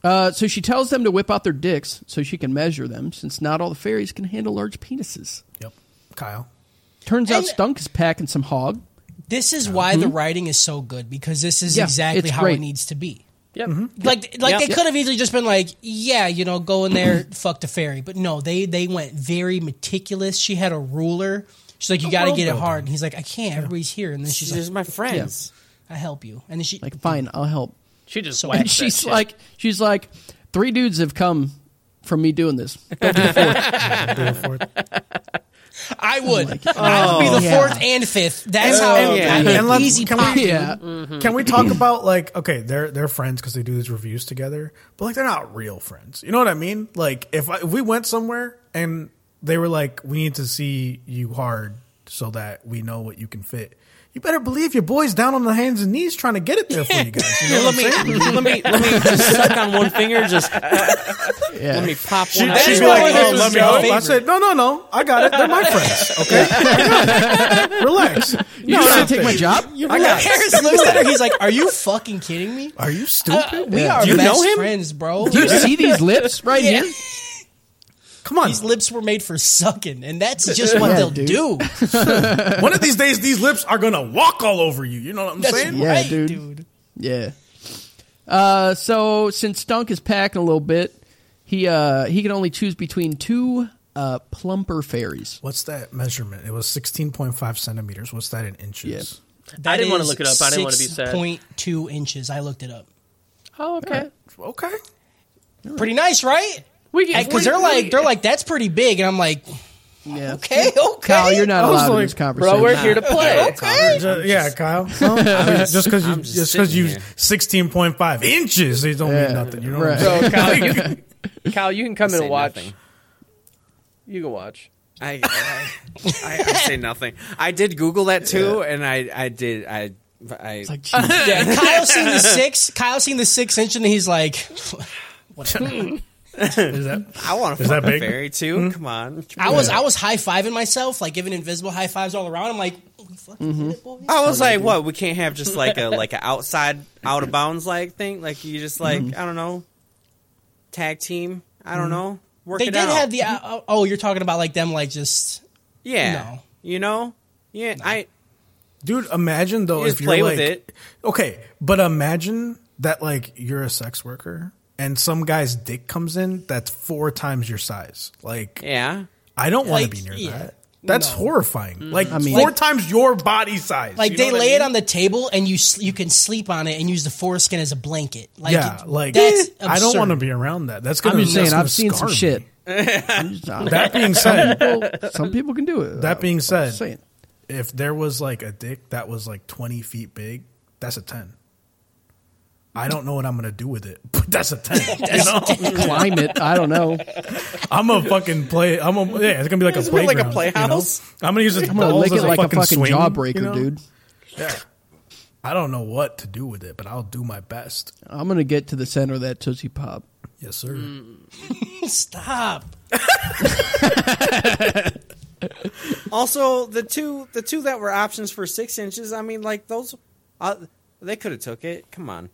[SPEAKER 3] Uh, so she tells them to whip out their dicks so she can measure them, since not all the fairies can handle large penises.
[SPEAKER 6] Mm-hmm.
[SPEAKER 5] Yep, Kyle.
[SPEAKER 3] Turns out
[SPEAKER 4] And-
[SPEAKER 3] Stunk is packing some hog.
[SPEAKER 4] This is why the writing is so good because this is
[SPEAKER 3] Yeah,
[SPEAKER 4] exactly
[SPEAKER 3] it's
[SPEAKER 4] how
[SPEAKER 3] great.
[SPEAKER 4] it needs to be.
[SPEAKER 7] Yep.
[SPEAKER 4] Like, like
[SPEAKER 6] Yep.
[SPEAKER 4] they could have easily just been like, yeah, you know, go in there, fuck the fairy. But no, they they went very meticulous. She had a ruler. She's like, you got to get it hard. And he's like, I can't. Everybody's here. And then she's
[SPEAKER 6] She's
[SPEAKER 4] like,
[SPEAKER 6] my friends.
[SPEAKER 4] I help you. And then she
[SPEAKER 3] Like, fine, I'll help.
[SPEAKER 7] she just
[SPEAKER 4] So-
[SPEAKER 7] whacked
[SPEAKER 3] And
[SPEAKER 7] that
[SPEAKER 3] she's
[SPEAKER 7] shit.
[SPEAKER 3] like, she's like, three dudes have come from me doing this. Don't do the fourth.
[SPEAKER 4] I would, I would be the
[SPEAKER 3] yeah.
[SPEAKER 4] fourth and fifth. That's how
[SPEAKER 6] Oh, yeah. Mm-hmm.
[SPEAKER 4] I-
[SPEAKER 5] Oh, And let's-
[SPEAKER 4] easy
[SPEAKER 5] can
[SPEAKER 4] pop.
[SPEAKER 5] we-
[SPEAKER 3] yeah,
[SPEAKER 5] Can we talk about like okay, they're they're friends because they do these reviews together, but like they're not real friends. You know what I mean? Like if I, if we went somewhere and they were like, we need to see you hard so that we know what you can fit. You better believe your boy's down on the hands and knees trying to get it there for you guys. You know what I'm saying?
[SPEAKER 6] Let me let me let me just suck on one finger. Just
[SPEAKER 3] yeah.
[SPEAKER 6] let me pop one. out.
[SPEAKER 5] She'd
[SPEAKER 4] is
[SPEAKER 5] be
[SPEAKER 4] why
[SPEAKER 5] like,
[SPEAKER 4] this
[SPEAKER 5] "Oh,
[SPEAKER 4] is
[SPEAKER 5] let me
[SPEAKER 4] your
[SPEAKER 5] help." I
[SPEAKER 4] favorite.
[SPEAKER 5] said, no, no, no. I got it. They're my friends. Okay? Relax.
[SPEAKER 3] you
[SPEAKER 5] no,
[SPEAKER 3] just
[SPEAKER 5] no,
[SPEAKER 3] gonna take my
[SPEAKER 5] bitch.
[SPEAKER 3] job?
[SPEAKER 5] I got it.
[SPEAKER 4] Harris looks at her. He's like, "Are you fucking kidding me?
[SPEAKER 5] Are you
[SPEAKER 4] Uh,
[SPEAKER 5] stupid?
[SPEAKER 4] we are
[SPEAKER 6] you
[SPEAKER 4] best
[SPEAKER 6] know him?
[SPEAKER 4] friends, bro."
[SPEAKER 3] Do you see these lips right here?
[SPEAKER 5] Come on.
[SPEAKER 4] These lips were made for sucking, and that's just what they'll
[SPEAKER 3] dude.
[SPEAKER 4] do.
[SPEAKER 5] One of these days, these lips are gonna walk all over you. You know what I'm
[SPEAKER 4] That's
[SPEAKER 5] saying?
[SPEAKER 3] Yeah,
[SPEAKER 4] right,
[SPEAKER 3] dude.
[SPEAKER 4] dude.
[SPEAKER 3] Yeah. Uh, so since Stunk is packing a little bit, he uh he can only choose between two uh plumper fairies.
[SPEAKER 5] What's that measurement? It was 16.5 centimeters. What's that in inches?
[SPEAKER 4] That
[SPEAKER 7] didn't wanna
[SPEAKER 4] is
[SPEAKER 7] look it up. I didn't wanna be sad.
[SPEAKER 4] 6.2 inches. I looked it up.
[SPEAKER 7] Oh,
[SPEAKER 3] Uh,
[SPEAKER 7] okay.
[SPEAKER 5] Okay.
[SPEAKER 4] Pretty nice, right?
[SPEAKER 7] We can
[SPEAKER 4] Because they're like they're like that's pretty big, and I'm like,
[SPEAKER 3] Yeah.
[SPEAKER 4] okay, okay.
[SPEAKER 3] Kyle, you're not
[SPEAKER 5] I was
[SPEAKER 3] allowed in
[SPEAKER 5] like,
[SPEAKER 3] this conversation.
[SPEAKER 7] Bro, we're here to play.
[SPEAKER 6] Okay.
[SPEAKER 5] Ju- uh, yeah, Kyle. No, I mean, just because you
[SPEAKER 6] I'm just
[SPEAKER 5] just because
[SPEAKER 6] sitting
[SPEAKER 5] you
[SPEAKER 6] here.
[SPEAKER 5] sixteen point five inches, it don't mean nothing. You know what I'm
[SPEAKER 3] right.
[SPEAKER 5] saying?
[SPEAKER 7] So Oh, Kyle, you can, Kyle, you can come in
[SPEAKER 6] Say
[SPEAKER 7] and watch.
[SPEAKER 6] nothing.
[SPEAKER 7] You can watch.
[SPEAKER 6] I, I, I, I say nothing. I did Google that too, and I, I did. I, I.
[SPEAKER 3] Like, Jesus.
[SPEAKER 4] Yeah, Kyle seen the six. Kyle seen the six inch, and he's like,
[SPEAKER 5] Is that
[SPEAKER 6] I want to
[SPEAKER 5] Is
[SPEAKER 6] fuck
[SPEAKER 5] that
[SPEAKER 6] a
[SPEAKER 5] big?
[SPEAKER 6] fairy too. Come on.
[SPEAKER 4] Hmm? I was I was high fiving myself, like giving invisible high fives all around. I'm like, oh, you fucking did it, boy.
[SPEAKER 6] I was like, what? We can't have just like a like a outside out of bounds like thing. Like you just like
[SPEAKER 4] Mm-hmm.
[SPEAKER 6] I don't know, tag team. I don't know. Work
[SPEAKER 4] They
[SPEAKER 6] it
[SPEAKER 4] did
[SPEAKER 6] out.
[SPEAKER 4] have the uh, oh, oh, you're talking about like them, like just
[SPEAKER 6] yeah.
[SPEAKER 4] No.
[SPEAKER 6] You know. Yeah. I
[SPEAKER 5] dude? Imagine though
[SPEAKER 6] You
[SPEAKER 5] if
[SPEAKER 6] just
[SPEAKER 5] you're
[SPEAKER 6] play
[SPEAKER 5] like,
[SPEAKER 6] with it.
[SPEAKER 5] okay, but imagine that like you're a sex worker and some guy's dick comes in that's four times your size. Like
[SPEAKER 6] yeah.
[SPEAKER 5] I don't want
[SPEAKER 4] Like,
[SPEAKER 5] to be near
[SPEAKER 4] yeah.
[SPEAKER 5] that. That's
[SPEAKER 4] No.
[SPEAKER 5] horrifying. Like
[SPEAKER 3] mean-
[SPEAKER 5] four times your body size.
[SPEAKER 4] like
[SPEAKER 5] you know
[SPEAKER 4] they
[SPEAKER 5] what I
[SPEAKER 4] lay it
[SPEAKER 5] mean?
[SPEAKER 4] on the table, and you sl- you can sleep on it and use the foreskin as a blanket. Like,
[SPEAKER 5] yeah,
[SPEAKER 4] it-
[SPEAKER 5] like
[SPEAKER 4] that's
[SPEAKER 5] I don't
[SPEAKER 4] absurd.
[SPEAKER 5] want to be around that. That's gonna.
[SPEAKER 3] I'm just
[SPEAKER 5] that's
[SPEAKER 3] saying,
[SPEAKER 5] gonna
[SPEAKER 3] I've seen some
[SPEAKER 5] scar me.
[SPEAKER 3] shit. I'm just, I'm-
[SPEAKER 5] That being said,
[SPEAKER 3] people- some people can do it.
[SPEAKER 5] That being said,
[SPEAKER 3] just saying.
[SPEAKER 5] if there was like a dick that was like 20 feet big, that's a 10. I don't know what I'm going to do with it, but that's a 10. you know?
[SPEAKER 3] climb it. I don't know.
[SPEAKER 5] I'm going to fucking play. I'm gonna, yeah, it's going to be like a
[SPEAKER 6] It's gonna be
[SPEAKER 5] playground.
[SPEAKER 6] like a
[SPEAKER 5] you know?
[SPEAKER 6] playhouse.
[SPEAKER 5] I'm going to use it
[SPEAKER 3] I'm gonna lick it like a fucking
[SPEAKER 5] swing,
[SPEAKER 3] jawbreaker,
[SPEAKER 5] you know?
[SPEAKER 3] dude.
[SPEAKER 5] I don't know what to do with it, but I'll do my best.
[SPEAKER 3] I'm gonna get to the center of that tootsie pop.
[SPEAKER 5] Yes, sir.
[SPEAKER 4] stop.
[SPEAKER 6] Also, the two the two that were options for six inches. I mean, like those, uh, they could have took it. Come on,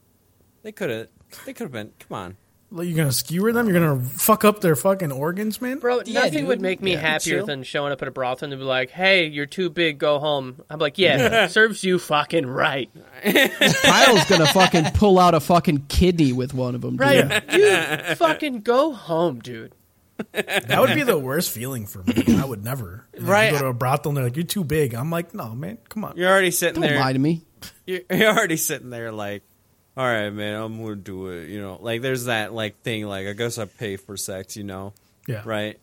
[SPEAKER 6] they could have. They could have been. Come on.
[SPEAKER 5] Like, you're going to skewer them? You're going to fuck up their fucking organs, man?
[SPEAKER 7] Bro,
[SPEAKER 4] Yeah,
[SPEAKER 7] nothing
[SPEAKER 4] dude.
[SPEAKER 7] would make me happier
[SPEAKER 6] Chill.
[SPEAKER 7] than showing up at a brothel and be like, "Hey, you're too big, go home." I'm like, "Yeah, serves you fucking right."
[SPEAKER 3] Kyle's gonna fucking pull out a fucking kidney with one of them. Dude.
[SPEAKER 7] dude. Fucking go home, dude.
[SPEAKER 5] That would be the worst feeling for me. I would never. You know, you
[SPEAKER 6] Right.
[SPEAKER 5] go to a brothel and they're like, you're too big. I'm like, no, man, come on.
[SPEAKER 6] You're already sitting
[SPEAKER 3] Don't
[SPEAKER 6] there.
[SPEAKER 3] lie to me.
[SPEAKER 6] You're, you're already sitting there like, all right, man, I'm gonna do it. You know, like there's that like thing. Like I guess I pay for sex. You know,
[SPEAKER 5] Yeah.
[SPEAKER 6] right?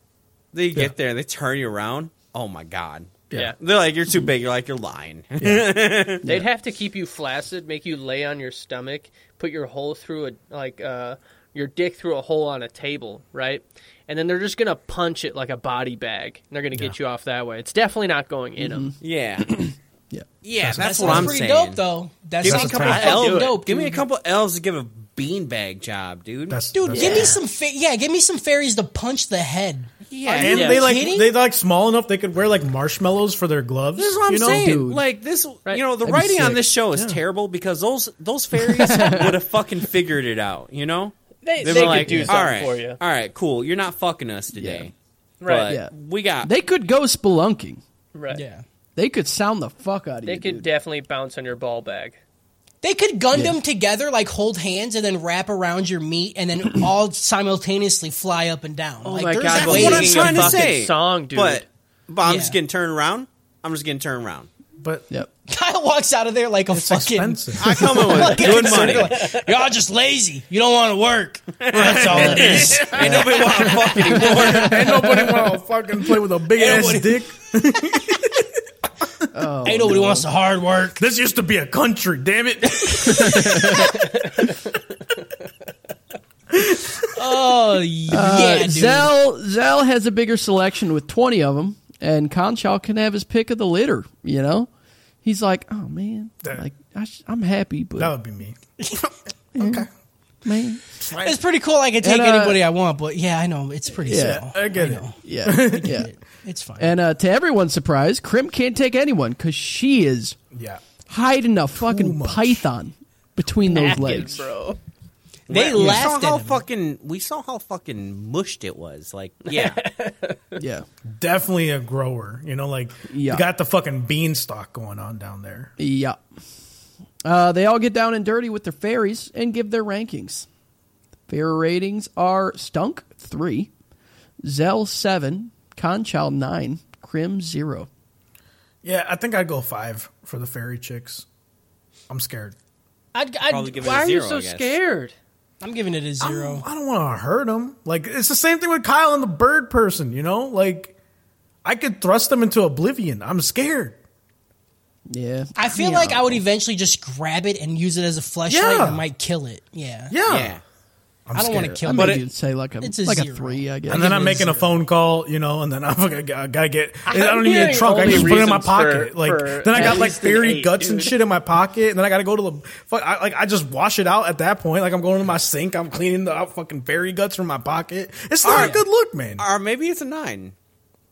[SPEAKER 6] They get
[SPEAKER 5] Yeah.
[SPEAKER 6] there, they turn you around. Oh my god.
[SPEAKER 7] Yeah.
[SPEAKER 6] They're like, you're too big. You're like, you're lying.
[SPEAKER 7] They'd have to keep you flaccid, make you lay on your stomach, put your hole through a like uh your dick through a hole on a table, right? And then they're just gonna punch it like a body bag. And they're gonna get you off that way. It's definitely not going in them.
[SPEAKER 6] yeah.
[SPEAKER 3] Yeah.
[SPEAKER 6] Yeah, that's,
[SPEAKER 4] That's
[SPEAKER 6] what I'm
[SPEAKER 4] pretty
[SPEAKER 6] saying.
[SPEAKER 4] dope, though. That's
[SPEAKER 6] Give me
[SPEAKER 4] not
[SPEAKER 6] a
[SPEAKER 5] That's
[SPEAKER 6] couple
[SPEAKER 5] a
[SPEAKER 6] of
[SPEAKER 5] fact.
[SPEAKER 4] fucking
[SPEAKER 6] L-
[SPEAKER 4] dope.
[SPEAKER 6] Give me a
[SPEAKER 4] dude.
[SPEAKER 6] couple elves to give a beanbag job, dude.
[SPEAKER 5] That's
[SPEAKER 4] Dude,
[SPEAKER 5] that's-
[SPEAKER 4] give me some. Fa- yeah, give me some fairies to punch the head.
[SPEAKER 6] yeah.
[SPEAKER 5] And
[SPEAKER 7] Yeah.
[SPEAKER 5] they like
[SPEAKER 4] kidding?
[SPEAKER 5] they like small enough they could wear like marshmallows for their gloves.
[SPEAKER 6] This is what I'm
[SPEAKER 5] you know?
[SPEAKER 6] saying.
[SPEAKER 3] Dude.
[SPEAKER 6] Like this,
[SPEAKER 7] Right.
[SPEAKER 6] you know, the
[SPEAKER 3] That'd be
[SPEAKER 6] writing on
[SPEAKER 3] sick.
[SPEAKER 6] this show is terrible because those those fairies would have fucking figured it out. You know, They'd
[SPEAKER 7] They, they
[SPEAKER 6] be
[SPEAKER 7] could
[SPEAKER 6] like,
[SPEAKER 7] do
[SPEAKER 6] all
[SPEAKER 7] something
[SPEAKER 6] right,
[SPEAKER 7] for you.
[SPEAKER 6] all right, cool. You're not fucking us today,
[SPEAKER 7] Right.
[SPEAKER 6] But
[SPEAKER 3] Yeah.
[SPEAKER 6] we got
[SPEAKER 3] They could go spelunking.
[SPEAKER 7] Right.
[SPEAKER 4] Yeah,
[SPEAKER 3] They could sound the fuck out of
[SPEAKER 7] They
[SPEAKER 3] you.
[SPEAKER 7] could
[SPEAKER 3] dude.
[SPEAKER 7] definitely bounce on your ball bag.
[SPEAKER 4] they could Gundam together, like hold hands and then wrap around your meat, and then all simultaneously fly up and down. Oh like, there's
[SPEAKER 6] that's
[SPEAKER 4] ways-
[SPEAKER 6] what I'm
[SPEAKER 7] singing
[SPEAKER 6] trying
[SPEAKER 7] a
[SPEAKER 6] to
[SPEAKER 7] fucking
[SPEAKER 6] say.
[SPEAKER 7] Song, dude.
[SPEAKER 6] But, but I'm just
[SPEAKER 4] Yeah.
[SPEAKER 6] getting turned around. I'm just getting turned around.
[SPEAKER 5] But
[SPEAKER 3] Yep.
[SPEAKER 4] Kyle walks out of there like a
[SPEAKER 5] it's
[SPEAKER 4] fucking.
[SPEAKER 5] expensive.
[SPEAKER 6] I come in with good money.
[SPEAKER 4] Y'all just lazy. You don't want to work. That's all it is.
[SPEAKER 6] Ain't nobody want to fuck anymore.
[SPEAKER 5] Ain't nobody want to fucking play with a big ass
[SPEAKER 4] nobody-
[SPEAKER 5] dick.
[SPEAKER 4] Ain't nobody wants the hard work.
[SPEAKER 5] This used to be a country, damn it.
[SPEAKER 4] Oh yeah, dude.
[SPEAKER 3] Zell Zell has a bigger selection with twenty of them, and Conchow can have his pick of the litter. You know, he's like, oh man,
[SPEAKER 5] That-
[SPEAKER 3] like I sh- I'm happy, but
[SPEAKER 5] That would be me. okay.
[SPEAKER 3] man,
[SPEAKER 4] it's pretty cool. I can take
[SPEAKER 3] And, uh,
[SPEAKER 4] anybody I want, but yeah, I know it's pretty
[SPEAKER 3] Yeah,
[SPEAKER 4] small.
[SPEAKER 5] I get it.
[SPEAKER 3] yeah, yeah.
[SPEAKER 4] It's fine.
[SPEAKER 3] And uh, to everyone's surprise, Krim can't take anyone because she is
[SPEAKER 5] Yeah.
[SPEAKER 3] hiding a fucking
[SPEAKER 5] much.
[SPEAKER 3] python between those
[SPEAKER 7] Fucking
[SPEAKER 3] legs.
[SPEAKER 7] bro.
[SPEAKER 4] They
[SPEAKER 6] we
[SPEAKER 4] laughed
[SPEAKER 6] saw how
[SPEAKER 4] at him.
[SPEAKER 6] fucking we saw how fucking mushed it was. Like, yeah,
[SPEAKER 3] Yeah.
[SPEAKER 5] Definitely a grower. You know, like
[SPEAKER 3] Yeah.
[SPEAKER 5] you got the fucking beanstalk going on down there.
[SPEAKER 3] Yeah. Uh, they all get down and dirty with their fairies and give their rankings. Fair ratings are Stunk, 3, Zell, 7, Conchal, 9, Crim, 0.
[SPEAKER 5] Yeah, I think I'd go five for the fairy chicks. I'm scared.
[SPEAKER 4] I'd, I'd,
[SPEAKER 6] Probably give it a
[SPEAKER 7] Why are you
[SPEAKER 6] zero,
[SPEAKER 7] so
[SPEAKER 6] I guess.
[SPEAKER 7] scared?
[SPEAKER 4] I'm giving it a zero.
[SPEAKER 5] I don't want to hurt him. Like it's the same thing with Kyle and the bird person. You know, like I could thrust them into oblivion. I'm scared.
[SPEAKER 3] Yeah.
[SPEAKER 4] I feel like I would eventually just grab it and use it as a flashlight and
[SPEAKER 5] Yeah.
[SPEAKER 4] I might kill it. Yeah.
[SPEAKER 5] Yeah,
[SPEAKER 6] yeah.
[SPEAKER 5] I'm
[SPEAKER 4] I don't want to
[SPEAKER 5] scared.
[SPEAKER 4] kill
[SPEAKER 3] I
[SPEAKER 4] it.
[SPEAKER 3] made you say like a,
[SPEAKER 4] it's a
[SPEAKER 3] like a
[SPEAKER 4] zero.
[SPEAKER 3] 3, I guess.
[SPEAKER 5] And then I'm
[SPEAKER 4] it a
[SPEAKER 5] making a
[SPEAKER 4] zero.
[SPEAKER 5] phone call, you know, and then I'm like, I gotta, gotta get. I don't
[SPEAKER 7] I'm
[SPEAKER 5] need a
[SPEAKER 7] hearing
[SPEAKER 5] trunk. I can
[SPEAKER 7] only
[SPEAKER 5] just put it in my
[SPEAKER 7] reasons
[SPEAKER 5] pocket.
[SPEAKER 7] for-
[SPEAKER 5] like
[SPEAKER 7] for
[SPEAKER 5] then I
[SPEAKER 7] at
[SPEAKER 5] got like
[SPEAKER 7] least an
[SPEAKER 5] fairy
[SPEAKER 7] eight,
[SPEAKER 5] guts and
[SPEAKER 7] dude.
[SPEAKER 5] shit in my pocket, and then I gotta go to the fuck. I, like I just wash it out at that point. Like I'm going to my sink. I'm cleaning the out fucking fairy guts from my pocket. It's not a good look, man.
[SPEAKER 6] Or maybe it's a nine.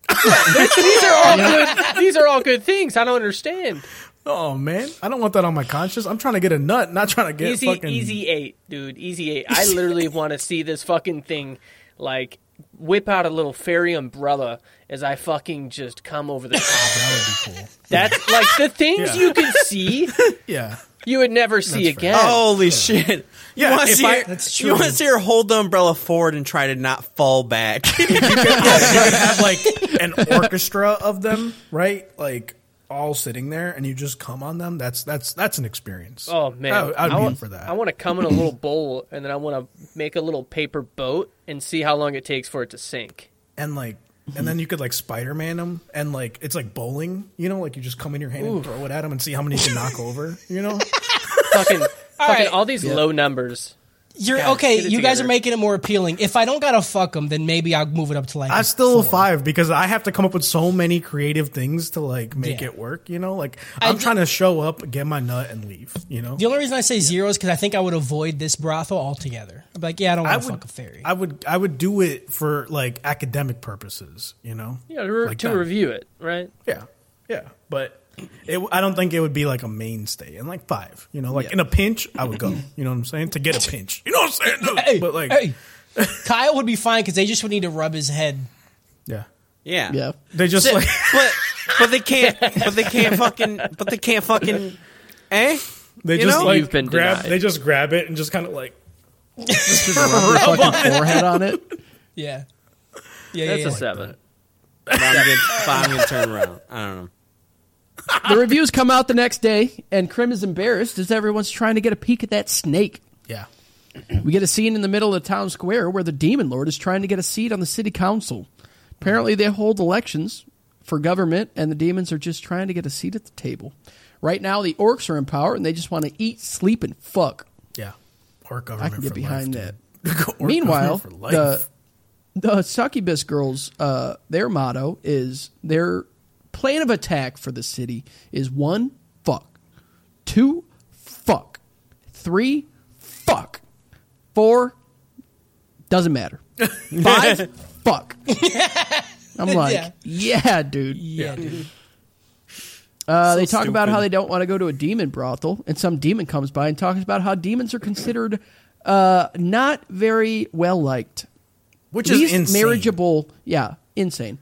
[SPEAKER 7] These are all good. These are all good things. I don't understand.
[SPEAKER 5] Oh man, I don't want that on my conscience. I'm trying to get a nut, not trying to get
[SPEAKER 7] easy,
[SPEAKER 5] fucking
[SPEAKER 7] easy eight, dude. Easy eight. I literally want to see this fucking thing, like whip out a little fairy umbrella as I fucking just come over the top.
[SPEAKER 5] That would be cool.
[SPEAKER 7] That's like the things
[SPEAKER 5] Yeah.
[SPEAKER 7] you can see,
[SPEAKER 5] Yeah.
[SPEAKER 7] you would never see
[SPEAKER 5] That's fair.
[SPEAKER 7] again.
[SPEAKER 6] Holy shit!
[SPEAKER 5] Yeah,
[SPEAKER 6] you want to
[SPEAKER 5] if
[SPEAKER 6] see
[SPEAKER 5] I-
[SPEAKER 6] her,
[SPEAKER 5] that's
[SPEAKER 6] You
[SPEAKER 5] true.
[SPEAKER 6] want to see her hold the umbrella forward and try to not fall back.
[SPEAKER 5] you could have like an orchestra of them, right? Like all sitting there, and you just come on them. That's that's that's an experience.
[SPEAKER 7] Oh man,
[SPEAKER 5] I, would- I'd be in
[SPEAKER 7] want,
[SPEAKER 5] for that.
[SPEAKER 7] I want to come in a little bowl, and then I want to make a little paper boat and see how long it takes for it to sink.
[SPEAKER 5] and like, and then you could like Spider Man them, and like it's like bowling. You know, like you just come in your hand and throw it at them and see how many you can knock over. You know,
[SPEAKER 7] Fucking, all, fucking
[SPEAKER 4] right.
[SPEAKER 7] all these low numbers.
[SPEAKER 4] You're
[SPEAKER 7] Yeah,
[SPEAKER 4] okay.
[SPEAKER 7] get it
[SPEAKER 4] You guys are
[SPEAKER 7] together.
[SPEAKER 4] making it more appealing. If I don't gotta fuck them, then maybe I'll move it up to like.
[SPEAKER 5] I still five because I have to come up with so many creative things to like make
[SPEAKER 4] Yeah.
[SPEAKER 5] it work. You know, like I'm
[SPEAKER 4] ju-
[SPEAKER 5] trying to show up, get my nut, and leave. You know,
[SPEAKER 4] the only reason I say zero is because I think I would avoid this brothel altogether. I'm like, yeah, I don't
[SPEAKER 5] I
[SPEAKER 4] want to
[SPEAKER 5] would
[SPEAKER 4] fuck a fairy.
[SPEAKER 5] I would I would do it for like academic purposes, you know.
[SPEAKER 7] Yeah, to, re-
[SPEAKER 5] Like
[SPEAKER 7] to
[SPEAKER 5] that.
[SPEAKER 7] review it, right?
[SPEAKER 5] Yeah, yeah, but it, I don't think it would be like a mainstay. And like five, you know, like in a pinch, I would go. You know what I'm saying? To get a pinch, you know what I'm saying? No,
[SPEAKER 4] hey,
[SPEAKER 5] but like,
[SPEAKER 4] hey, Kyle would be fine because they just would need to rub his head.
[SPEAKER 5] yeah,
[SPEAKER 6] yeah,
[SPEAKER 3] Yeah.
[SPEAKER 5] they just like
[SPEAKER 6] but but they can't. But they can't fucking. But they can't fucking. Eh?
[SPEAKER 5] they
[SPEAKER 6] You
[SPEAKER 5] just
[SPEAKER 6] know?
[SPEAKER 5] like
[SPEAKER 7] You've been
[SPEAKER 5] grab
[SPEAKER 7] denied.
[SPEAKER 5] they just grab it and just kind of like
[SPEAKER 3] Your fucking forehead on it.
[SPEAKER 4] Yeah, yeah, yeah.
[SPEAKER 7] That's
[SPEAKER 4] yeah.
[SPEAKER 7] a seven.
[SPEAKER 6] But I'm gonna, but I'm gonna turn around. I don't know.
[SPEAKER 3] The reviews come out the next day, and Crim is embarrassed as everyone's trying to get a peek at that snake.
[SPEAKER 5] yeah.
[SPEAKER 3] We get a scene in the middle of the town square where the demon lord is trying to get a seat on the city council. Apparently, they hold elections for government, and the demons are just trying to get a seat at the table. Right now, the orcs are in power, and they just want to eat, sleep, and fuck.
[SPEAKER 5] Yeah, or
[SPEAKER 3] I
[SPEAKER 5] government.
[SPEAKER 3] can get
[SPEAKER 5] for
[SPEAKER 3] behind
[SPEAKER 5] life,
[SPEAKER 3] that.
[SPEAKER 5] Or
[SPEAKER 3] Meanwhile,
[SPEAKER 5] government for
[SPEAKER 3] the
[SPEAKER 5] life.
[SPEAKER 3] the succubus girls, uh, their motto is their plan of attack for the city is one fuck, two fuck, three fuck, four doesn't matter, five fuck. I'm like, yeah, dude.
[SPEAKER 4] yeah, dude.
[SPEAKER 3] Uh, they talk about how they don't want to go to a demon brothel, and some demon comes by and talks about how demons are considered uh, not very well liked,
[SPEAKER 5] which is
[SPEAKER 3] least
[SPEAKER 5] insane.
[SPEAKER 3] marriageable. Yeah, insane.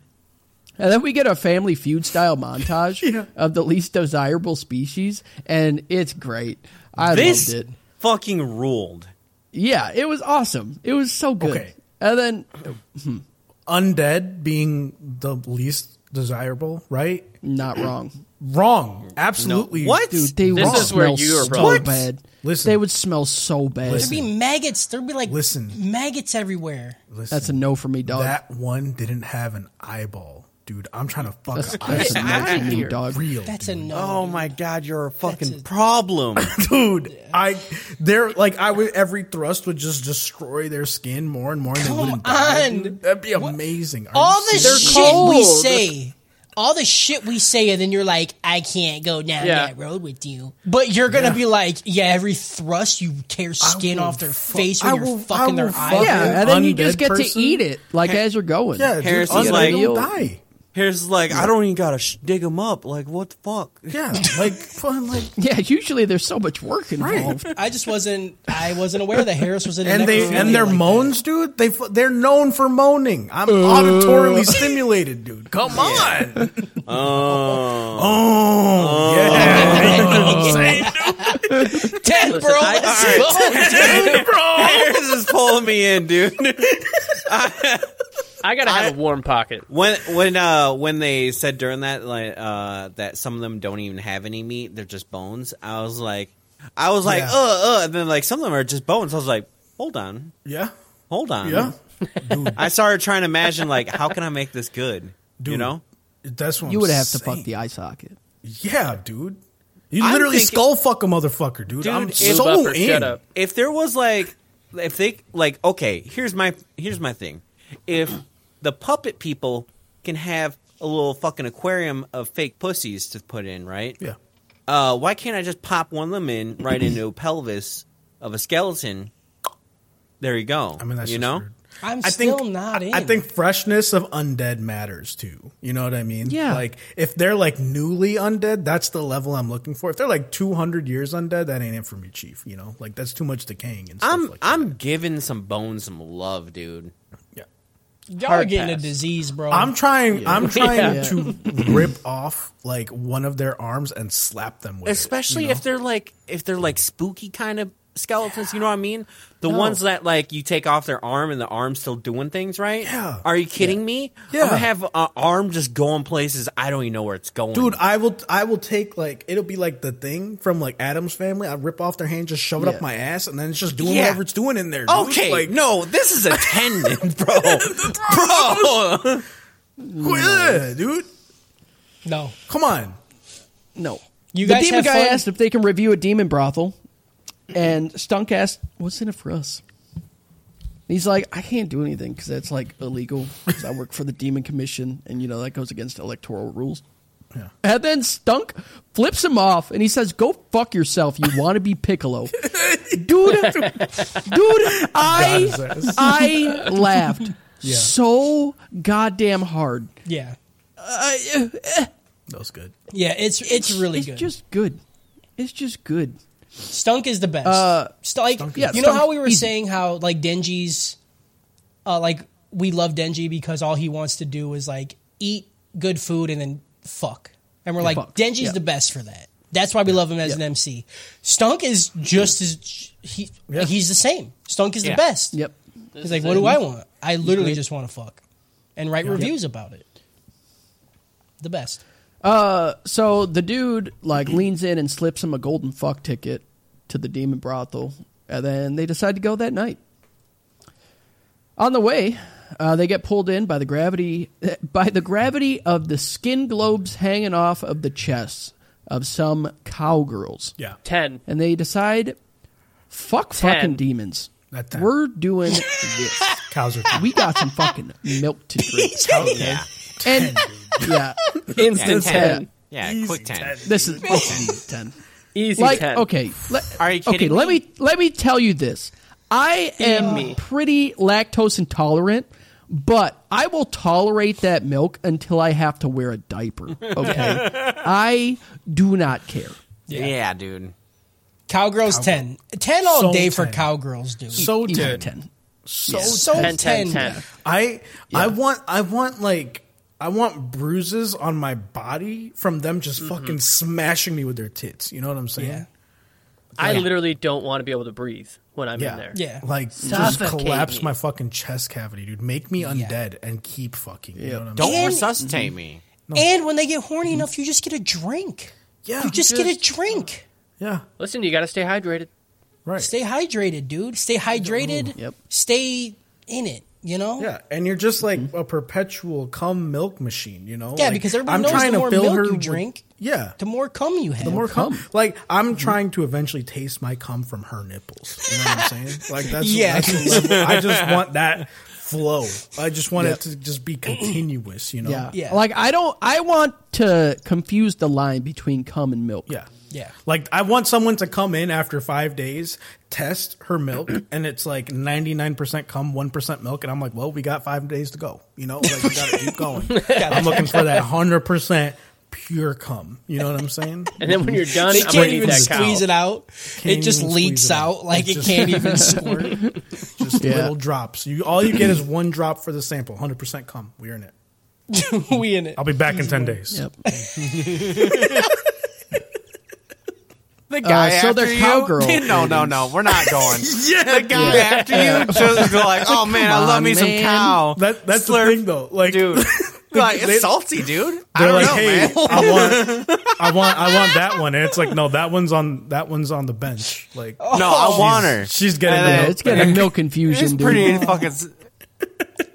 [SPEAKER 3] And then we get a family feud style montage
[SPEAKER 5] Yeah.
[SPEAKER 3] of the least desirable species, and it's great. I
[SPEAKER 6] This
[SPEAKER 3] loved it.
[SPEAKER 6] fucking ruled.
[SPEAKER 3] Yeah, it was awesome. It was so good.
[SPEAKER 5] Okay.
[SPEAKER 3] And then,
[SPEAKER 5] Undead being the least desirable, right?
[SPEAKER 3] not wrong,
[SPEAKER 5] Wrong. Absolutely.
[SPEAKER 6] What?
[SPEAKER 3] dude. They
[SPEAKER 7] This
[SPEAKER 3] would
[SPEAKER 7] is where
[SPEAKER 3] smell
[SPEAKER 7] you are
[SPEAKER 3] so
[SPEAKER 7] wrong.
[SPEAKER 3] bad.
[SPEAKER 5] Listen.
[SPEAKER 3] they would smell so bad.
[SPEAKER 5] Listen.
[SPEAKER 4] There'd be maggots. There'd be like
[SPEAKER 5] Listen.
[SPEAKER 4] maggots everywhere.
[SPEAKER 5] Listen.
[SPEAKER 3] That's a no for me, dog.
[SPEAKER 5] That one didn't have an eyeball, dude. I'm trying to fuck
[SPEAKER 3] That's,
[SPEAKER 5] an
[SPEAKER 3] that's a no
[SPEAKER 5] eyeball.
[SPEAKER 3] for me, dog.
[SPEAKER 5] Real,
[SPEAKER 4] That's a no.
[SPEAKER 6] Oh my god, you're a fucking
[SPEAKER 4] a-
[SPEAKER 6] problem.
[SPEAKER 5] dude. I there like I would every thrust would just destroy their skin more and more. And they
[SPEAKER 4] Come
[SPEAKER 5] wouldn't die,
[SPEAKER 4] on.
[SPEAKER 5] dude. that'd be amazing. Are
[SPEAKER 4] all
[SPEAKER 5] you
[SPEAKER 4] the
[SPEAKER 5] serious?
[SPEAKER 4] shit we say, all the shit we say, and then you're like, I can't go down
[SPEAKER 7] Yeah.
[SPEAKER 4] that road with you. But you're gonna be like, yeah, every thrust you tear skin
[SPEAKER 5] will
[SPEAKER 4] off their
[SPEAKER 5] fu-
[SPEAKER 4] face when
[SPEAKER 5] I
[SPEAKER 4] you're
[SPEAKER 5] will- I
[SPEAKER 4] fucking their
[SPEAKER 5] will
[SPEAKER 4] eye.
[SPEAKER 5] fuck
[SPEAKER 4] out.
[SPEAKER 3] Yeah, and then you
[SPEAKER 5] Undead
[SPEAKER 3] just get
[SPEAKER 5] person?
[SPEAKER 3] to eat it like as you're going.
[SPEAKER 5] yeah, dude,
[SPEAKER 6] Harris is
[SPEAKER 5] undead
[SPEAKER 6] like-
[SPEAKER 5] don't die.
[SPEAKER 6] Here's like, I don't even gotta sh- dig him up. Like, what the fuck?
[SPEAKER 5] Yeah, like fun, like
[SPEAKER 3] Yeah, usually there's so much work involved.
[SPEAKER 4] I just wasn't. I wasn't aware that Harris was in.
[SPEAKER 5] and they
[SPEAKER 4] necrophilia
[SPEAKER 5] and their
[SPEAKER 4] like
[SPEAKER 5] moans, dude. They f- they're known for moaning. I'm auditorily
[SPEAKER 3] Uh.
[SPEAKER 5] stimulated, dude. Come on. Oh, yeah. You know what I'm saying,
[SPEAKER 4] that. Ten, bro.
[SPEAKER 6] I-
[SPEAKER 4] let's go.
[SPEAKER 5] dude? Bro.
[SPEAKER 6] Harris is pulling me in, dude.
[SPEAKER 7] I gotta have a warm pocket.
[SPEAKER 6] When when uh when they said during that like uh that some of them don't even have any meat, they're just bones. I was like, I was like,
[SPEAKER 5] Yeah.
[SPEAKER 6] uh uh, and then like some of them are just bones. I was like, hold on,
[SPEAKER 5] Yeah,
[SPEAKER 6] hold on.
[SPEAKER 5] yeah.
[SPEAKER 6] I started trying to imagine like how can I make this good? you
[SPEAKER 5] Dude,
[SPEAKER 6] know,
[SPEAKER 5] That's what
[SPEAKER 3] You
[SPEAKER 5] I'm
[SPEAKER 3] would have to
[SPEAKER 5] saying.
[SPEAKER 3] fuck the eye socket.
[SPEAKER 5] Yeah, dude. You
[SPEAKER 6] I'm
[SPEAKER 5] literally
[SPEAKER 6] thinking-
[SPEAKER 5] skull fuck a motherfucker, dude.
[SPEAKER 6] Dude,
[SPEAKER 5] I'm
[SPEAKER 6] it-
[SPEAKER 7] Move
[SPEAKER 5] so
[SPEAKER 7] up or
[SPEAKER 5] in.
[SPEAKER 7] shut up.
[SPEAKER 6] if there was like if they like okay here's my here's my thing if the puppet people can have a little fucking aquarium of fake pussies to put in right
[SPEAKER 5] Yeah.
[SPEAKER 6] uh why can't i just pop one of them in right into a pelvis of a skeleton there you go
[SPEAKER 5] I mean, that's
[SPEAKER 6] you
[SPEAKER 5] just
[SPEAKER 6] know
[SPEAKER 5] rude.
[SPEAKER 4] I'm
[SPEAKER 5] I think
[SPEAKER 4] still not
[SPEAKER 5] I-
[SPEAKER 4] in.
[SPEAKER 5] I think freshness of undead matters too. You know what I mean?
[SPEAKER 3] Yeah.
[SPEAKER 5] Like if they're like newly undead, that's the level I'm looking for. If they're like 200 years undead, that ain't it for me, chief. You know, like that's too much decaying and stuff
[SPEAKER 6] i'm
[SPEAKER 5] like that.
[SPEAKER 6] i'm giving some bones some love dude
[SPEAKER 4] y'all are getting
[SPEAKER 7] pass.
[SPEAKER 4] a disease, bro.
[SPEAKER 5] I'm trying. I'm trying
[SPEAKER 4] Yeah.
[SPEAKER 5] to rip off like one of their arms and slap them with. it,
[SPEAKER 6] especially
[SPEAKER 5] you know?
[SPEAKER 6] if they're like if they're like spooky kind of skeletons you know what i mean the ones that like you take off their arm and the arm's still doing things right
[SPEAKER 5] Yeah.
[SPEAKER 6] are you kidding me
[SPEAKER 5] Yeah.
[SPEAKER 6] i'm gonna have an arm just going places i don't even know where it's going
[SPEAKER 5] Dude, I will. I will take like it'll be like the thing from like Adam's family. I rip off their hand, just shove it
[SPEAKER 3] Yeah.
[SPEAKER 5] up my ass, and then it's just doing
[SPEAKER 6] Yeah.
[SPEAKER 5] whatever it's doing in there. dude.
[SPEAKER 6] okay
[SPEAKER 5] like
[SPEAKER 6] no this is a tendon bro bro
[SPEAKER 5] yeah, dude,
[SPEAKER 4] no.
[SPEAKER 5] come on.
[SPEAKER 3] No.
[SPEAKER 4] You
[SPEAKER 3] the
[SPEAKER 4] guys
[SPEAKER 3] demon
[SPEAKER 4] have
[SPEAKER 3] guy
[SPEAKER 4] fun?
[SPEAKER 3] asked if they can review a demon brothel, and Stunk asked, "What's in it for us?" He's like, "I can't do anything because that's like illegal. 'cause I work for the demon commission, and you know that goes against electoral rules."
[SPEAKER 5] Yeah.
[SPEAKER 3] And then Stunk flips him off, and he says, "Go fuck yourself. You want to be Piccolo, dude? Dude,
[SPEAKER 5] Got
[SPEAKER 3] I
[SPEAKER 5] his ass.
[SPEAKER 3] I laughed so goddamn hard.
[SPEAKER 4] Yeah.
[SPEAKER 5] That was good.
[SPEAKER 4] Yeah. It's it's, really
[SPEAKER 3] it's
[SPEAKER 4] good.
[SPEAKER 3] just good. It's just good."
[SPEAKER 4] Stunk is the best. St- like
[SPEAKER 5] Stunk is the
[SPEAKER 4] you know
[SPEAKER 3] best.
[SPEAKER 4] how we were
[SPEAKER 3] Uh, Easy.
[SPEAKER 4] saying how like Denji's, uh, like we love Denji because all he wants to do is like eat good food and then fuck, and we're like
[SPEAKER 3] fuck.
[SPEAKER 4] Denji's
[SPEAKER 3] Yeah.
[SPEAKER 4] the best for that. That's why we love him as
[SPEAKER 3] Yeah.
[SPEAKER 4] an MC. Stunk is just as he like, he's the same. Stunk is
[SPEAKER 6] Yeah.
[SPEAKER 4] the best.
[SPEAKER 3] Yep.
[SPEAKER 4] He's like, what do I want? I literally just want to fuck, and write reviews about it. The best.
[SPEAKER 3] So the dude like leans in and slips him a golden fuck ticket to the demon brothel, and then they decide to go that night. On the way, uh, they get pulled in by the gravity by the gravity of the skin globes hanging off of the chests of some cowgirls,
[SPEAKER 5] Yeah,
[SPEAKER 7] Ten.
[SPEAKER 3] and they decide, "Fuck
[SPEAKER 7] Ten.
[SPEAKER 3] fucking demons,
[SPEAKER 5] Not ten.
[SPEAKER 3] we're doing this.
[SPEAKER 5] cows are.
[SPEAKER 3] We got some fucking milk to drink."
[SPEAKER 6] yeah
[SPEAKER 3] And yeah,
[SPEAKER 7] Instant
[SPEAKER 6] Yeah,
[SPEAKER 7] ten.
[SPEAKER 6] yeah
[SPEAKER 5] Easy
[SPEAKER 6] quick 10
[SPEAKER 5] ten.
[SPEAKER 3] this is this is ten.
[SPEAKER 7] Easy
[SPEAKER 3] like
[SPEAKER 7] ten.
[SPEAKER 3] okay le-
[SPEAKER 6] Are you
[SPEAKER 3] okay
[SPEAKER 6] kidding
[SPEAKER 3] let
[SPEAKER 6] me?
[SPEAKER 3] me let me tell you this i am
[SPEAKER 7] me.
[SPEAKER 3] pretty lactose intolerant but i will tolerate that milk until i have to wear a diaper okay i do not care
[SPEAKER 6] yeah. dude
[SPEAKER 4] Cowgirls ten. Ten all
[SPEAKER 5] So
[SPEAKER 4] day for
[SPEAKER 5] 10.
[SPEAKER 4] cowgirls, dude.
[SPEAKER 5] So
[SPEAKER 3] Even
[SPEAKER 5] dead.
[SPEAKER 3] 10
[SPEAKER 5] So
[SPEAKER 4] so 10,
[SPEAKER 7] Ten, ten, ten.
[SPEAKER 5] I I want I want like I want bruises on my body from them just fucking smashing me with their tits. You know what I'm saying?
[SPEAKER 4] Yeah.
[SPEAKER 7] I literally don't want to be able to breathe when I'm in
[SPEAKER 5] Yeah.
[SPEAKER 7] there.
[SPEAKER 4] Yeah.
[SPEAKER 5] Like just
[SPEAKER 4] Suffocate
[SPEAKER 5] collapse
[SPEAKER 4] me.
[SPEAKER 5] my fucking chest cavity, dude. Make me undead and keep fucking. You know what I'm
[SPEAKER 6] don't
[SPEAKER 4] And-
[SPEAKER 6] resuscitate me
[SPEAKER 4] And when they get
[SPEAKER 5] Mm-hmm.
[SPEAKER 4] horny enough, you just get a drink.
[SPEAKER 5] Yeah.
[SPEAKER 4] You just get a drink.
[SPEAKER 5] Yeah.
[SPEAKER 7] Listen, you got to stay hydrated.
[SPEAKER 5] Right.
[SPEAKER 4] Stay hydrated, dude. Stay hydrated.
[SPEAKER 3] Yep.
[SPEAKER 4] Stay in it, you know?
[SPEAKER 5] yeah, and you're just like a perpetual cum milk machine, you know?
[SPEAKER 4] Yeah,
[SPEAKER 5] Like,
[SPEAKER 4] because everybody knows the more
[SPEAKER 5] fill
[SPEAKER 4] milk
[SPEAKER 5] her
[SPEAKER 4] you
[SPEAKER 5] with-
[SPEAKER 4] drink,
[SPEAKER 5] yeah.
[SPEAKER 4] the more cum you have.
[SPEAKER 5] The more cum. Like I'm trying to eventually taste my cum from her nipples. You know what I'm saying? Like that's
[SPEAKER 4] Yeah.
[SPEAKER 5] that's the level. I just want that flow. I just want it to just be
[SPEAKER 6] Oh,
[SPEAKER 5] continuous. You know?
[SPEAKER 3] yeah.
[SPEAKER 4] Yeah.
[SPEAKER 3] like i don't i want to confuse the line between cum and milk
[SPEAKER 5] Yeah.
[SPEAKER 4] Yeah.
[SPEAKER 5] Like I want someone to come in after five days, test her milk, and it's like ninety nine percent cum, one percent milk, and I'm like, well, we got five days to go. You know, like we gotta keep going. I'm looking for that hundred percent pure cum. You know what I'm saying?
[SPEAKER 7] And then when you're done,
[SPEAKER 4] They
[SPEAKER 7] I'm
[SPEAKER 4] can't
[SPEAKER 7] gonna eat
[SPEAKER 4] even
[SPEAKER 7] that
[SPEAKER 4] squeeze
[SPEAKER 7] cow.
[SPEAKER 4] it out. it
[SPEAKER 5] Can't
[SPEAKER 4] just
[SPEAKER 5] even
[SPEAKER 4] leaks
[SPEAKER 5] squeeze it out.
[SPEAKER 4] out. Like
[SPEAKER 5] It's
[SPEAKER 4] it
[SPEAKER 5] just-
[SPEAKER 4] can't even squirt.
[SPEAKER 5] Just
[SPEAKER 3] Yeah.
[SPEAKER 5] little drops. You all you get is one drop for the sample, hundred percent cum. We're in it.
[SPEAKER 4] we in it.
[SPEAKER 5] I'll be back in ten days.
[SPEAKER 3] Yep.
[SPEAKER 6] The guy
[SPEAKER 3] so
[SPEAKER 6] after
[SPEAKER 3] they're
[SPEAKER 6] you?
[SPEAKER 3] cowgirl
[SPEAKER 6] no, no, no. We're not going. yeah, the guy after you just go like, oh man, I
[SPEAKER 3] come
[SPEAKER 6] love
[SPEAKER 3] on,
[SPEAKER 6] me some
[SPEAKER 3] man."
[SPEAKER 6] cow.
[SPEAKER 5] That that's
[SPEAKER 6] Slurp.
[SPEAKER 5] the thing though. Like
[SPEAKER 6] dude. like
[SPEAKER 5] they-
[SPEAKER 6] it's salty, dude. I
[SPEAKER 5] They're
[SPEAKER 6] don't
[SPEAKER 5] like,
[SPEAKER 6] know,
[SPEAKER 5] hey,
[SPEAKER 6] man.
[SPEAKER 5] I want, I want, I want that one, and it's like, no, that one's on, that one's on the bench. Like,
[SPEAKER 6] No, I want her.
[SPEAKER 5] she's getting
[SPEAKER 6] And
[SPEAKER 5] the
[SPEAKER 6] then-
[SPEAKER 5] milk.
[SPEAKER 3] It's getting no confusion,
[SPEAKER 6] It's
[SPEAKER 3] dude.
[SPEAKER 6] pretty fucking.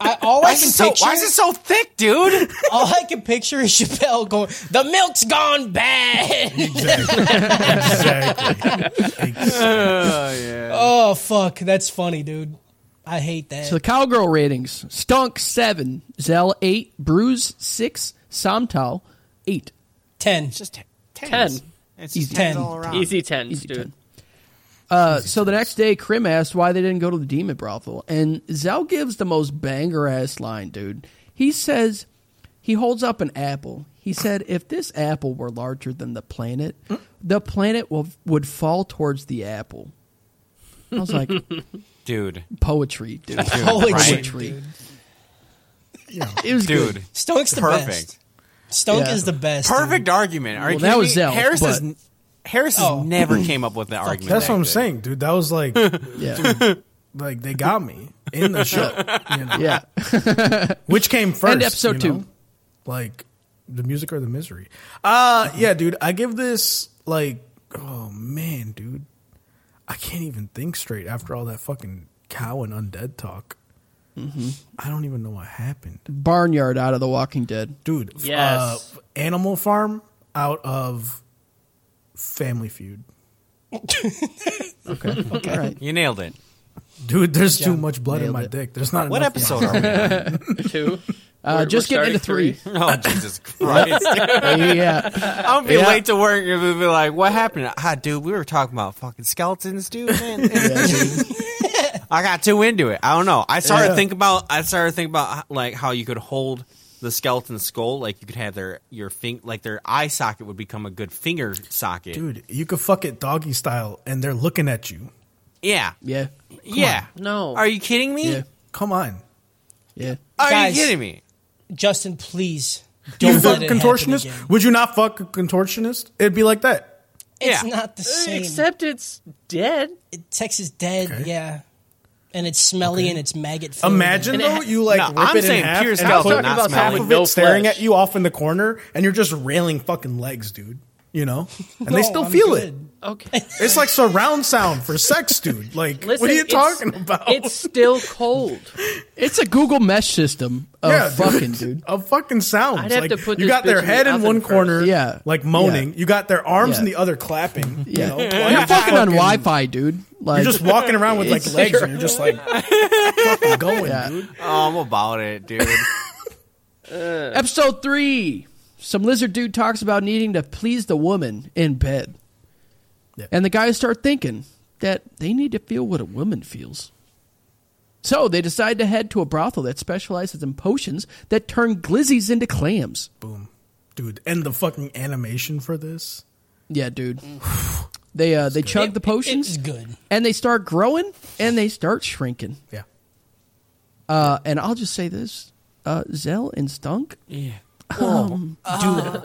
[SPEAKER 4] I, all
[SPEAKER 6] Why
[SPEAKER 4] I
[SPEAKER 6] is,
[SPEAKER 4] can
[SPEAKER 6] it so,
[SPEAKER 4] picture,
[SPEAKER 6] why is it so thick, dude?
[SPEAKER 4] all I can picture is Chappelle going, "The milk's gone bad."
[SPEAKER 5] Exactly. Exactly.
[SPEAKER 4] oh fuck, that's funny, dude. I hate that.
[SPEAKER 3] So the cowgirl ratings: Stunk seven, Zell eight, Bruise six, Somtal eight.
[SPEAKER 4] Ten.
[SPEAKER 6] Just t-
[SPEAKER 7] Ten.
[SPEAKER 6] tens. It's
[SPEAKER 3] Easy.
[SPEAKER 6] just tens
[SPEAKER 4] Ten.
[SPEAKER 6] all around.
[SPEAKER 7] Easy tens,
[SPEAKER 3] Easy
[SPEAKER 7] dude.
[SPEAKER 3] ten. Uh, so the next day, Krim asked why they didn't go to the demon brothel, and Zell gives the most banger ass line, dude. He says, he holds up an apple. He said, if this apple were larger than the planet, the planet will, would fall towards the apple. I was like,
[SPEAKER 6] dude.
[SPEAKER 3] poetry, dude.
[SPEAKER 4] Holy
[SPEAKER 6] Right.
[SPEAKER 4] shit,
[SPEAKER 3] Poetry.
[SPEAKER 4] dude.
[SPEAKER 3] It was good.
[SPEAKER 6] Dude,
[SPEAKER 4] Stunk's the best.
[SPEAKER 6] perfect,
[SPEAKER 4] Stunk
[SPEAKER 3] Yeah.
[SPEAKER 4] is the best. dude.
[SPEAKER 6] perfect argument. Are you
[SPEAKER 3] Well, that
[SPEAKER 6] kidding
[SPEAKER 3] was
[SPEAKER 6] me?
[SPEAKER 3] Zell,
[SPEAKER 6] Harris
[SPEAKER 3] but-
[SPEAKER 6] has n- Harris has
[SPEAKER 4] Oh.
[SPEAKER 6] never came up with that argument.
[SPEAKER 5] That's
[SPEAKER 6] that
[SPEAKER 5] what I'm
[SPEAKER 6] good.
[SPEAKER 5] saying, dude. That was like,
[SPEAKER 3] Yeah.
[SPEAKER 5] like they got me in the show. You know?
[SPEAKER 3] yeah.
[SPEAKER 5] Which came first?
[SPEAKER 3] And episode
[SPEAKER 5] you know?
[SPEAKER 3] two.
[SPEAKER 5] Like the music or the misery? Uh yeah, dude. I give this like, oh man, dude. I can't even think straight after all that fucking cow and undead talk.
[SPEAKER 3] Mm-hmm.
[SPEAKER 5] I don't even know what happened.
[SPEAKER 3] Barnyard out of The Walking Dead.
[SPEAKER 5] dude. f-
[SPEAKER 7] Yes.
[SPEAKER 5] uh, Animal Farm out of Family Feud.
[SPEAKER 3] Okay. okay. All right.
[SPEAKER 6] You nailed it.
[SPEAKER 5] Dude, there's too much blood in
[SPEAKER 3] Nailed
[SPEAKER 5] my
[SPEAKER 3] it.
[SPEAKER 5] dick. There's not
[SPEAKER 6] What
[SPEAKER 5] enough
[SPEAKER 6] episode are we? on?
[SPEAKER 7] Two.
[SPEAKER 3] Uh,
[SPEAKER 7] We're-
[SPEAKER 3] just
[SPEAKER 7] we're
[SPEAKER 3] get into
[SPEAKER 7] starting
[SPEAKER 3] three.
[SPEAKER 6] Oh Jesus Christ!
[SPEAKER 3] yeah.
[SPEAKER 6] I'm gonna be
[SPEAKER 3] Yeah.
[SPEAKER 6] late to work and we'll be like, "What happened?" Ah, dude, we were talking about fucking skeletons, dude. Man. I got too into it. I don't know. I started
[SPEAKER 5] Yeah.
[SPEAKER 6] think about. I started thinking about like how you could hold the skeleton skull, like you could have their your fing, like their eye socket would become a good finger socket.
[SPEAKER 5] Dude, you could fuck it doggy style and they're looking at you.
[SPEAKER 6] Yeah,
[SPEAKER 3] Yeah.
[SPEAKER 6] yeah.
[SPEAKER 7] No.
[SPEAKER 6] are you kidding me?
[SPEAKER 3] Yeah.
[SPEAKER 5] Come on.
[SPEAKER 3] Yeah.
[SPEAKER 6] Are
[SPEAKER 4] Guys,
[SPEAKER 6] you kidding me?
[SPEAKER 4] Justin, please
[SPEAKER 5] Do
[SPEAKER 4] don't
[SPEAKER 5] you
[SPEAKER 4] let
[SPEAKER 5] fuck
[SPEAKER 4] it
[SPEAKER 5] a
[SPEAKER 4] happen
[SPEAKER 5] contortionist?
[SPEAKER 4] again.
[SPEAKER 5] Would you not fuck a contortionist? It'd be like that.
[SPEAKER 4] It's
[SPEAKER 6] Yeah.
[SPEAKER 4] not the same.
[SPEAKER 7] Except it's dead.
[SPEAKER 4] Texas dead, yeah, and it's smelly and it's maggot. filled.
[SPEAKER 5] Imagine
[SPEAKER 7] And it
[SPEAKER 5] though,
[SPEAKER 7] ha-
[SPEAKER 5] you like
[SPEAKER 6] No,
[SPEAKER 5] rip
[SPEAKER 6] I'm
[SPEAKER 5] it in
[SPEAKER 6] saying
[SPEAKER 5] half
[SPEAKER 6] pure
[SPEAKER 5] and
[SPEAKER 6] skeleton,
[SPEAKER 5] put
[SPEAKER 6] not
[SPEAKER 5] half
[SPEAKER 6] smelly.
[SPEAKER 5] of it
[SPEAKER 7] No
[SPEAKER 5] staring
[SPEAKER 7] flesh.
[SPEAKER 5] at you off in the corner and you're just railing fucking legs, dude. You know? And they
[SPEAKER 4] No,
[SPEAKER 5] still
[SPEAKER 4] I'm
[SPEAKER 5] feel it.
[SPEAKER 4] good.
[SPEAKER 7] Okay.
[SPEAKER 5] It's like surround sound for sex, dude. Like
[SPEAKER 7] Listen,
[SPEAKER 5] what are you
[SPEAKER 7] it's-
[SPEAKER 5] talking about?
[SPEAKER 7] It's still cold.
[SPEAKER 3] It's a Google mesh system of
[SPEAKER 5] yeah,
[SPEAKER 3] fucking
[SPEAKER 5] dude.
[SPEAKER 3] dude.
[SPEAKER 5] Of fucking sounds.
[SPEAKER 7] I'd have
[SPEAKER 5] like,
[SPEAKER 7] to put
[SPEAKER 5] you
[SPEAKER 7] this
[SPEAKER 5] got their
[SPEAKER 7] bitch in
[SPEAKER 5] head
[SPEAKER 7] the
[SPEAKER 5] in
[SPEAKER 7] oven
[SPEAKER 5] one
[SPEAKER 7] first.
[SPEAKER 5] corner,
[SPEAKER 3] Yeah.
[SPEAKER 5] like moaning.
[SPEAKER 3] Yeah.
[SPEAKER 5] You got their arms
[SPEAKER 3] Yeah.
[SPEAKER 5] and the other clapping.
[SPEAKER 3] Yeah.
[SPEAKER 5] You know?
[SPEAKER 3] You're fucking on Wi Fi, dude. Like
[SPEAKER 5] You're just walking around with like legs, and you're just like fucking going, dude.
[SPEAKER 6] Oh, I'm about it, dude.
[SPEAKER 3] episode three. Some lizard dude talks about needing to please the woman in bed.
[SPEAKER 5] Yeah.
[SPEAKER 3] And the guys start thinking that they need to feel what a woman feels. So they decide to head to a brothel that specializes in potions that turn glizzies into clams.
[SPEAKER 5] Boom, dude. And the fucking animation for this.
[SPEAKER 3] Yeah, dude. They uh, they chug the potions
[SPEAKER 4] It's good.
[SPEAKER 3] and they start growing and they start shrinking.
[SPEAKER 5] Yeah,
[SPEAKER 3] Uh, and I'll just say this: uh, Zell and Stunk. um,
[SPEAKER 4] Oh.
[SPEAKER 5] they were
[SPEAKER 4] Don't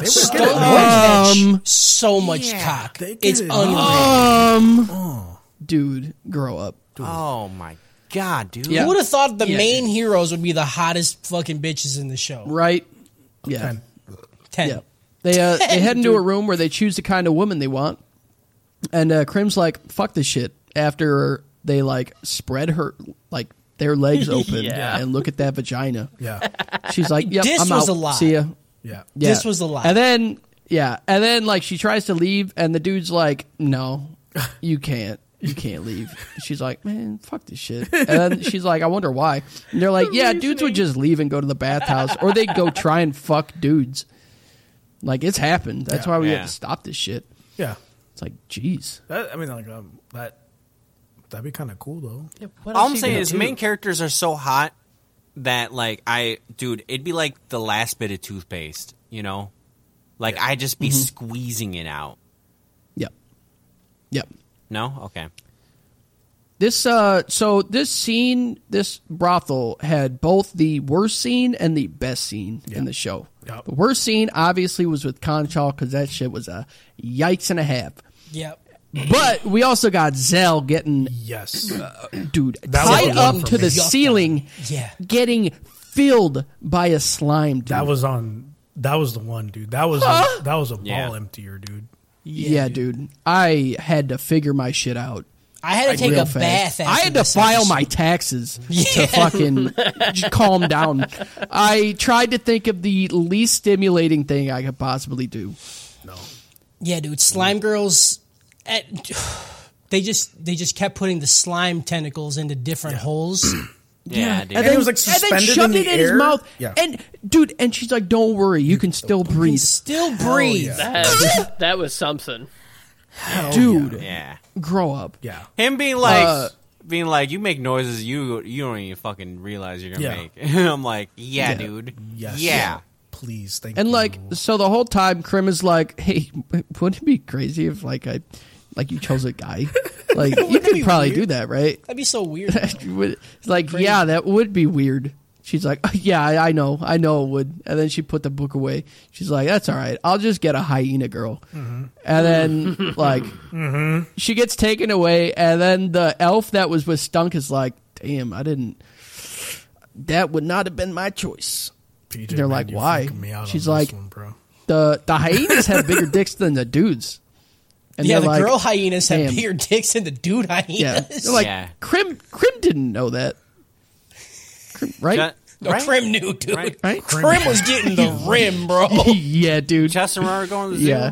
[SPEAKER 5] getting-
[SPEAKER 4] catch so much cock.
[SPEAKER 5] They get
[SPEAKER 4] It's
[SPEAKER 5] it.
[SPEAKER 4] unreal.
[SPEAKER 3] Oh. Dude, grow up.
[SPEAKER 6] oh my god, dude.
[SPEAKER 3] Yeah.
[SPEAKER 4] Who would have thought the
[SPEAKER 3] Yeah,
[SPEAKER 4] main heroes would be the hottest fucking bitches in the show?
[SPEAKER 3] Right? Yeah.
[SPEAKER 5] And
[SPEAKER 4] Ten.
[SPEAKER 3] Yeah. They uh, they head into a room where they choose the kind of woman they want, and uh, Crim's like, "Fuck this shit." After they like spread her like their legs open
[SPEAKER 7] Yeah.
[SPEAKER 3] and look at that vagina,
[SPEAKER 5] yeah,
[SPEAKER 3] she's like, "Yep,
[SPEAKER 4] This
[SPEAKER 3] I'm
[SPEAKER 4] was
[SPEAKER 3] out.
[SPEAKER 4] a lie.
[SPEAKER 3] See ya."
[SPEAKER 5] yeah,
[SPEAKER 3] Yeah.
[SPEAKER 4] This was a lie.
[SPEAKER 3] And then yeah, and then like she tries to leave, and the dude's like, "No, you can't." You can't leave. She's like, man, fuck this shit. And then she's like, I wonder why. And they're like, yeah, dudes would just leave and go to the bathhouse, or they'd go try and fuck dudes. Like it's happened. That's why we
[SPEAKER 6] Yeah.
[SPEAKER 3] had to stop this shit.
[SPEAKER 5] yeah.
[SPEAKER 3] like, jeez.
[SPEAKER 5] That, I mean, like um, that. That'd be kind of cool though.
[SPEAKER 6] All I'm saying is main characters are so hot that like I dude, it'd be like the last bit of toothpaste, you know? Like I'd just be squeezing it out.
[SPEAKER 3] Yep. Yep.
[SPEAKER 6] No? Okay.
[SPEAKER 3] This uh so this scene this brothel had both the worst scene and the best scene in the show.
[SPEAKER 5] Yep.
[SPEAKER 3] The worst scene obviously was with Conchal cuz that shit was a yikes and a half.
[SPEAKER 4] Yep.
[SPEAKER 3] But we also got Zell getting
[SPEAKER 5] Yes.
[SPEAKER 3] dude
[SPEAKER 5] That was
[SPEAKER 3] tied
[SPEAKER 5] the one
[SPEAKER 3] up
[SPEAKER 5] for
[SPEAKER 3] to the
[SPEAKER 5] me.
[SPEAKER 3] ceiling
[SPEAKER 4] Yeah.
[SPEAKER 3] getting filled by a slime dude.
[SPEAKER 5] that was on. That was the one, dude. That was a, that was a
[SPEAKER 6] Yeah.
[SPEAKER 5] ball emptier, dude.
[SPEAKER 3] yeah, dude. I had to figure my shit out.
[SPEAKER 4] I had to take
[SPEAKER 3] real
[SPEAKER 4] a
[SPEAKER 3] fast.
[SPEAKER 4] bath. After
[SPEAKER 3] I had to
[SPEAKER 4] this
[SPEAKER 3] file
[SPEAKER 4] episode.
[SPEAKER 3] my taxes to fucking j- calm down. I tried to think of the least stimulating thing I could possibly do.
[SPEAKER 4] Yeah, dude, slime girls. At, they just they just kept putting the slime tentacles into different holes.
[SPEAKER 6] Yeah, dude.
[SPEAKER 5] And then it was like suspended
[SPEAKER 3] and then shoved
[SPEAKER 5] in the
[SPEAKER 3] it in
[SPEAKER 5] air.
[SPEAKER 3] his mouth.
[SPEAKER 5] Yeah.
[SPEAKER 3] And dude, and she's like, "Don't worry, you can still
[SPEAKER 4] You
[SPEAKER 3] breathe."
[SPEAKER 4] still breathe.
[SPEAKER 7] That, that was something.
[SPEAKER 3] Dude,
[SPEAKER 6] yeah.
[SPEAKER 3] grow up.
[SPEAKER 5] yeah.
[SPEAKER 6] Him being like
[SPEAKER 3] Uh,
[SPEAKER 6] being like, you make noises you you don't even fucking realize you're gonna
[SPEAKER 5] Yeah.
[SPEAKER 6] make. I'm like, yeah,
[SPEAKER 3] Yeah.
[SPEAKER 6] dude.
[SPEAKER 5] Yes.
[SPEAKER 6] Yeah.
[SPEAKER 5] Please. Thank
[SPEAKER 3] And
[SPEAKER 5] you.
[SPEAKER 3] like, so the whole time, Krim is like, "Hey, wouldn't it be crazy if like I, like you chose a guy? Like you could probably do that, right?"
[SPEAKER 4] That'd be so weird.
[SPEAKER 3] You would- it's like, yeah, that would be weird. She's like, yeah, I, I know, I know it would. And then she put the book away. She's like, that's all right. I'll just get a hyena girl. And then like, she gets taken away. And then the elf that was with Stunk is like, damn, I didn't. That would not have been my choice.
[SPEAKER 5] PJ,
[SPEAKER 3] they're
[SPEAKER 5] man,
[SPEAKER 3] like,
[SPEAKER 5] you're
[SPEAKER 3] why?
[SPEAKER 5] freaking me out on
[SPEAKER 3] She's
[SPEAKER 5] this
[SPEAKER 3] like-
[SPEAKER 5] one, bro.
[SPEAKER 3] The the hyenas have bigger dicks than the dudes. And they're
[SPEAKER 4] yeah, the
[SPEAKER 3] like,
[SPEAKER 4] girl hyenas have
[SPEAKER 3] damn.
[SPEAKER 4] bigger dicks than the dude hyenas.
[SPEAKER 3] Yeah, they're like,
[SPEAKER 6] Yeah.
[SPEAKER 3] Krim Krim didn't know that, Krim, right?
[SPEAKER 6] Ju-
[SPEAKER 4] no, Krim knew, dude.
[SPEAKER 6] Right.
[SPEAKER 3] right?
[SPEAKER 4] Krim was getting the rim, bro.
[SPEAKER 3] yeah, dude.
[SPEAKER 6] Justin remember going to the zoo?
[SPEAKER 3] Yeah.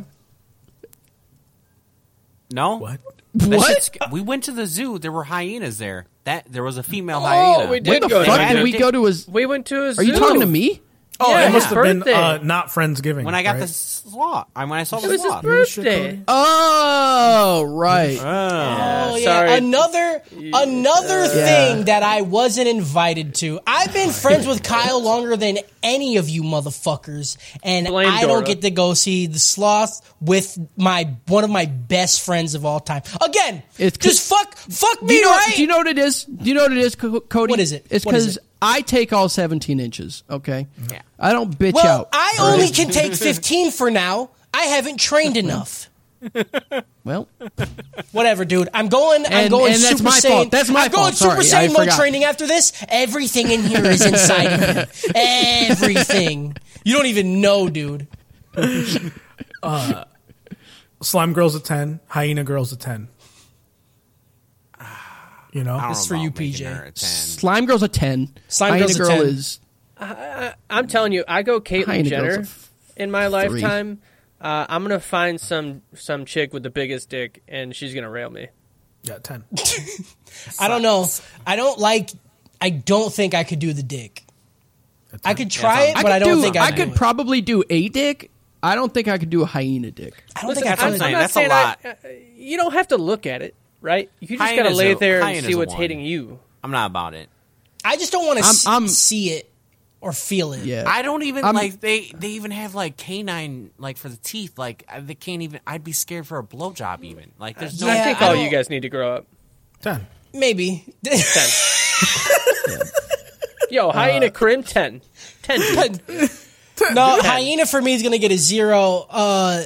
[SPEAKER 6] No?
[SPEAKER 5] What?
[SPEAKER 6] That
[SPEAKER 3] What?
[SPEAKER 6] shit's- We went to the zoo. There were hyenas there. That there was a female
[SPEAKER 7] Oh,
[SPEAKER 6] hyena.
[SPEAKER 7] we did
[SPEAKER 3] When the
[SPEAKER 7] go.
[SPEAKER 3] fuck
[SPEAKER 6] to
[SPEAKER 3] did
[SPEAKER 6] the
[SPEAKER 3] we
[SPEAKER 6] zoo.
[SPEAKER 3] go to his?
[SPEAKER 7] We went to a zoo.
[SPEAKER 3] Are you talking to me?
[SPEAKER 7] Oh,
[SPEAKER 6] yeah.
[SPEAKER 5] It must have
[SPEAKER 7] birthday.
[SPEAKER 5] been uh, not Friendsgiving.
[SPEAKER 6] When I got
[SPEAKER 5] right?
[SPEAKER 6] the sloth, I when I saw
[SPEAKER 7] It
[SPEAKER 6] the
[SPEAKER 7] was his
[SPEAKER 6] sloth.
[SPEAKER 7] birthday.
[SPEAKER 3] Oh, right.
[SPEAKER 6] Oh.
[SPEAKER 4] Oh yeah,
[SPEAKER 7] Sorry.
[SPEAKER 4] another another thing that I wasn't invited to. I've been friends with Kyle longer than any of you motherfuckers, and
[SPEAKER 7] Blame
[SPEAKER 4] I don't
[SPEAKER 7] Dora.
[SPEAKER 4] get to go see the sloth with my one of my best friends of all time. Again,
[SPEAKER 3] It's 'cause-
[SPEAKER 4] just fuck fuck
[SPEAKER 3] Do
[SPEAKER 4] me,
[SPEAKER 3] you, know,
[SPEAKER 4] right?
[SPEAKER 3] do you know what it is? Do you know what it is, Co- Cody?
[SPEAKER 4] What is it?
[SPEAKER 3] It's
[SPEAKER 4] What is
[SPEAKER 3] because
[SPEAKER 4] it?
[SPEAKER 3] I take all 17 inches, okay?
[SPEAKER 6] Yeah.
[SPEAKER 3] I don't bitch
[SPEAKER 4] well,
[SPEAKER 3] out.
[SPEAKER 4] I only can take fifteen for now. I haven't trained enough.
[SPEAKER 3] well,
[SPEAKER 4] Whatever, dude. I'm going. I'm
[SPEAKER 3] And-
[SPEAKER 4] going
[SPEAKER 3] and that's
[SPEAKER 4] Super
[SPEAKER 3] my
[SPEAKER 4] Saiyan.
[SPEAKER 3] fault. That's my
[SPEAKER 4] I'm going
[SPEAKER 3] fault.
[SPEAKER 4] Super
[SPEAKER 3] Sorry, I
[SPEAKER 4] Saiyan mode
[SPEAKER 3] forgot.
[SPEAKER 4] training after this. Everything in here is inside of you. Everything. You don't even know, dude.
[SPEAKER 5] Slime Girl's a 10, Hyena Girl's a 10. You know?
[SPEAKER 6] I don't
[SPEAKER 4] This
[SPEAKER 6] know
[SPEAKER 4] for
[SPEAKER 6] about
[SPEAKER 4] you,
[SPEAKER 6] making
[SPEAKER 4] PJ.
[SPEAKER 6] her a 10.
[SPEAKER 3] Slime Girl's a 10.
[SPEAKER 4] Slime
[SPEAKER 3] Hyena
[SPEAKER 4] Girl's a
[SPEAKER 3] Girl
[SPEAKER 4] 10.
[SPEAKER 3] is.
[SPEAKER 7] I'm telling you, I go
[SPEAKER 3] Hyena
[SPEAKER 7] Caitlyn
[SPEAKER 3] girl's
[SPEAKER 7] Jenner
[SPEAKER 3] a f-
[SPEAKER 7] in my lifetime. Uh, I'm gonna find some some chick with the biggest dick, and she's gonna rail me.
[SPEAKER 5] Yeah, 10.
[SPEAKER 4] I don't know. I don't like. I don't think I could do the dick. I could try it,
[SPEAKER 3] I
[SPEAKER 4] but I
[SPEAKER 3] could
[SPEAKER 4] don't
[SPEAKER 3] do-
[SPEAKER 4] think I,
[SPEAKER 3] I could
[SPEAKER 4] do it.
[SPEAKER 3] probably do a dick. I don't think I could do a hyena dick.
[SPEAKER 4] I don't
[SPEAKER 7] Listen,
[SPEAKER 4] think I
[SPEAKER 6] I'm
[SPEAKER 4] could.
[SPEAKER 6] saying that's a
[SPEAKER 7] saying
[SPEAKER 6] lot.
[SPEAKER 7] I- you don't have to look at it, right? You just gotta
[SPEAKER 6] Hyena's
[SPEAKER 7] lay
[SPEAKER 6] a-
[SPEAKER 7] there and
[SPEAKER 6] hyena's
[SPEAKER 7] see
[SPEAKER 6] a
[SPEAKER 7] what's
[SPEAKER 6] one.
[SPEAKER 7] hitting you.
[SPEAKER 6] I'm not about it.
[SPEAKER 4] I just don't want to
[SPEAKER 3] I'm- I'm-
[SPEAKER 4] see it or feel it.
[SPEAKER 3] Yeah.
[SPEAKER 6] I don't even
[SPEAKER 3] I'm-
[SPEAKER 6] like they. They even have like canine like for the teeth. Like I- they can't even. I'd be scared for a blowjob even. Like there's no.
[SPEAKER 4] Yeah,
[SPEAKER 7] I think
[SPEAKER 4] I
[SPEAKER 7] all
[SPEAKER 4] don't-
[SPEAKER 7] you guys need to grow up.
[SPEAKER 5] 10.
[SPEAKER 4] Maybe.
[SPEAKER 7] Yo, hyena crim ten. Ten. dude.
[SPEAKER 4] no, hyena for me is going to get a zero. Uh,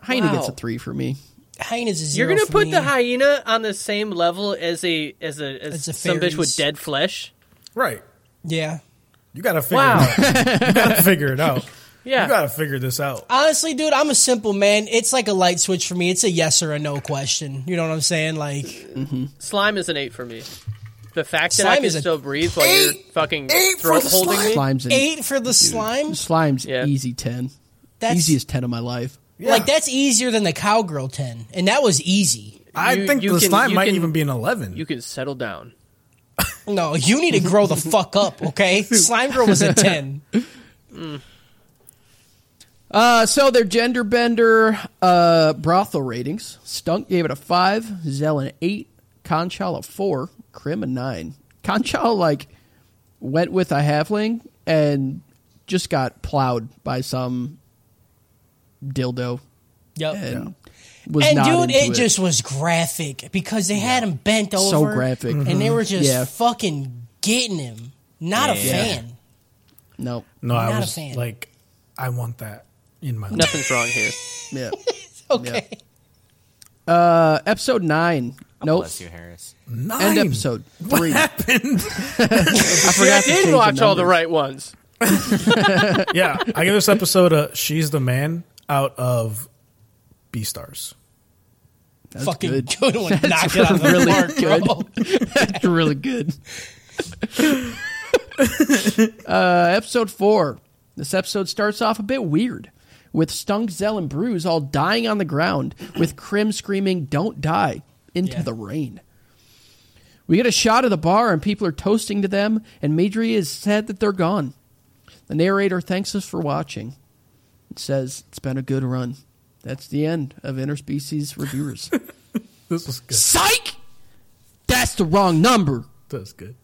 [SPEAKER 3] hyena
[SPEAKER 7] Wow.
[SPEAKER 3] gets a 3 for me.
[SPEAKER 4] hyena's a 0
[SPEAKER 7] You're gonna
[SPEAKER 4] for
[SPEAKER 7] put
[SPEAKER 4] me.
[SPEAKER 7] the hyena on the same level as a as a as,
[SPEAKER 4] As a
[SPEAKER 7] some bitch
[SPEAKER 4] fairies.
[SPEAKER 7] with dead flesh.
[SPEAKER 5] Right.
[SPEAKER 4] Yeah.
[SPEAKER 5] You got to figure
[SPEAKER 7] Wow.
[SPEAKER 5] it out. You got to figure it out.
[SPEAKER 7] Yeah.
[SPEAKER 5] You got to figure this out.
[SPEAKER 4] Honestly, dude, I'm a simple man. It's like a light switch for me. It's a yes or a no question. You know what I'm saying? Like,
[SPEAKER 7] Slime is an eight for me. The fact that
[SPEAKER 4] Slime
[SPEAKER 7] I can
[SPEAKER 4] is a
[SPEAKER 7] still breathe while you you're fucking throat holding me.
[SPEAKER 3] Slime's an,
[SPEAKER 4] eight for the slime?
[SPEAKER 3] Slime's
[SPEAKER 7] Yeah.
[SPEAKER 3] easy 10.
[SPEAKER 4] That's
[SPEAKER 3] Easiest 10 of my life.
[SPEAKER 4] like that's easier than the cowgirl ten, and that was easy.
[SPEAKER 5] I
[SPEAKER 7] You-
[SPEAKER 5] think
[SPEAKER 7] you
[SPEAKER 5] the
[SPEAKER 7] can-
[SPEAKER 5] slime
[SPEAKER 7] you
[SPEAKER 5] might
[SPEAKER 7] can-
[SPEAKER 5] even be an 11.
[SPEAKER 7] You can settle down.
[SPEAKER 4] No, you need to grow the fuck up, okay? Slime girl was a ten.
[SPEAKER 3] Uh, so their gender bender uh, brothel ratings. Stunk gave it a five, Zell an eight, Conchal a four, Krim a nine. Conchal like went with a halfling and just got plowed by some dildo
[SPEAKER 4] Yep.
[SPEAKER 3] and was
[SPEAKER 4] and
[SPEAKER 3] not
[SPEAKER 4] dude,
[SPEAKER 3] into
[SPEAKER 4] it, just was graphic because they had him bent over,
[SPEAKER 3] So graphic. Mm-hmm.
[SPEAKER 4] and they were just
[SPEAKER 3] Yeah.
[SPEAKER 4] fucking getting him. Not a fan.
[SPEAKER 3] no
[SPEAKER 5] No, I
[SPEAKER 4] Not a
[SPEAKER 5] was
[SPEAKER 4] fan.
[SPEAKER 5] like, I want that in my life.
[SPEAKER 7] Nothing's wrong here.
[SPEAKER 3] yeah.
[SPEAKER 4] Okay.
[SPEAKER 3] Uh, episode nine. Nope.
[SPEAKER 6] Oh, Bless you, Harris.
[SPEAKER 5] Nine.
[SPEAKER 3] End episode three.
[SPEAKER 5] happened?
[SPEAKER 3] I forgot
[SPEAKER 7] I
[SPEAKER 3] to change
[SPEAKER 7] did
[SPEAKER 3] the
[SPEAKER 7] watch all the
[SPEAKER 3] numbers.
[SPEAKER 7] right ones.
[SPEAKER 5] yeah, I give this episode a "She's the Man" out of B stars.
[SPEAKER 3] That's
[SPEAKER 4] Fucking
[SPEAKER 3] good.
[SPEAKER 4] good, one. Knocked it out of the
[SPEAKER 3] really
[SPEAKER 4] park, bro.
[SPEAKER 3] That's really good. uh, episode four. This episode starts off a bit weird, with Stunk, Zell, and Bruise all dying on the ground, with Krim screaming, Don't die, into
[SPEAKER 4] Yeah.
[SPEAKER 3] the rain. We get a shot of the bar, and people are toasting to them, and Madri is sad that they're gone. The narrator thanks us for watching and says, It's been a good run. That's the end of Interspecies Reviewers.
[SPEAKER 5] This was good.
[SPEAKER 3] Psych! That's the wrong number.
[SPEAKER 5] This was good.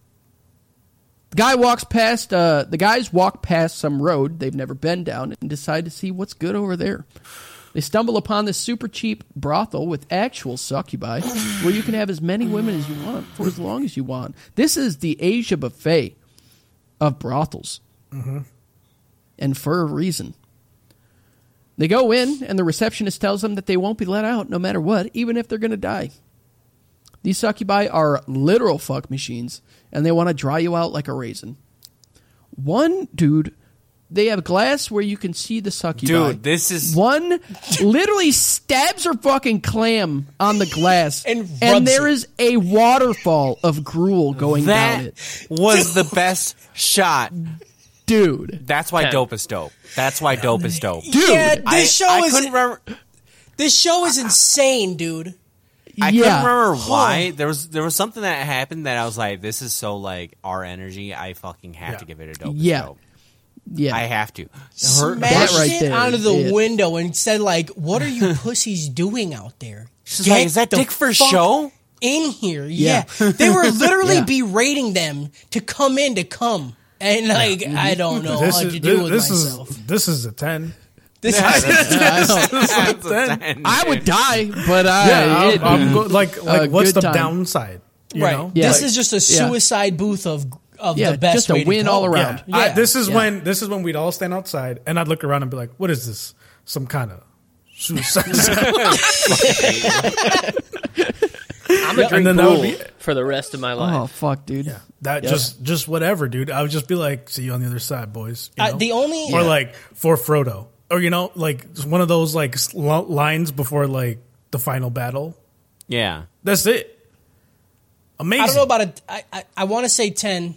[SPEAKER 3] The guy walks past. Uh, the guys walk past some road they've never been down and decide to see what's good over there. They stumble upon this super cheap brothel with actual succubi, where you can have as many women as you want for as long as you want. This is the Asia buffet of brothels, and for a reason. They go in, and the receptionist tells them that they won't be let out no matter what, even if they're going to die. These succubi are literal fuck machines, and they want to dry you out like a raisin. One dude, they have glass where you can see the succubi.
[SPEAKER 6] Dude, this is-
[SPEAKER 3] one literally stabs her fucking clam on the glass,
[SPEAKER 4] And
[SPEAKER 3] and
[SPEAKER 4] rubs
[SPEAKER 3] there
[SPEAKER 4] it.
[SPEAKER 3] is a waterfall of gruel going down
[SPEAKER 6] That
[SPEAKER 3] it,
[SPEAKER 6] was the best shot.
[SPEAKER 3] dude.
[SPEAKER 6] That's why dope is dope. That's why dope is dope.
[SPEAKER 3] Dude,
[SPEAKER 4] yeah, this
[SPEAKER 6] I,
[SPEAKER 4] show
[SPEAKER 6] I
[SPEAKER 4] is
[SPEAKER 6] couldn't remember.
[SPEAKER 4] this show is insane, dude.
[SPEAKER 3] yeah,
[SPEAKER 6] I couldn't remember why there was there was something that happened that I was like, this is so like our energy. I fucking have to give it a dope. is
[SPEAKER 3] Yeah.
[SPEAKER 6] dope.
[SPEAKER 3] yeah.
[SPEAKER 6] I have to. Her-
[SPEAKER 4] Smashed
[SPEAKER 3] right
[SPEAKER 4] it
[SPEAKER 3] there
[SPEAKER 4] onto
[SPEAKER 3] is
[SPEAKER 4] the
[SPEAKER 3] it.
[SPEAKER 4] window and said, "Like, what are you pussies doing out there?
[SPEAKER 6] She's
[SPEAKER 4] Get
[SPEAKER 6] like, is that
[SPEAKER 4] the
[SPEAKER 6] dick for
[SPEAKER 4] fuck
[SPEAKER 6] show?
[SPEAKER 4] In here, yeah. they were literally
[SPEAKER 3] Yeah.
[SPEAKER 4] berating them to come in to come, and like, I don't know
[SPEAKER 5] This
[SPEAKER 4] what
[SPEAKER 5] is
[SPEAKER 4] to do
[SPEAKER 5] this,
[SPEAKER 4] with
[SPEAKER 5] this
[SPEAKER 4] myself.
[SPEAKER 5] is this is a ten.
[SPEAKER 4] this
[SPEAKER 6] That's a ten,
[SPEAKER 3] I
[SPEAKER 6] dude.
[SPEAKER 3] would die, but I
[SPEAKER 5] Yeah,
[SPEAKER 3] it-
[SPEAKER 5] I'm, I'm go- like like
[SPEAKER 3] Uh,
[SPEAKER 5] what's
[SPEAKER 3] good
[SPEAKER 5] the
[SPEAKER 3] time.
[SPEAKER 5] downside? You
[SPEAKER 4] right.
[SPEAKER 5] know?
[SPEAKER 3] Yeah.
[SPEAKER 4] This
[SPEAKER 3] Like-
[SPEAKER 4] is just a
[SPEAKER 3] yeah.
[SPEAKER 4] suicide booth of of
[SPEAKER 3] Yeah,
[SPEAKER 4] the best
[SPEAKER 3] just a
[SPEAKER 4] way to
[SPEAKER 3] win
[SPEAKER 4] go.
[SPEAKER 3] all around.
[SPEAKER 5] Yeah. I-
[SPEAKER 4] Yeah.
[SPEAKER 5] this is
[SPEAKER 3] Yeah.
[SPEAKER 5] when this is when we'd all stand outside, and I'd look around and be like, "What is this? Some kind of suicide?"
[SPEAKER 7] I'm gonna
[SPEAKER 5] And
[SPEAKER 7] drink
[SPEAKER 5] then that would
[SPEAKER 7] gruel
[SPEAKER 5] be-
[SPEAKER 7] for the rest of my life.
[SPEAKER 3] oh fuck, dude.
[SPEAKER 5] that
[SPEAKER 3] Yeah.
[SPEAKER 5] just just whatever, dude. I would just be like, "See you on the other side, boys." you
[SPEAKER 4] Uh,
[SPEAKER 5] know?
[SPEAKER 4] the only
[SPEAKER 5] or like for Frodo, or you know, like just one of those like s- lo- lines before like the final battle.
[SPEAKER 6] Yeah.
[SPEAKER 5] That's it. Amazing.
[SPEAKER 4] I don't know about a. I I, I want to say ten.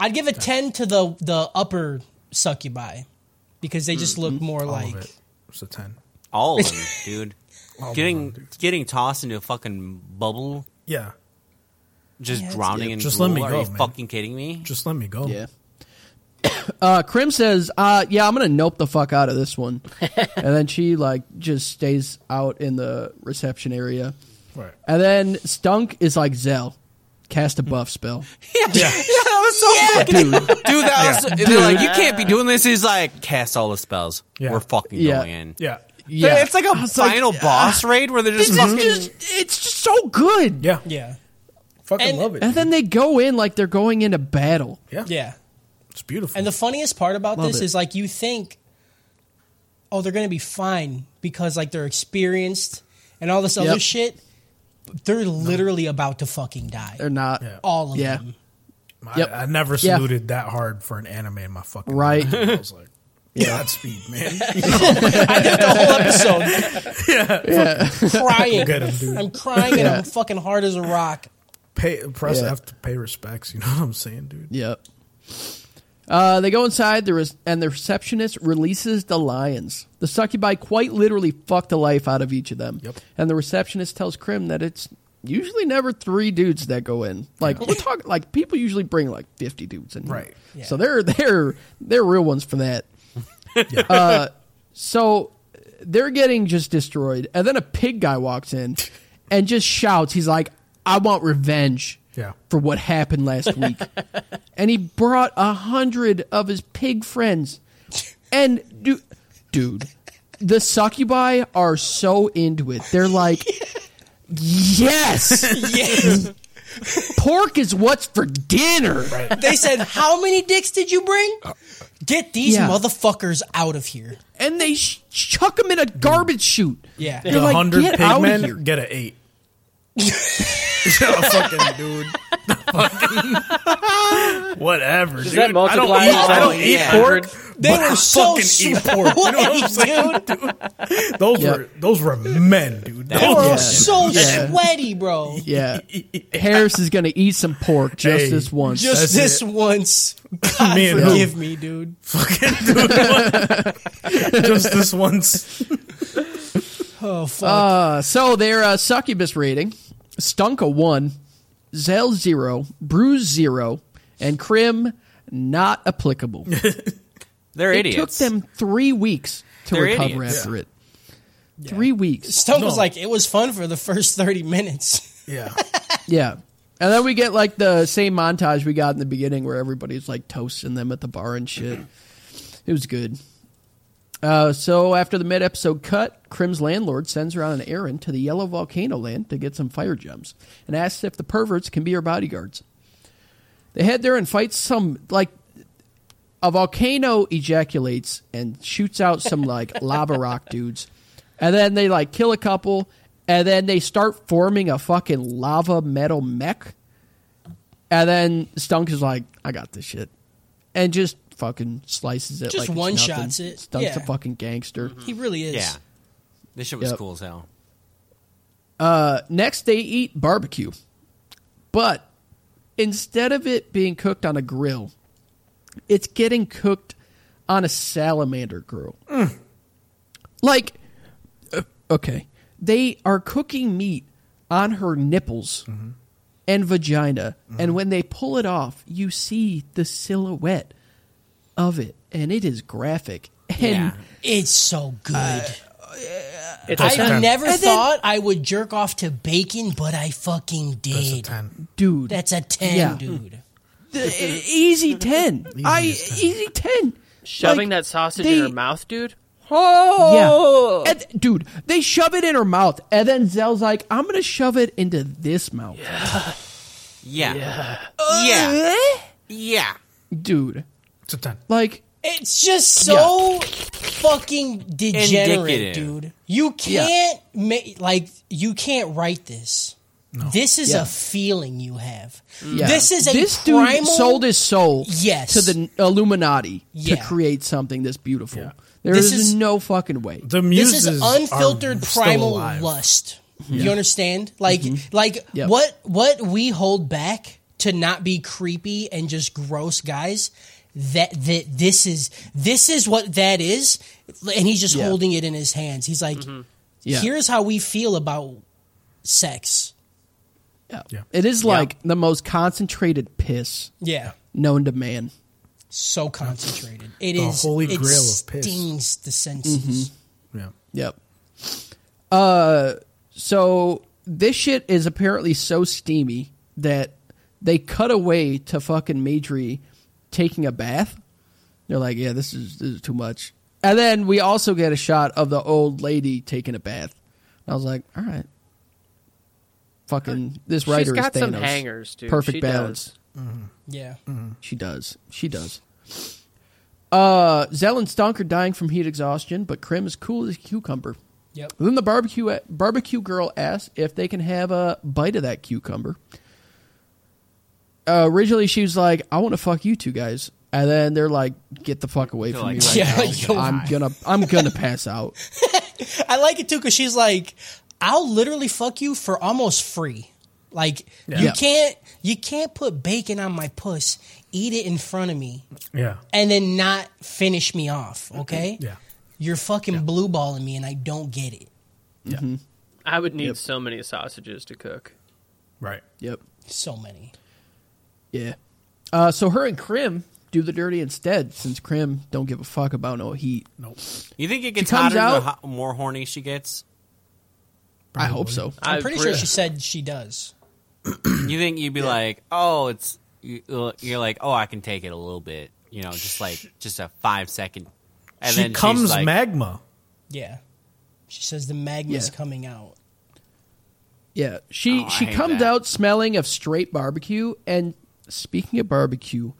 [SPEAKER 4] I'd give a ten to the the upper succubi because they just look more
[SPEAKER 5] All of
[SPEAKER 4] like
[SPEAKER 5] it. It's a ten.
[SPEAKER 6] All of them, dude.
[SPEAKER 5] Oh
[SPEAKER 6] getting getting tossed into a fucking bubble,
[SPEAKER 5] Yeah,
[SPEAKER 6] just drowning in
[SPEAKER 5] Just let
[SPEAKER 6] gruel.
[SPEAKER 5] me go,
[SPEAKER 6] Are you
[SPEAKER 5] man.
[SPEAKER 6] fucking kidding me?
[SPEAKER 5] just let me go.
[SPEAKER 3] Yeah. Uh, Krim says, uh, yeah, I'm going to nope the fuck out of this one. and then she, like, just stays out in the reception area.
[SPEAKER 5] Right.
[SPEAKER 3] And then Stunk is like, Zell, cast a buff spell.
[SPEAKER 5] Yeah.
[SPEAKER 6] that was so
[SPEAKER 3] Dude,
[SPEAKER 6] Dude, that was. They're like, you can't be doing this. He's like, cast all the spells.
[SPEAKER 5] Yeah.
[SPEAKER 6] We're fucking
[SPEAKER 3] Yeah.
[SPEAKER 6] going in.
[SPEAKER 5] Yeah.
[SPEAKER 3] yeah.
[SPEAKER 6] It's like a final boss raid where they're just
[SPEAKER 3] It's
[SPEAKER 6] fucking.
[SPEAKER 3] "Ah." just, it's just so good.
[SPEAKER 5] Yeah.
[SPEAKER 4] yeah
[SPEAKER 5] Fucking
[SPEAKER 4] And-
[SPEAKER 5] love it.
[SPEAKER 3] And then they go in like they're going into battle.
[SPEAKER 5] yeah.
[SPEAKER 4] yeah.
[SPEAKER 5] It's beautiful.
[SPEAKER 4] And the funniest part about
[SPEAKER 3] Love
[SPEAKER 4] this is
[SPEAKER 3] it.
[SPEAKER 4] like you think, oh, they're gonna be fine because like they're experienced and all this other
[SPEAKER 3] Yep.
[SPEAKER 4] shit. but They're literally about to fucking die.
[SPEAKER 3] They're not.
[SPEAKER 5] Yeah.
[SPEAKER 4] all of
[SPEAKER 3] Yeah.
[SPEAKER 4] them.
[SPEAKER 5] I,
[SPEAKER 3] Yep.
[SPEAKER 5] I never
[SPEAKER 3] Yeah.
[SPEAKER 5] saluted that hard for an anime in my fucking
[SPEAKER 3] Right.
[SPEAKER 5] life. I was like, Godspeed, man.
[SPEAKER 4] I did the whole episode crying.
[SPEAKER 5] Get him, dude.
[SPEAKER 4] I'm crying and
[SPEAKER 3] Yeah.
[SPEAKER 4] I'm fucking hard as a rock.
[SPEAKER 5] Pay, press
[SPEAKER 3] Yeah.
[SPEAKER 5] F to pay respects. You know what I'm saying, dude?
[SPEAKER 3] Yep. Uh, they go inside, the res- and the receptionist releases the lions. The succubi quite literally fuck the life out of each of them.
[SPEAKER 5] Yep.
[SPEAKER 3] And the receptionist tells Krim that it's usually never three dudes that go in. Like we're talking, like people usually bring like fifty dudes in, here.
[SPEAKER 5] Right.
[SPEAKER 3] So they're they're they're real ones for that. Uh, So they're getting just destroyed, and then a pig guy walks in and just shouts, "He's like, I want revenge
[SPEAKER 5] Yeah.
[SPEAKER 3] for what happened last week," and he brought a hundred of his pig friends, and dude, dude, the succubi are so into it. They're like, "Yes,
[SPEAKER 4] Yes.
[SPEAKER 3] pork is what's for dinner."
[SPEAKER 4] they said, "How many dicks did you bring?
[SPEAKER 5] Uh,
[SPEAKER 4] Get these
[SPEAKER 3] Yeah.
[SPEAKER 4] motherfuckers out of here."
[SPEAKER 3] and they sh- chuck them in a garbage chute.
[SPEAKER 4] Yeah.
[SPEAKER 3] You're
[SPEAKER 5] The
[SPEAKER 3] like,
[SPEAKER 5] hundred
[SPEAKER 3] get out of here.
[SPEAKER 5] pigmen get an eight. Yeah, fucking dude. fucking, whatever.
[SPEAKER 7] Does
[SPEAKER 5] dude.
[SPEAKER 7] that multiply?
[SPEAKER 5] I don't eat, I don't
[SPEAKER 6] all-
[SPEAKER 5] eat
[SPEAKER 6] yeah.
[SPEAKER 5] pork.
[SPEAKER 4] They
[SPEAKER 5] but
[SPEAKER 4] were
[SPEAKER 5] I
[SPEAKER 4] so
[SPEAKER 5] fucking eat
[SPEAKER 4] sweet,
[SPEAKER 5] pork. You know what I'm saying,
[SPEAKER 4] dude.
[SPEAKER 5] dude? Those
[SPEAKER 3] Yeah.
[SPEAKER 5] were those were men, dude. Those
[SPEAKER 4] They
[SPEAKER 5] were
[SPEAKER 4] were
[SPEAKER 3] Yeah.
[SPEAKER 4] so
[SPEAKER 3] Yeah.
[SPEAKER 4] sweaty, bro.
[SPEAKER 3] Yeah, Harris is gonna eat some pork just
[SPEAKER 5] Hey.
[SPEAKER 3] this once.
[SPEAKER 4] Just
[SPEAKER 5] That's
[SPEAKER 4] this
[SPEAKER 5] it.
[SPEAKER 4] once. God
[SPEAKER 5] Me and
[SPEAKER 4] forgive
[SPEAKER 5] who?
[SPEAKER 4] me, dude.
[SPEAKER 5] fucking dude. Just this once.
[SPEAKER 4] Oh fuck.
[SPEAKER 3] Uh, so their uh, succubus rating: Stunka one, Zell zero, Bruise zero, and Krim not applicable.
[SPEAKER 6] They're
[SPEAKER 3] it took
[SPEAKER 6] idiots.
[SPEAKER 3] them three weeks to
[SPEAKER 6] They're
[SPEAKER 3] recover
[SPEAKER 6] idiots.
[SPEAKER 3] after it. Three weeks.
[SPEAKER 4] Stone was
[SPEAKER 5] no.
[SPEAKER 4] like, "It was fun for the first thirty minutes."
[SPEAKER 5] Yeah.
[SPEAKER 3] Yeah. And then we get like the same montage we got in the beginning where everybody's like toasting them at the bar and shit. It was good. Uh, so after the mid episode cut, Crim's landlord sends her on an errand to the yellow volcano land to get some fire gems and asks if the perverts can be her bodyguards. They head there and fight some like a volcano ejaculates and shoots out some like lava rock dudes. And then they like kill a couple and then they start forming a fucking lava metal mech. And then Stunk is like, I got this shit. And just fucking slices it
[SPEAKER 4] Just
[SPEAKER 3] like it's
[SPEAKER 4] one-shots
[SPEAKER 3] nothing.
[SPEAKER 4] it.
[SPEAKER 3] Stunk's
[SPEAKER 4] Yeah.
[SPEAKER 3] a fucking gangster.
[SPEAKER 4] He really is.
[SPEAKER 6] Yeah. This shit was
[SPEAKER 3] Yep.
[SPEAKER 6] cool as hell.
[SPEAKER 3] Uh, Next, they eat barbecue. But instead of it being cooked on a grill, it's getting cooked on a salamander grill. Like, uh, okay, they are cooking meat on her nipples and vagina. And when they pull it off, you see the silhouette of it. And it is graphic. And
[SPEAKER 6] Yeah.
[SPEAKER 4] It's so good.
[SPEAKER 5] Uh,
[SPEAKER 7] It's a
[SPEAKER 4] I
[SPEAKER 7] ten.
[SPEAKER 4] never
[SPEAKER 3] And then-
[SPEAKER 4] thought I would jerk off to bacon, but I fucking
[SPEAKER 5] It's a
[SPEAKER 4] did.
[SPEAKER 5] ten.
[SPEAKER 3] dude,
[SPEAKER 4] That's a ten,
[SPEAKER 3] Yeah.
[SPEAKER 4] dude.
[SPEAKER 3] the- easy 10. I, easy 10.
[SPEAKER 7] Shoving
[SPEAKER 3] Like,
[SPEAKER 7] that sausage
[SPEAKER 3] they-
[SPEAKER 7] in her mouth, dude.
[SPEAKER 3] Yeah. And, dude, they shove it in her mouth. And then Zell's like, I'm going to shove it into this mouth.
[SPEAKER 6] Yeah.
[SPEAKER 3] Uh.
[SPEAKER 6] Yeah. Yeah.
[SPEAKER 3] Dude,
[SPEAKER 5] It's a ten.
[SPEAKER 3] like,
[SPEAKER 4] It's just so fucking degenerate,
[SPEAKER 6] Indicative.
[SPEAKER 4] dude. You can't make like you can't write this. This is
[SPEAKER 3] Yeah.
[SPEAKER 4] a feeling you have.
[SPEAKER 3] yeah.
[SPEAKER 4] This is a
[SPEAKER 3] This
[SPEAKER 4] primal.
[SPEAKER 3] dude sold his soul
[SPEAKER 4] Yes.
[SPEAKER 3] to the Illuminati
[SPEAKER 4] Yeah.
[SPEAKER 3] to create something this beautiful. There
[SPEAKER 4] This
[SPEAKER 3] is
[SPEAKER 4] is-
[SPEAKER 3] no fucking way.
[SPEAKER 5] The
[SPEAKER 4] this
[SPEAKER 5] muses
[SPEAKER 4] is
[SPEAKER 5] are
[SPEAKER 4] unfiltered
[SPEAKER 5] still
[SPEAKER 4] primal
[SPEAKER 5] alive. Mm-hmm.
[SPEAKER 4] lust. You understand? Like like
[SPEAKER 3] Yep.
[SPEAKER 4] what what we hold back to not be creepy and just gross guys. That that this is this is what that is, and he's just
[SPEAKER 3] Yeah.
[SPEAKER 4] holding it in his hands. He's like,
[SPEAKER 3] Yeah.
[SPEAKER 4] "Here's how we feel about sex."
[SPEAKER 5] Yeah.
[SPEAKER 3] It is like the most concentrated piss
[SPEAKER 4] Yeah,
[SPEAKER 3] known to man.
[SPEAKER 4] so concentrated. It is.
[SPEAKER 5] The holy
[SPEAKER 4] it
[SPEAKER 5] grail of piss. Mm-hmm.
[SPEAKER 4] stings the senses.
[SPEAKER 5] Yeah.
[SPEAKER 3] Yep. Uh, so this shit is apparently so steamy that they cut away to fucking Majri taking a bath. They're like, yeah, this is this is too much. And then we also get a shot of the old lady taking a bath. I was like, all right, fucking this writer
[SPEAKER 7] got
[SPEAKER 3] is Thanos.
[SPEAKER 7] some hangers, dude.
[SPEAKER 3] Perfect
[SPEAKER 7] She
[SPEAKER 3] balance.
[SPEAKER 7] does.
[SPEAKER 4] Yeah,
[SPEAKER 5] Mm-hmm.
[SPEAKER 3] She does. She does. Uh, Zell and Stunk are dying from heat exhaustion, but Krim is cool as a cucumber.
[SPEAKER 4] Yep.
[SPEAKER 3] Then the barbecue barbecue girl asks if they can have a bite of that cucumber. Uh, originally, she was like, "I want to fuck you two guys," and then they're like, "Get the fuck away
[SPEAKER 6] They're
[SPEAKER 3] from
[SPEAKER 6] like,
[SPEAKER 3] me!" Right
[SPEAKER 4] Yeah,
[SPEAKER 3] now.
[SPEAKER 4] you'll
[SPEAKER 3] I'm gonna, I'm gonna pass out.
[SPEAKER 4] I like it too because she's like, "I'll literally fuck you for almost free." Like you
[SPEAKER 3] Yeah.
[SPEAKER 4] can't you can't put bacon on my puss, eat it in front of me,
[SPEAKER 5] Yeah.
[SPEAKER 4] and then not finish me off. Okay?
[SPEAKER 5] Yeah.
[SPEAKER 4] You're fucking blue balling me, and I don't get it.
[SPEAKER 7] I would need so many sausages to cook.
[SPEAKER 5] Right.
[SPEAKER 3] Yep.
[SPEAKER 4] So many.
[SPEAKER 3] Yeah. Uh, so her and Krim do the dirty instead, since Krim don't give a fuck about no heat.
[SPEAKER 5] Nope.
[SPEAKER 6] You think it gets
[SPEAKER 3] comes
[SPEAKER 6] hotter the
[SPEAKER 3] out-
[SPEAKER 6] ho- more horny she gets?
[SPEAKER 3] I hope so.
[SPEAKER 4] I'm
[SPEAKER 7] I
[SPEAKER 4] pretty
[SPEAKER 7] agree.
[SPEAKER 4] sure she said she does.
[SPEAKER 6] You think you'd be like, oh, it's you, you're like, oh, I can take it a little bit, you know, just like just a five second. And
[SPEAKER 5] she
[SPEAKER 6] then she's
[SPEAKER 5] comes
[SPEAKER 6] like,
[SPEAKER 5] magma.
[SPEAKER 4] Yeah. She says the magma's
[SPEAKER 3] Yeah.
[SPEAKER 4] coming out.
[SPEAKER 3] Yeah, she
[SPEAKER 6] Oh, I
[SPEAKER 3] she
[SPEAKER 6] hate
[SPEAKER 3] comes
[SPEAKER 6] that.
[SPEAKER 3] out smelling of straight barbecue. And speaking of barbecue,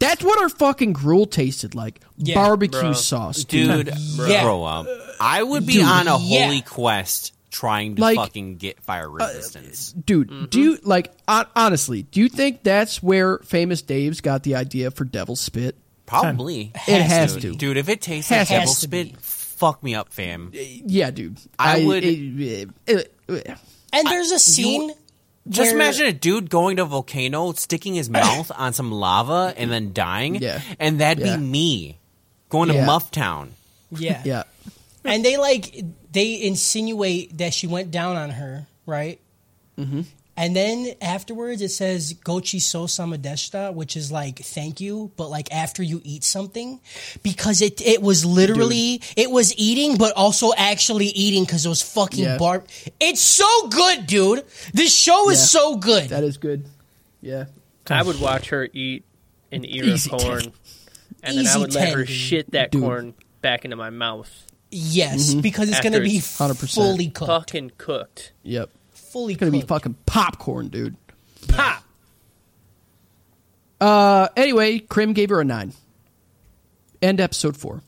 [SPEAKER 3] that's what her fucking gruel tasted like.
[SPEAKER 4] Yeah,
[SPEAKER 3] barbecue
[SPEAKER 7] bro.
[SPEAKER 3] sauce, dude.
[SPEAKER 6] dude,
[SPEAKER 4] Yeah.
[SPEAKER 6] grow up. I would be
[SPEAKER 3] Dude,
[SPEAKER 6] on a
[SPEAKER 4] yeah.
[SPEAKER 6] holy quest trying to
[SPEAKER 3] Like, uh,
[SPEAKER 6] fucking get fire resistance.
[SPEAKER 3] Dude, do you like hon- honestly? Do you think that's where Famous Dave's got the idea for Devil Spit?
[SPEAKER 6] Probably.
[SPEAKER 3] It has
[SPEAKER 6] dude,
[SPEAKER 3] to.
[SPEAKER 6] dude, if it tastes
[SPEAKER 3] Has
[SPEAKER 6] like
[SPEAKER 3] to
[SPEAKER 6] devil
[SPEAKER 4] be.
[SPEAKER 6] spit, fuck me up, fam.
[SPEAKER 3] Yeah, dude.
[SPEAKER 6] I would-
[SPEAKER 3] it- it- it-
[SPEAKER 4] And there's a scene.
[SPEAKER 6] Just
[SPEAKER 4] where-
[SPEAKER 6] imagine a dude going to a volcano, sticking his mouth on some lava, and then dying.
[SPEAKER 3] Yeah.
[SPEAKER 6] And that'd
[SPEAKER 3] Yeah.
[SPEAKER 6] be me going
[SPEAKER 3] Yeah.
[SPEAKER 6] to Mufftown.
[SPEAKER 4] Yeah.
[SPEAKER 3] yeah,
[SPEAKER 4] And they like they insinuate that she went down on her, right?
[SPEAKER 3] Mm-hmm.
[SPEAKER 4] And then afterwards, it says "Gochi so samadeshita," which is like "thank you," but like after you eat something, because it it was literally it was eating, but also actually eating because it was fucking
[SPEAKER 3] Yeah.
[SPEAKER 4] barb. It's so good, dude. This show is
[SPEAKER 3] Yeah.
[SPEAKER 4] so good.
[SPEAKER 3] that is good. Yeah,
[SPEAKER 7] I would watch her eat an ear of
[SPEAKER 3] Easy
[SPEAKER 7] corn, and then I
[SPEAKER 4] Easy
[SPEAKER 7] would let her
[SPEAKER 4] ten, dude.
[SPEAKER 7] shit that
[SPEAKER 3] Dude.
[SPEAKER 7] corn back into my mouth.
[SPEAKER 4] yes,
[SPEAKER 3] Mm-hmm.
[SPEAKER 4] because it's
[SPEAKER 7] After
[SPEAKER 4] gonna be
[SPEAKER 7] it's
[SPEAKER 3] 100%.
[SPEAKER 4] fully cooked,
[SPEAKER 7] Fucking cooked.
[SPEAKER 3] yep.
[SPEAKER 4] fully
[SPEAKER 3] Gonna
[SPEAKER 4] cooked.
[SPEAKER 3] be fucking popcorn, dude.
[SPEAKER 7] Pop.
[SPEAKER 3] Uh, anyway, Krim gave her a nine. End episode four.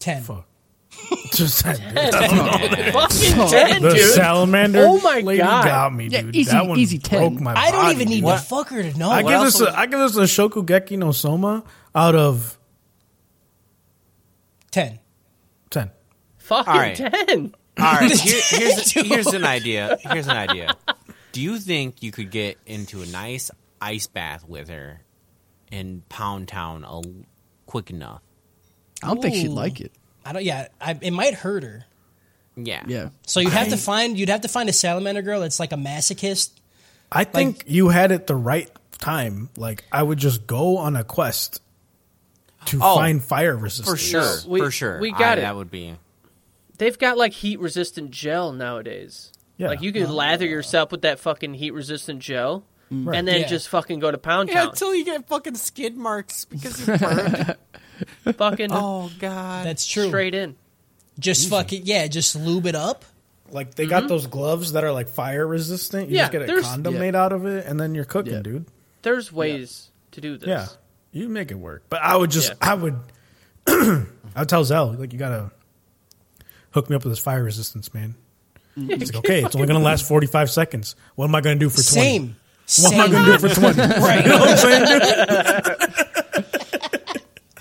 [SPEAKER 4] ten.
[SPEAKER 5] Fuck. Just that,
[SPEAKER 3] Oh,
[SPEAKER 7] Fucking
[SPEAKER 5] the
[SPEAKER 7] ten, dude.
[SPEAKER 5] salamander.
[SPEAKER 7] Oh my
[SPEAKER 5] lady
[SPEAKER 7] God.
[SPEAKER 5] got me,
[SPEAKER 3] Yeah,
[SPEAKER 5] dude.
[SPEAKER 3] easy-
[SPEAKER 5] that one
[SPEAKER 3] easy 10.
[SPEAKER 5] broke my
[SPEAKER 4] I don't
[SPEAKER 5] body.
[SPEAKER 4] even need
[SPEAKER 6] What-
[SPEAKER 4] the fucker to know.
[SPEAKER 5] I give
[SPEAKER 6] else
[SPEAKER 5] this. A, I give this a Shokugeki no Soma out of
[SPEAKER 4] ten.
[SPEAKER 5] ten.
[SPEAKER 7] Fucking
[SPEAKER 6] All right.
[SPEAKER 7] ten.
[SPEAKER 6] All right, here, here's, here's an idea. Here's an idea. Do you think you could get into a nice ice bath with her in Pound Town a, quick enough?
[SPEAKER 3] I don't think she'd
[SPEAKER 4] Ooh.
[SPEAKER 3] like it.
[SPEAKER 4] I don't. Yeah, I, it might hurt her.
[SPEAKER 6] Yeah.
[SPEAKER 3] Yeah.
[SPEAKER 4] So you'd have to find you'd have to find a salamander girl that's like a masochist.
[SPEAKER 5] I think you had it the right time. Like I would just go on a quest to
[SPEAKER 6] Oh,
[SPEAKER 5] find fire resistance.
[SPEAKER 6] For sure.
[SPEAKER 7] No, we-
[SPEAKER 6] for sure.
[SPEAKER 7] we got
[SPEAKER 6] I-
[SPEAKER 7] it.
[SPEAKER 6] That would be.
[SPEAKER 7] They've got like heat resistant gel nowadays.
[SPEAKER 5] Yeah.
[SPEAKER 7] Like you can lather yourself with that fucking heat resistant gel, and then
[SPEAKER 4] Mm. Yeah.
[SPEAKER 7] just fucking go to Pound Town.
[SPEAKER 6] you get fucking skid marks because you're burned.
[SPEAKER 7] fucking
[SPEAKER 6] oh, God.
[SPEAKER 4] That's true.
[SPEAKER 7] straight in.
[SPEAKER 4] Just fuck it. Yeah, just lube it up.
[SPEAKER 5] Like they got those gloves that are like fire resistant. You
[SPEAKER 7] Yeah,
[SPEAKER 5] just get a
[SPEAKER 7] there's-
[SPEAKER 5] condom
[SPEAKER 3] Yeah.
[SPEAKER 5] made out of it, and then you're cooking,
[SPEAKER 3] Yeah.
[SPEAKER 5] dude.
[SPEAKER 7] There's ways to do this.
[SPEAKER 5] Yeah, you make it work. But I would just,
[SPEAKER 7] Yeah.
[SPEAKER 5] I would, I would tell Zell like you gotta hook me up with this fire resistance, man. It's like, okay, it's only gonna last forty five seconds. What am I gonna do for twenty?
[SPEAKER 4] Same.
[SPEAKER 5] What am I
[SPEAKER 4] Same.
[SPEAKER 5] gonna do for twenty? You know
[SPEAKER 4] Right.
[SPEAKER 5] what I'm saying, dude?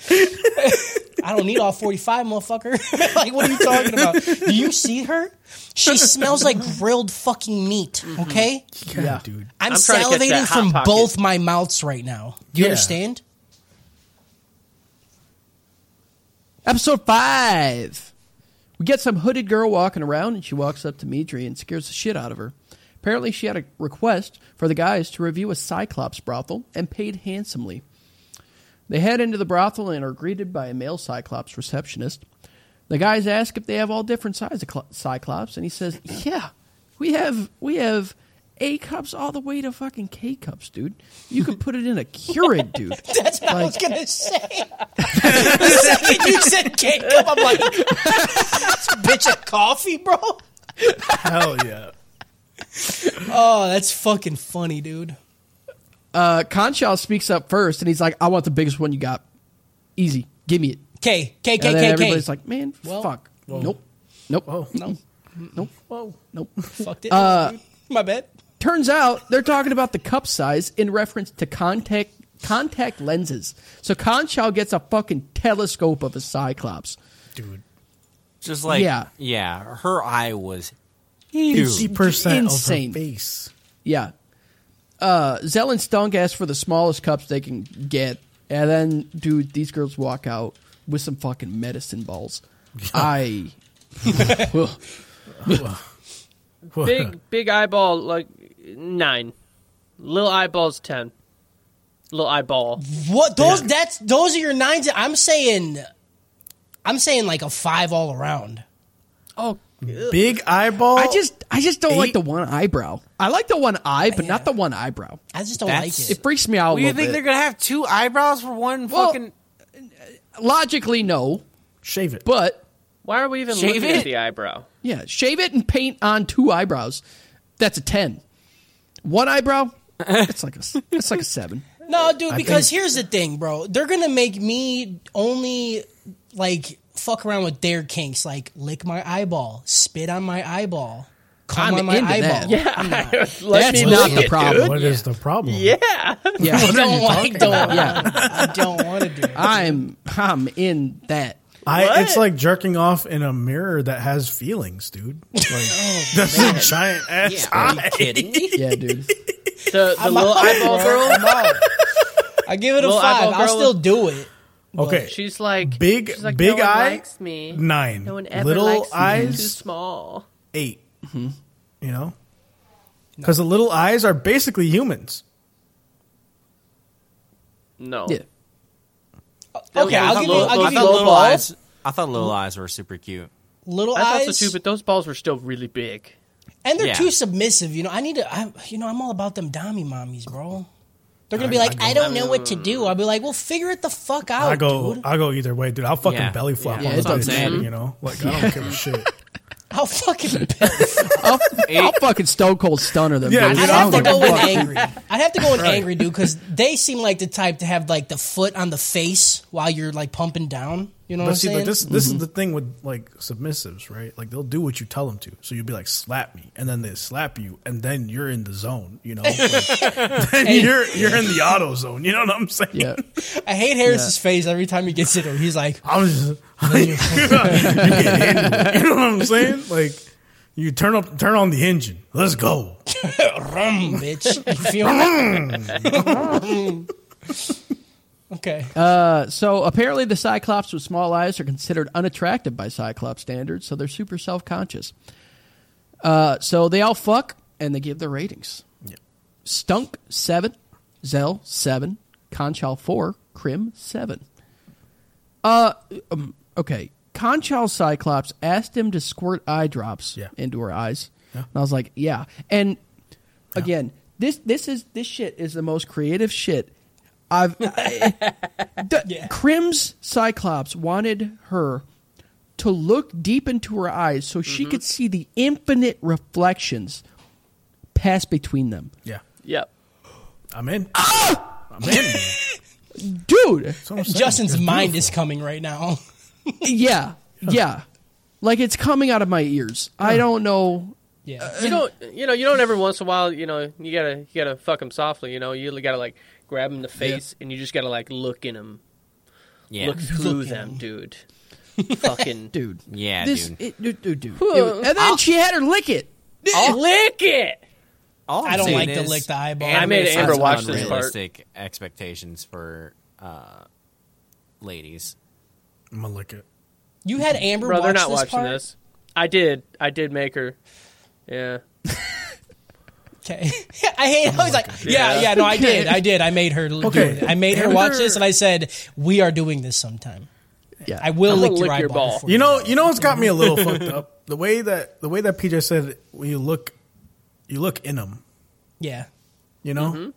[SPEAKER 4] I don't need all forty five, motherfucker. like, what are you talking about? Do you see her? She smells like grilled fucking meat. Okay.
[SPEAKER 5] Yeah, dude.
[SPEAKER 4] I'm,
[SPEAKER 7] I'm trying to catch
[SPEAKER 4] salivating
[SPEAKER 7] that Hot
[SPEAKER 4] from
[SPEAKER 7] Pocket.
[SPEAKER 4] both my mouths right now. Do you
[SPEAKER 5] Yeah.
[SPEAKER 4] understand?
[SPEAKER 3] Episode five. We get some hooded girl walking around, and she walks up to Mitri and scares the shit out of her. Apparently, she had a request for the guys to review a Cyclops brothel and paid handsomely. They head into the brothel and are greeted by a male Cyclops receptionist. The guys ask if they have all different size of cl- Cyclops, and he says, "Yeah, we have we have A cups all the way to fucking K cups, dude. You could put it in a Keurig, dude.
[SPEAKER 4] That's what I was gonna say. the second you said cake cup, I'm like, this bitch a coffee, bro.
[SPEAKER 5] Hell yeah.
[SPEAKER 4] Oh, that's fucking funny, dude.
[SPEAKER 3] Uh, Conchal speaks up first, and he's like, "I want the biggest one you got. Easy, give me it."
[SPEAKER 4] K K K
[SPEAKER 3] and then
[SPEAKER 4] K K.
[SPEAKER 3] everybody's like, "Man,
[SPEAKER 4] Well-
[SPEAKER 3] fuck, nope, nope,
[SPEAKER 4] No.
[SPEAKER 3] nope,
[SPEAKER 5] Whoa.
[SPEAKER 3] nope."
[SPEAKER 4] Fucked it. My bad.
[SPEAKER 3] Turns out they're talking about the cup size in reference to contact contact lenses. So Conchal gets a fucking telescope of a cyclops.
[SPEAKER 5] dude.
[SPEAKER 6] Just like,
[SPEAKER 3] Yeah.
[SPEAKER 6] yeah. yeah, her eye was
[SPEAKER 5] Fifty percent of her
[SPEAKER 3] Insane.
[SPEAKER 5] face.
[SPEAKER 3] Yeah. Uh, Zell and Stunk ask for the smallest cups they can get, and then dude, these girls walk out with some fucking medicine balls. I.
[SPEAKER 7] Big big eyeball like nine. Little eyeball's ten. little eyeball.
[SPEAKER 4] What those? That's those are your nines. I'm saying, I'm saying like a five all around.
[SPEAKER 7] Oh,
[SPEAKER 5] Big eyeball.
[SPEAKER 3] I just I just don't like
[SPEAKER 5] Eight?
[SPEAKER 3] the one eyebrow. I like the one eye, but not the one eyebrow.
[SPEAKER 4] I just don't
[SPEAKER 6] That's-
[SPEAKER 4] like
[SPEAKER 3] It
[SPEAKER 4] it.
[SPEAKER 3] freaks me out. a
[SPEAKER 6] Well, you
[SPEAKER 3] little
[SPEAKER 6] think they're
[SPEAKER 3] bit.
[SPEAKER 6] gonna have two eyebrows for one
[SPEAKER 3] Well,
[SPEAKER 6] fucking?
[SPEAKER 3] logically no,
[SPEAKER 5] shave it.
[SPEAKER 3] but
[SPEAKER 7] why are we even
[SPEAKER 6] Shave
[SPEAKER 7] looking
[SPEAKER 6] it?
[SPEAKER 7] at the eyebrow?
[SPEAKER 3] yeah, shave it and paint on two eyebrows. That's a ten. One eyebrow, it's like a s- it's like a seven.
[SPEAKER 4] No, dude, because here's the thing, bro. They're gonna make me only like fuck around with their kinks, like lick my eyeball, spit on my eyeball, cum
[SPEAKER 3] I'm
[SPEAKER 4] on my
[SPEAKER 3] into that.
[SPEAKER 4] eyeball.
[SPEAKER 7] Let
[SPEAKER 3] That's
[SPEAKER 7] me
[SPEAKER 3] not
[SPEAKER 7] look
[SPEAKER 3] the
[SPEAKER 7] it,
[SPEAKER 3] problem.
[SPEAKER 5] What is the problem?
[SPEAKER 7] dude. Yeah.
[SPEAKER 3] Yeah,
[SPEAKER 4] I don't like the one. I don't want to do it.
[SPEAKER 3] I'm I'm in that.
[SPEAKER 5] I, it's
[SPEAKER 7] What?
[SPEAKER 5] like jerking off in a mirror that has feelings, dude. Like,
[SPEAKER 7] Oh,
[SPEAKER 5] that's a giant ass eye.
[SPEAKER 6] kidding me?
[SPEAKER 3] Yeah, dude.
[SPEAKER 7] The, the little eyeball girl.
[SPEAKER 4] I give it a
[SPEAKER 7] Little
[SPEAKER 4] five.
[SPEAKER 7] eyeball
[SPEAKER 4] I'll
[SPEAKER 7] girl.
[SPEAKER 4] still do it.
[SPEAKER 5] Okay,
[SPEAKER 7] She's like
[SPEAKER 5] Big-
[SPEAKER 7] she's like,
[SPEAKER 5] big
[SPEAKER 7] no one
[SPEAKER 5] eye,
[SPEAKER 7] likes me.
[SPEAKER 5] nine.
[SPEAKER 7] No one ever
[SPEAKER 5] little
[SPEAKER 7] likes me. I'm Too
[SPEAKER 5] eyes,
[SPEAKER 7] small. Mm-hmm.
[SPEAKER 5] 8 You know, because the little eyes are basically humans.
[SPEAKER 7] No.
[SPEAKER 3] Yeah.
[SPEAKER 4] Okay, I'll give you.
[SPEAKER 7] little-
[SPEAKER 4] I'll give
[SPEAKER 6] I thought
[SPEAKER 4] you low
[SPEAKER 6] little
[SPEAKER 4] balls.
[SPEAKER 6] eyes. I thought little eyes were super cute.
[SPEAKER 4] Little
[SPEAKER 7] I thought
[SPEAKER 4] eyes.
[SPEAKER 7] so too, but those balls were still really big.
[SPEAKER 4] And they're
[SPEAKER 6] Yeah.
[SPEAKER 4] too submissive, you know. I need to, I, you know, I'm all about them dommy mommies, bro. They're gonna be like, I don't know what to do. I'll be like, well, figure it the fuck
[SPEAKER 7] Oh,
[SPEAKER 4] out,
[SPEAKER 5] I go,
[SPEAKER 4] dude.
[SPEAKER 5] I go either way, dude. I'll fucking
[SPEAKER 6] Yeah.
[SPEAKER 5] belly flop
[SPEAKER 6] Yeah,
[SPEAKER 5] on
[SPEAKER 3] that's
[SPEAKER 5] the
[SPEAKER 3] what I'm
[SPEAKER 6] saying.
[SPEAKER 5] bitch, you know. Like I don't give a shit.
[SPEAKER 4] I'll fucking. piss.
[SPEAKER 3] I'll, I'll fucking stone cold stunner them.
[SPEAKER 5] Yeah,
[SPEAKER 3] dude.
[SPEAKER 4] I'd
[SPEAKER 5] dude,
[SPEAKER 3] I
[SPEAKER 4] have
[SPEAKER 5] I'm
[SPEAKER 4] to
[SPEAKER 3] don't
[SPEAKER 4] go
[SPEAKER 3] give a
[SPEAKER 4] with
[SPEAKER 3] fuck.
[SPEAKER 4] angry. I'd have to go with angry, dude, because they seem like the type to have like the foot on the face while you're like pumping down. You know what
[SPEAKER 5] But
[SPEAKER 4] I'm
[SPEAKER 5] see,
[SPEAKER 4] saying? Mm-hmm.
[SPEAKER 5] like this, this is the thing with like submissives, right? Like they'll do what you tell them to. So you'll be like, "Slap me," and then they slap you, and then you're in the zone, you know. Like, then you're you're in the auto zone. You know what I'm saying?
[SPEAKER 3] Yeah.
[SPEAKER 4] I hate Harris's face every time he gets it. He's like,
[SPEAKER 5] I'm just, you get into it. You know what I'm saying? Like you turn up, turn on the engine. Let's go.
[SPEAKER 4] "Rum, "Mm, bitch." You feel me? okay.
[SPEAKER 3] So apparently, the Cyclops with small eyes are considered unattractive by Cyclops standards, so they're super self conscious. Uh, so they all fuck and they give their ratings. Stunk seven, Zell seven, Conchal four, Krim seven. Uh, um, okay. Conchal Cyclops asked him to squirt eye drops
[SPEAKER 5] Yeah.
[SPEAKER 3] into her eyes, and I was like, yeah. And again, this this is this shit is the most creative shit I've. The, Crim's Cyclops wanted her to look deep into her eyes so she
[SPEAKER 4] Mm-hmm.
[SPEAKER 3] could see the infinite reflections pass between them.
[SPEAKER 5] Yeah,
[SPEAKER 7] Yep.
[SPEAKER 5] I'm in. I'm in. That's
[SPEAKER 3] Dude,
[SPEAKER 5] what I'm saying.
[SPEAKER 4] Ah! Justin's
[SPEAKER 5] It's
[SPEAKER 4] mind
[SPEAKER 5] beautiful.
[SPEAKER 4] is coming right now.
[SPEAKER 3] yeah, yeah. Like it's coming out of my ears. I don't know.
[SPEAKER 4] Yeah.
[SPEAKER 7] You don't, you know, you don't every once in a while, you know, you gotta, you gotta fuck them softly. You know, you gotta like grab them in the face, and you just gotta like look in them,
[SPEAKER 6] Yeah,
[SPEAKER 7] look through
[SPEAKER 4] Look in
[SPEAKER 7] them, dude. Fucking
[SPEAKER 3] Dude.
[SPEAKER 6] Yeah,
[SPEAKER 3] this,
[SPEAKER 6] dude.
[SPEAKER 3] It, dude, dude, dude. It was- and then she had her lick it.
[SPEAKER 7] lick it.
[SPEAKER 6] All I'm
[SPEAKER 4] I don't
[SPEAKER 6] saying
[SPEAKER 4] like to
[SPEAKER 6] is
[SPEAKER 4] lick the eyeball.
[SPEAKER 7] I made
[SPEAKER 6] anime
[SPEAKER 7] Amber
[SPEAKER 6] sets
[SPEAKER 7] watch this part.
[SPEAKER 6] unrealistic expectations for uh, ladies.
[SPEAKER 5] I'm gonna lick it.
[SPEAKER 4] You had Amber
[SPEAKER 7] Bro,
[SPEAKER 4] watch
[SPEAKER 7] they're not
[SPEAKER 4] this
[SPEAKER 7] watching
[SPEAKER 4] part?
[SPEAKER 7] this. I did, I did make her. Yeah.
[SPEAKER 4] Okay. I hate how he's like, yeah, yeah,
[SPEAKER 7] Yeah.
[SPEAKER 4] no, I did. I did. I made her
[SPEAKER 5] Okay.
[SPEAKER 4] do it. I made her watch this and I said, we are doing this sometime.
[SPEAKER 3] Yeah.
[SPEAKER 4] I will
[SPEAKER 7] I'm
[SPEAKER 4] lick
[SPEAKER 7] gonna
[SPEAKER 4] your
[SPEAKER 7] lick your
[SPEAKER 4] eyeball.
[SPEAKER 7] ball.
[SPEAKER 4] before
[SPEAKER 5] You know, you know what's got me a little fucked up. The way that the way that PJ said when you look, you look in them.
[SPEAKER 4] Yeah.
[SPEAKER 5] You know,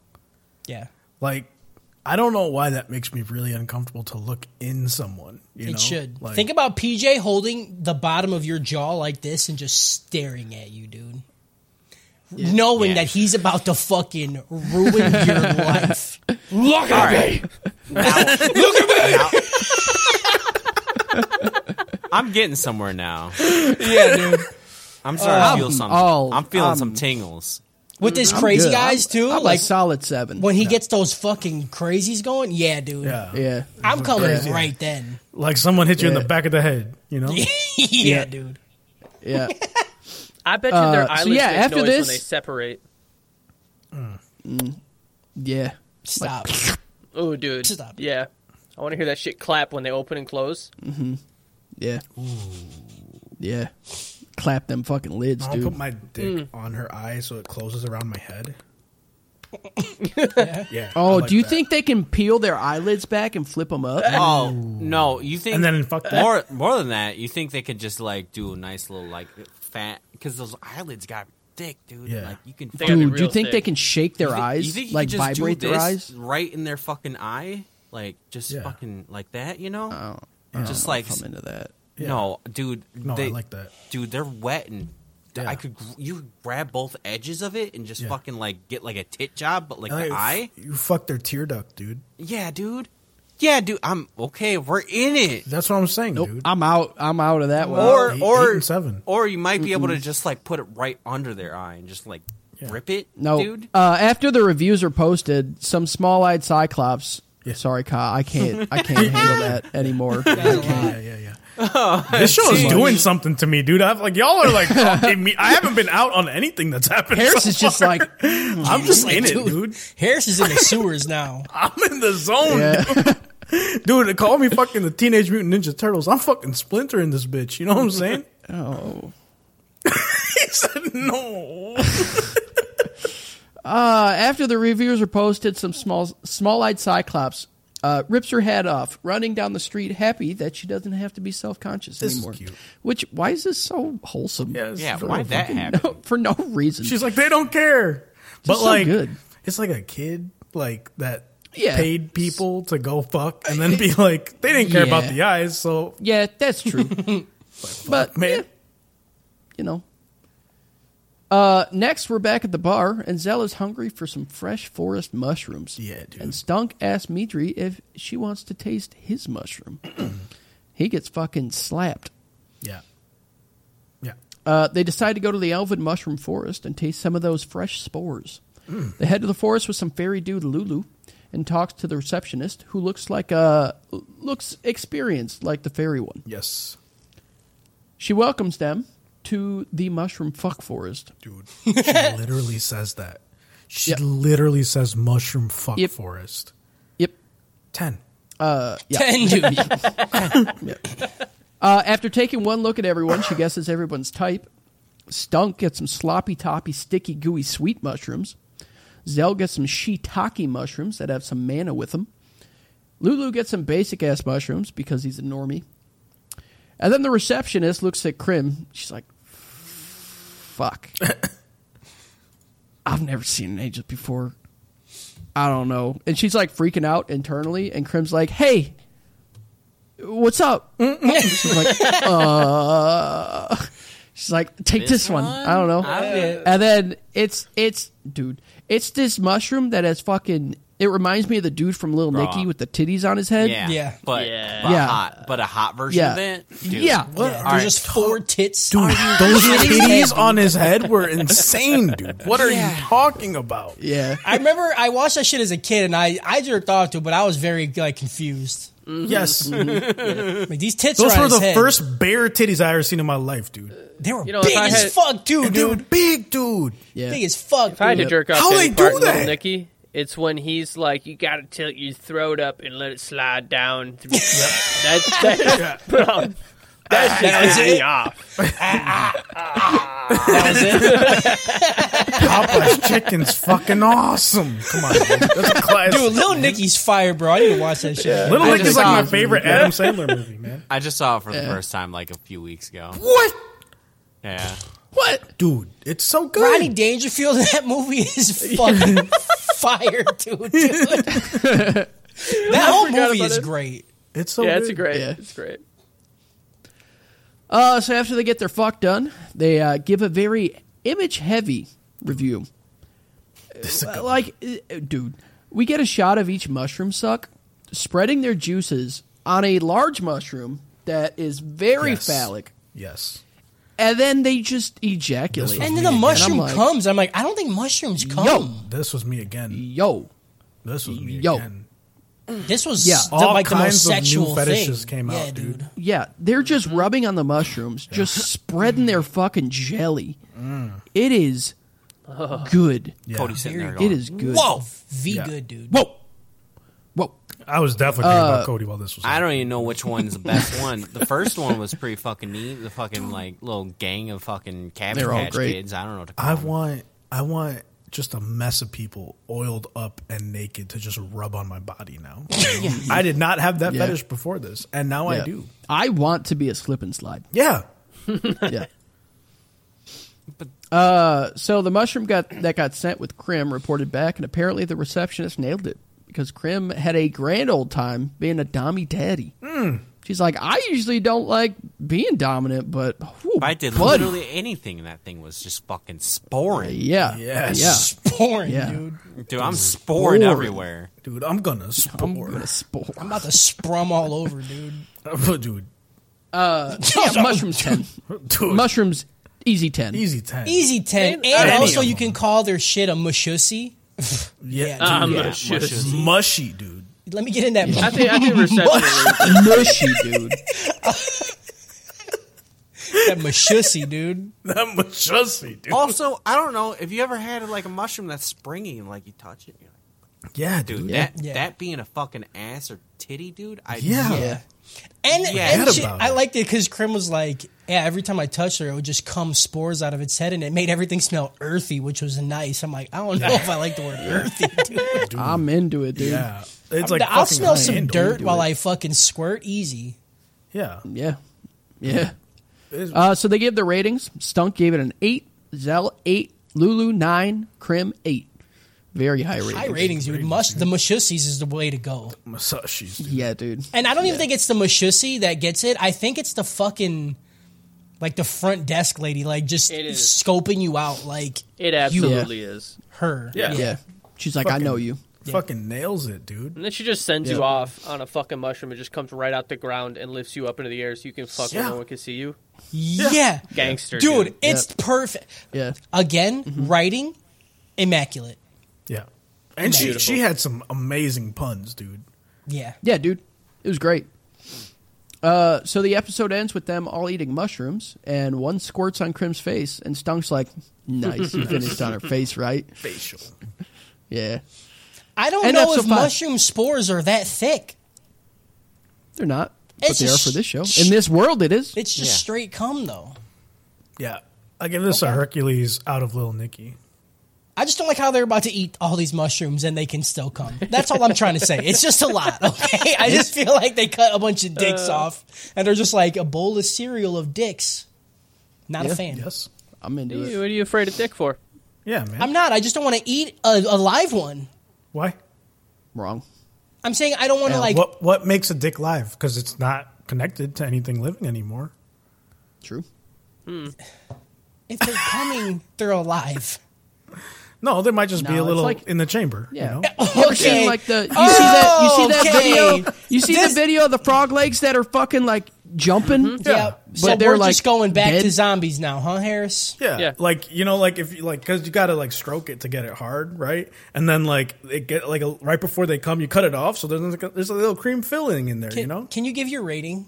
[SPEAKER 4] Yeah.
[SPEAKER 5] like I don't know why that makes me really uncomfortable to look in someone. You
[SPEAKER 4] It
[SPEAKER 5] know?
[SPEAKER 4] should.
[SPEAKER 5] Like,
[SPEAKER 4] Think about PJ holding the bottom of your jaw like this and just staring at you, dude. Knowing
[SPEAKER 6] Yeah.
[SPEAKER 4] that he's about to fucking ruin your life.
[SPEAKER 6] Look at me. Look at me. I'm getting somewhere now.
[SPEAKER 4] Yeah, dude.
[SPEAKER 6] I'm starting
[SPEAKER 3] Oh.
[SPEAKER 6] to feel
[SPEAKER 3] I'm
[SPEAKER 6] some.
[SPEAKER 3] all- um,
[SPEAKER 6] I'm feeling
[SPEAKER 3] I'm-
[SPEAKER 6] some tingles.
[SPEAKER 4] With this crazy
[SPEAKER 3] Good.
[SPEAKER 4] guys
[SPEAKER 3] I'm-
[SPEAKER 4] too,
[SPEAKER 3] I'm a
[SPEAKER 4] like
[SPEAKER 3] solid seven.
[SPEAKER 4] when he gets those fucking crazies going, yeah, dude.
[SPEAKER 5] yeah,
[SPEAKER 3] yeah.
[SPEAKER 4] I'm coming
[SPEAKER 5] Crazy.
[SPEAKER 4] right then.
[SPEAKER 5] like someone hit you in
[SPEAKER 3] Yeah.
[SPEAKER 5] the back of the head. You know,
[SPEAKER 4] yeah, dude.
[SPEAKER 3] Yeah.
[SPEAKER 7] I bet you
[SPEAKER 3] Uh,
[SPEAKER 7] their
[SPEAKER 3] so
[SPEAKER 7] eyelids
[SPEAKER 3] yeah,
[SPEAKER 7] make
[SPEAKER 3] after
[SPEAKER 7] noise
[SPEAKER 3] this-
[SPEAKER 7] when they separate.
[SPEAKER 3] Yeah.
[SPEAKER 4] Stop.
[SPEAKER 7] Oh, dude.
[SPEAKER 4] Stop it.
[SPEAKER 7] Yeah. I want to hear that shit clap when they open and close.
[SPEAKER 3] Yeah. Yeah. Clap them fucking lids,
[SPEAKER 4] Oh,
[SPEAKER 5] I'll
[SPEAKER 3] dude.
[SPEAKER 5] put my dick on her eye so it closes around my head. Yeah.
[SPEAKER 3] Oh,
[SPEAKER 5] I like
[SPEAKER 3] do you
[SPEAKER 5] that.
[SPEAKER 3] think they can peel their eyelids back and flip them up?
[SPEAKER 6] Oh no, you think
[SPEAKER 5] And then fuck that.
[SPEAKER 6] more more than that, you think they could just like do a nice little like fat because those eyelids got thick, dude.
[SPEAKER 5] Yeah.
[SPEAKER 6] Like you can
[SPEAKER 7] They
[SPEAKER 6] fuck-
[SPEAKER 7] gotta be
[SPEAKER 3] Dude, do you
[SPEAKER 7] real
[SPEAKER 3] think they
[SPEAKER 7] thick.
[SPEAKER 3] can shake their
[SPEAKER 6] you thi-
[SPEAKER 3] eyes,
[SPEAKER 6] you think you
[SPEAKER 3] like
[SPEAKER 6] could just do
[SPEAKER 3] vibrate their
[SPEAKER 6] this
[SPEAKER 3] eyes?
[SPEAKER 6] right in their fucking eye, like just
[SPEAKER 5] Yeah.
[SPEAKER 6] fucking like that, you know?
[SPEAKER 3] Oh,
[SPEAKER 6] just like
[SPEAKER 3] I'm into that.
[SPEAKER 6] no, dude.
[SPEAKER 5] No,
[SPEAKER 6] they,
[SPEAKER 5] I like that.
[SPEAKER 6] dude. They're wet and. th-
[SPEAKER 5] Yeah.
[SPEAKER 6] I could gr- you could grab both edges of it and just
[SPEAKER 5] Yeah. Oh,
[SPEAKER 6] fucking like get like a tit job, but like
[SPEAKER 5] I
[SPEAKER 6] the eye.
[SPEAKER 5] like, you fuck their tear duct, dude.
[SPEAKER 6] Yeah, dude. Yeah, dude. I'm okay. We're in it.
[SPEAKER 5] That's what I'm saying,
[SPEAKER 3] Nope,
[SPEAKER 5] dude.
[SPEAKER 3] I'm out. I'm out of that one.
[SPEAKER 6] or
[SPEAKER 5] eight-
[SPEAKER 6] or
[SPEAKER 5] eight and seven.
[SPEAKER 6] or you might be able to just like put it right under their eye and just like rip it,
[SPEAKER 3] No.
[SPEAKER 6] dude.
[SPEAKER 3] Uh, after the reviews are posted, some small-eyed cyclops.
[SPEAKER 5] Yeah.
[SPEAKER 3] Sorry, Ka, I can't. I can't handle that anymore.
[SPEAKER 5] yeah, yeah, yeah. this show is doing something to me, dude. I've like y'all are like fucking me. I haven't been out on anything that's happened.
[SPEAKER 3] Harris
[SPEAKER 5] so
[SPEAKER 3] is just
[SPEAKER 5] far.
[SPEAKER 3] like,
[SPEAKER 5] I'm just in it,
[SPEAKER 4] Dude,
[SPEAKER 5] dude.
[SPEAKER 4] Harris is in the sewers now.
[SPEAKER 5] I'm in the zone,
[SPEAKER 3] Yeah.
[SPEAKER 5] dude. dude. Call me fucking the Teenage Mutant Ninja Turtles. I'm fucking splintering this bitch. You know what I'm saying?
[SPEAKER 3] oh.
[SPEAKER 5] he said no.
[SPEAKER 3] Uh, after the reviews are posted, some small small-eyed cyclops uh, rips her hat off, running down the street, happy that she doesn't have to be self-conscious
[SPEAKER 5] is
[SPEAKER 3] anymore.
[SPEAKER 5] cute.
[SPEAKER 3] Which why is this so wholesome?
[SPEAKER 5] Yes.
[SPEAKER 6] yeah,
[SPEAKER 5] for
[SPEAKER 6] why would that
[SPEAKER 3] Fucking
[SPEAKER 6] happen?
[SPEAKER 3] No, for no reason.
[SPEAKER 5] She's like, they don't care. But
[SPEAKER 3] so
[SPEAKER 5] like,
[SPEAKER 3] good.
[SPEAKER 5] it's like a kid like that
[SPEAKER 3] Yeah.
[SPEAKER 5] paid people to go fuck and then be like, they didn't care about
[SPEAKER 3] Yeah.
[SPEAKER 5] the eyes, so
[SPEAKER 3] yeah, that's true. but
[SPEAKER 5] man.
[SPEAKER 3] yeah, you know. Uh, next, we're back at the bar, and Zell is hungry for some fresh forest mushrooms.
[SPEAKER 5] Yeah, dude.
[SPEAKER 3] And Stunk asks Midri if she wants to taste his mushroom. he gets fucking slapped.
[SPEAKER 5] Yeah. Yeah.
[SPEAKER 3] Uh, they decide to go to the elven mushroom forest and taste some of those fresh spores. They head to the forest with some fairy dude Lulu and talks to the receptionist, who looks like uh looks experienced like the fairy one.
[SPEAKER 5] Yes.
[SPEAKER 3] She welcomes them to the mushroom fuck forest.
[SPEAKER 5] Dude. She literally says that. She literally says mushroom fuck
[SPEAKER 3] Yep.
[SPEAKER 5] forest.
[SPEAKER 3] Yep.
[SPEAKER 5] Ten.
[SPEAKER 4] Ten dude.
[SPEAKER 3] Uh, after taking one look at everyone, she guesses everyone's type. Stunk gets some sloppy toppy, sticky, gooey, sweet mushrooms. Zell gets some shiitake mushrooms that have some mana with them. Lulu gets some basic ass mushrooms because he's a normie. And then the receptionist looks at Krim. She's like, fuck. I've never seen an angel before. I don't know. And she's like freaking out internally. And Krim's like, hey, what's up? she's like, uh. She's like, take this, one. I don't know.
[SPEAKER 6] I don't-
[SPEAKER 3] and then it's, it's, dude, it's this mushroom that has fucking, it reminds me of the dude from Little
[SPEAKER 6] Raw.
[SPEAKER 3] Nicky with the titties on his head.
[SPEAKER 6] Yeah,
[SPEAKER 4] Yeah.
[SPEAKER 6] but
[SPEAKER 7] Yeah.
[SPEAKER 6] but
[SPEAKER 3] Yeah.
[SPEAKER 6] hot, but a hot version
[SPEAKER 3] Yeah.
[SPEAKER 6] of it. Dude.
[SPEAKER 3] Yeah.
[SPEAKER 5] What?
[SPEAKER 4] There's
[SPEAKER 6] All right.
[SPEAKER 4] just four tits.
[SPEAKER 5] Dude, those titties on his head were insane, dude. What are you talking about?
[SPEAKER 3] Yeah.
[SPEAKER 4] I remember I watched that shit as a kid, and I I jerked off to it, but I was very like confused.
[SPEAKER 5] Yes.
[SPEAKER 4] Like these tits
[SPEAKER 5] Those
[SPEAKER 4] are on
[SPEAKER 5] were
[SPEAKER 4] his
[SPEAKER 5] the
[SPEAKER 4] head.
[SPEAKER 5] first bare titties I ever seen in my life, dude.
[SPEAKER 4] They were
[SPEAKER 7] know, if
[SPEAKER 4] big
[SPEAKER 7] I
[SPEAKER 4] as
[SPEAKER 7] had-
[SPEAKER 4] fuck too,
[SPEAKER 5] They were
[SPEAKER 4] dude.
[SPEAKER 5] big, dude.
[SPEAKER 3] Yeah.
[SPEAKER 4] Big as fuck.
[SPEAKER 7] If I had to
[SPEAKER 4] dude.
[SPEAKER 7] jerk off
[SPEAKER 5] How
[SPEAKER 7] to
[SPEAKER 5] they
[SPEAKER 7] any
[SPEAKER 5] do
[SPEAKER 7] part in Little
[SPEAKER 5] that?
[SPEAKER 7] Nicky, it's when he's like, "You gotta tilt your throat up and let it slide down." through- That's that's bro, that shit
[SPEAKER 4] That's
[SPEAKER 7] pissed
[SPEAKER 4] it?
[SPEAKER 7] me off.
[SPEAKER 4] That was it.
[SPEAKER 5] Popeye's chicken's fucking awesome. Come on, dude. that's a classic.
[SPEAKER 4] Dude, Lil Nicky's fire, bro. I need to watch that shit.
[SPEAKER 5] Little
[SPEAKER 6] I
[SPEAKER 5] Nick is
[SPEAKER 6] just
[SPEAKER 5] like
[SPEAKER 6] saw
[SPEAKER 5] my
[SPEAKER 6] it.
[SPEAKER 5] favorite Adam Sandler movie, man.
[SPEAKER 6] I just saw it for the first time like a few weeks ago.
[SPEAKER 5] What,
[SPEAKER 6] Yeah,
[SPEAKER 3] What?
[SPEAKER 5] dude? It's so good.
[SPEAKER 4] Rodney Dangerfield in that movie is fucking fire, dude. dude. that whole
[SPEAKER 7] forgot
[SPEAKER 4] movie
[SPEAKER 7] about
[SPEAKER 4] is
[SPEAKER 7] it.
[SPEAKER 4] great.
[SPEAKER 5] It's so.
[SPEAKER 7] Yeah,
[SPEAKER 5] good.
[SPEAKER 7] it's great.
[SPEAKER 3] Yeah.
[SPEAKER 7] It's great.
[SPEAKER 3] Uh, so after they get their fuck done, they uh, give a very image heavy review.
[SPEAKER 5] It's a good-
[SPEAKER 3] Like, uh, dude, we get a shot of each mushroom suck spreading their juices on a large mushroom that is very
[SPEAKER 5] Yes.
[SPEAKER 3] phallic,
[SPEAKER 5] yes.
[SPEAKER 3] and then they just ejaculate.
[SPEAKER 4] And then the mushroom
[SPEAKER 3] like-
[SPEAKER 4] comes. I'm like, I don't think mushrooms come.
[SPEAKER 3] Yo.
[SPEAKER 5] This was me again.
[SPEAKER 3] Yo,
[SPEAKER 5] This was me
[SPEAKER 3] Yo.
[SPEAKER 5] again.
[SPEAKER 4] This was
[SPEAKER 3] Yeah.
[SPEAKER 4] the,
[SPEAKER 5] All
[SPEAKER 4] like the
[SPEAKER 5] kinds
[SPEAKER 4] most
[SPEAKER 5] of new
[SPEAKER 4] sexual
[SPEAKER 5] fetishes
[SPEAKER 4] thing.
[SPEAKER 5] came
[SPEAKER 4] yeah,
[SPEAKER 5] out, dude.
[SPEAKER 3] yeah, they're just rubbing on the mushrooms, just spreading their fucking jelly. It is good.
[SPEAKER 5] Yeah.
[SPEAKER 6] Cody's sitting there. Going,
[SPEAKER 3] It is good.
[SPEAKER 4] Whoa, V
[SPEAKER 5] Yeah.
[SPEAKER 4] good, dude.
[SPEAKER 3] whoa, whoa.
[SPEAKER 5] I was definitely thinking about Cody while this was.
[SPEAKER 6] I
[SPEAKER 5] on.
[SPEAKER 6] don't even know which one's the best one. The first one was pretty fucking neat. The fucking like little gang of fucking cabbage
[SPEAKER 3] They're all
[SPEAKER 6] patch
[SPEAKER 3] great.
[SPEAKER 6] kids. I don't know. What to call
[SPEAKER 5] I
[SPEAKER 6] them.
[SPEAKER 5] want. I want just a mess of people oiled up and naked to just rub on my body now. I did not have that
[SPEAKER 3] Yeah.
[SPEAKER 5] fetish before this, and now I do.
[SPEAKER 3] I want to be a slip and slide.
[SPEAKER 5] Yeah.
[SPEAKER 3] yeah. uh, so the mushroom got that got sent with Krim reported back, and apparently the receptionist nailed it because Krim had a grand old time being a dommy daddy. She's like, I usually don't like being dominant, but whew,
[SPEAKER 6] I did
[SPEAKER 3] buddy."
[SPEAKER 6] literally anything, and that thing was just fucking sporing.
[SPEAKER 3] Yeah,
[SPEAKER 5] Yes.
[SPEAKER 3] yeah.
[SPEAKER 4] Porn,
[SPEAKER 3] Yeah.
[SPEAKER 4] dude.
[SPEAKER 6] Dude, I'm sporing
[SPEAKER 3] Sporing.
[SPEAKER 6] everywhere.
[SPEAKER 5] Dude, I'm gonna
[SPEAKER 3] I'm
[SPEAKER 5] spore.
[SPEAKER 3] gonna sport.
[SPEAKER 4] I'm about to sprum all over, dude.
[SPEAKER 5] dude,
[SPEAKER 3] Yeah, mushrooms ten.
[SPEAKER 5] dude,
[SPEAKER 3] mushrooms easy ten.
[SPEAKER 5] easy ten.
[SPEAKER 4] Easy ten, and,
[SPEAKER 5] any
[SPEAKER 4] also
[SPEAKER 5] of
[SPEAKER 4] you
[SPEAKER 5] them.
[SPEAKER 4] can call their shit a mushussy.
[SPEAKER 5] yeah, dude,
[SPEAKER 7] Um,
[SPEAKER 6] Yeah,
[SPEAKER 7] shit.
[SPEAKER 6] mushes.
[SPEAKER 5] mushy, dude.
[SPEAKER 4] Let me get in that.
[SPEAKER 7] I think I think reception.
[SPEAKER 3] Mushy dude.
[SPEAKER 4] that mushussy, dude.
[SPEAKER 5] That mushy, dude.
[SPEAKER 6] Also, I don't know if you ever had like a mushroom that's springy and like you touch it, you're like,
[SPEAKER 5] Yeah, dude.
[SPEAKER 6] dude,
[SPEAKER 5] Yeah.
[SPEAKER 6] that
[SPEAKER 4] Yeah.
[SPEAKER 6] that being a fucking ass or titty, dude. I
[SPEAKER 5] Yeah.
[SPEAKER 4] Yeah. And,
[SPEAKER 6] Yeah.
[SPEAKER 4] and
[SPEAKER 5] Forget
[SPEAKER 4] she-
[SPEAKER 5] about
[SPEAKER 4] I
[SPEAKER 5] it.
[SPEAKER 4] liked it because Krim was like, yeah, every time I touched her, it would just come spores out of its head and it made everything smell earthy, which was nice. I'm like, I don't know if I like the word earthy, dude.
[SPEAKER 3] I'm into it, dude. Yeah.
[SPEAKER 5] Yeah. It's like
[SPEAKER 4] I'll
[SPEAKER 5] fucking
[SPEAKER 4] smell some
[SPEAKER 5] handle,
[SPEAKER 4] dirt
[SPEAKER 5] dude.
[SPEAKER 4] while I fucking squirt easy.
[SPEAKER 5] Yeah.
[SPEAKER 3] Yeah. Yeah.
[SPEAKER 5] It's-
[SPEAKER 3] Uh, so they give the ratings. Stunk gave it an eight. Zell eight. Lulu nine. Krim eight. Very high rating.
[SPEAKER 4] High ratings, dude. Mush the mushussies is the way to go.
[SPEAKER 5] Mushies, dude.
[SPEAKER 3] Yeah, dude.
[SPEAKER 4] And I don't even think it's the mashussi that gets it. I think it's the fucking like the front desk lady, like just
[SPEAKER 7] It is.
[SPEAKER 4] scoping you out, like
[SPEAKER 7] It absolutely is.
[SPEAKER 4] her.
[SPEAKER 7] Yeah.
[SPEAKER 3] Yeah. She's like, I know you.
[SPEAKER 5] Fucking nails it, dude.
[SPEAKER 7] And then she just sends you
[SPEAKER 3] Yeah.
[SPEAKER 7] off on a fucking mushroom. It just comes right out the ground and lifts you up into the air so you can fuck
[SPEAKER 5] Yeah.
[SPEAKER 7] when no one can see you.
[SPEAKER 4] yeah,
[SPEAKER 7] Gangster,
[SPEAKER 4] dude.
[SPEAKER 7] dude.
[SPEAKER 4] It's perfect.
[SPEAKER 3] Yeah.
[SPEAKER 4] Again,
[SPEAKER 3] Mm-hmm.
[SPEAKER 4] writing immaculate.
[SPEAKER 5] Yeah. And she,
[SPEAKER 7] Beautiful.
[SPEAKER 5] she had some amazing puns, dude.
[SPEAKER 4] Yeah,
[SPEAKER 3] Yeah, dude. It was great. Uh, so the episode ends with them all eating mushrooms, and one squirts on Krim's face, and Stunk's like, "Nice, you finished on her face, right?"
[SPEAKER 5] Facial.
[SPEAKER 3] Yeah,
[SPEAKER 4] I don't
[SPEAKER 3] And
[SPEAKER 4] know
[SPEAKER 3] that's
[SPEAKER 4] if
[SPEAKER 3] so fun.
[SPEAKER 4] mushroom spores are that thick.
[SPEAKER 3] they're not, but
[SPEAKER 4] It's
[SPEAKER 3] they are
[SPEAKER 4] just-
[SPEAKER 3] for this show. In this world, it is.
[SPEAKER 4] It's just straight cum though.
[SPEAKER 5] Yeah. I give this a Hercules out of Little Nicky.
[SPEAKER 4] I just don't like how they're about to eat all these mushrooms and they can still come. That's all I'm trying to say. It's just a lot, okay? I just feel like they cut a bunch of
[SPEAKER 5] Uh.
[SPEAKER 4] dicks off and they're just like a bowl of cereal of dicks. Not a
[SPEAKER 3] Yeah.
[SPEAKER 4] fan.
[SPEAKER 5] Yes.
[SPEAKER 3] I'm into
[SPEAKER 7] What
[SPEAKER 3] it.
[SPEAKER 7] are you afraid of dick for?
[SPEAKER 5] Yeah, man.
[SPEAKER 4] I'm not. I just don't want to eat a, a live one.
[SPEAKER 5] Why?
[SPEAKER 3] Wrong.
[SPEAKER 4] I'm saying I don't want to like.
[SPEAKER 5] what what makes a dick live? Because it's not connected to anything living anymore.
[SPEAKER 3] True.
[SPEAKER 4] If they're coming, they're alive.
[SPEAKER 5] No, they might just
[SPEAKER 3] No,
[SPEAKER 5] be a
[SPEAKER 3] it's
[SPEAKER 5] little
[SPEAKER 3] like-
[SPEAKER 5] in the chamber.
[SPEAKER 3] Yeah.
[SPEAKER 5] You know?
[SPEAKER 3] You ever
[SPEAKER 4] Okay. Oh,
[SPEAKER 3] seen like the you see that you see that
[SPEAKER 4] Okay.
[SPEAKER 3] video you see
[SPEAKER 4] This- Mm-hmm.
[SPEAKER 3] the video of the frog legs that are fucking like jumping.
[SPEAKER 4] Yeah. So
[SPEAKER 3] But they're,
[SPEAKER 4] we're
[SPEAKER 3] like,
[SPEAKER 4] just going back to
[SPEAKER 3] dead?
[SPEAKER 4] zombies now, huh, Harris?
[SPEAKER 5] Yeah.
[SPEAKER 7] Yeah.
[SPEAKER 5] Like, you know, like if you like, cause you gotta like stroke it to get it hard, right? And then like, it get like a, right before they come, you cut it off. So there's, like, a- there's a little cream filling in there,
[SPEAKER 4] Can,
[SPEAKER 5] you know?
[SPEAKER 4] can you give your rating?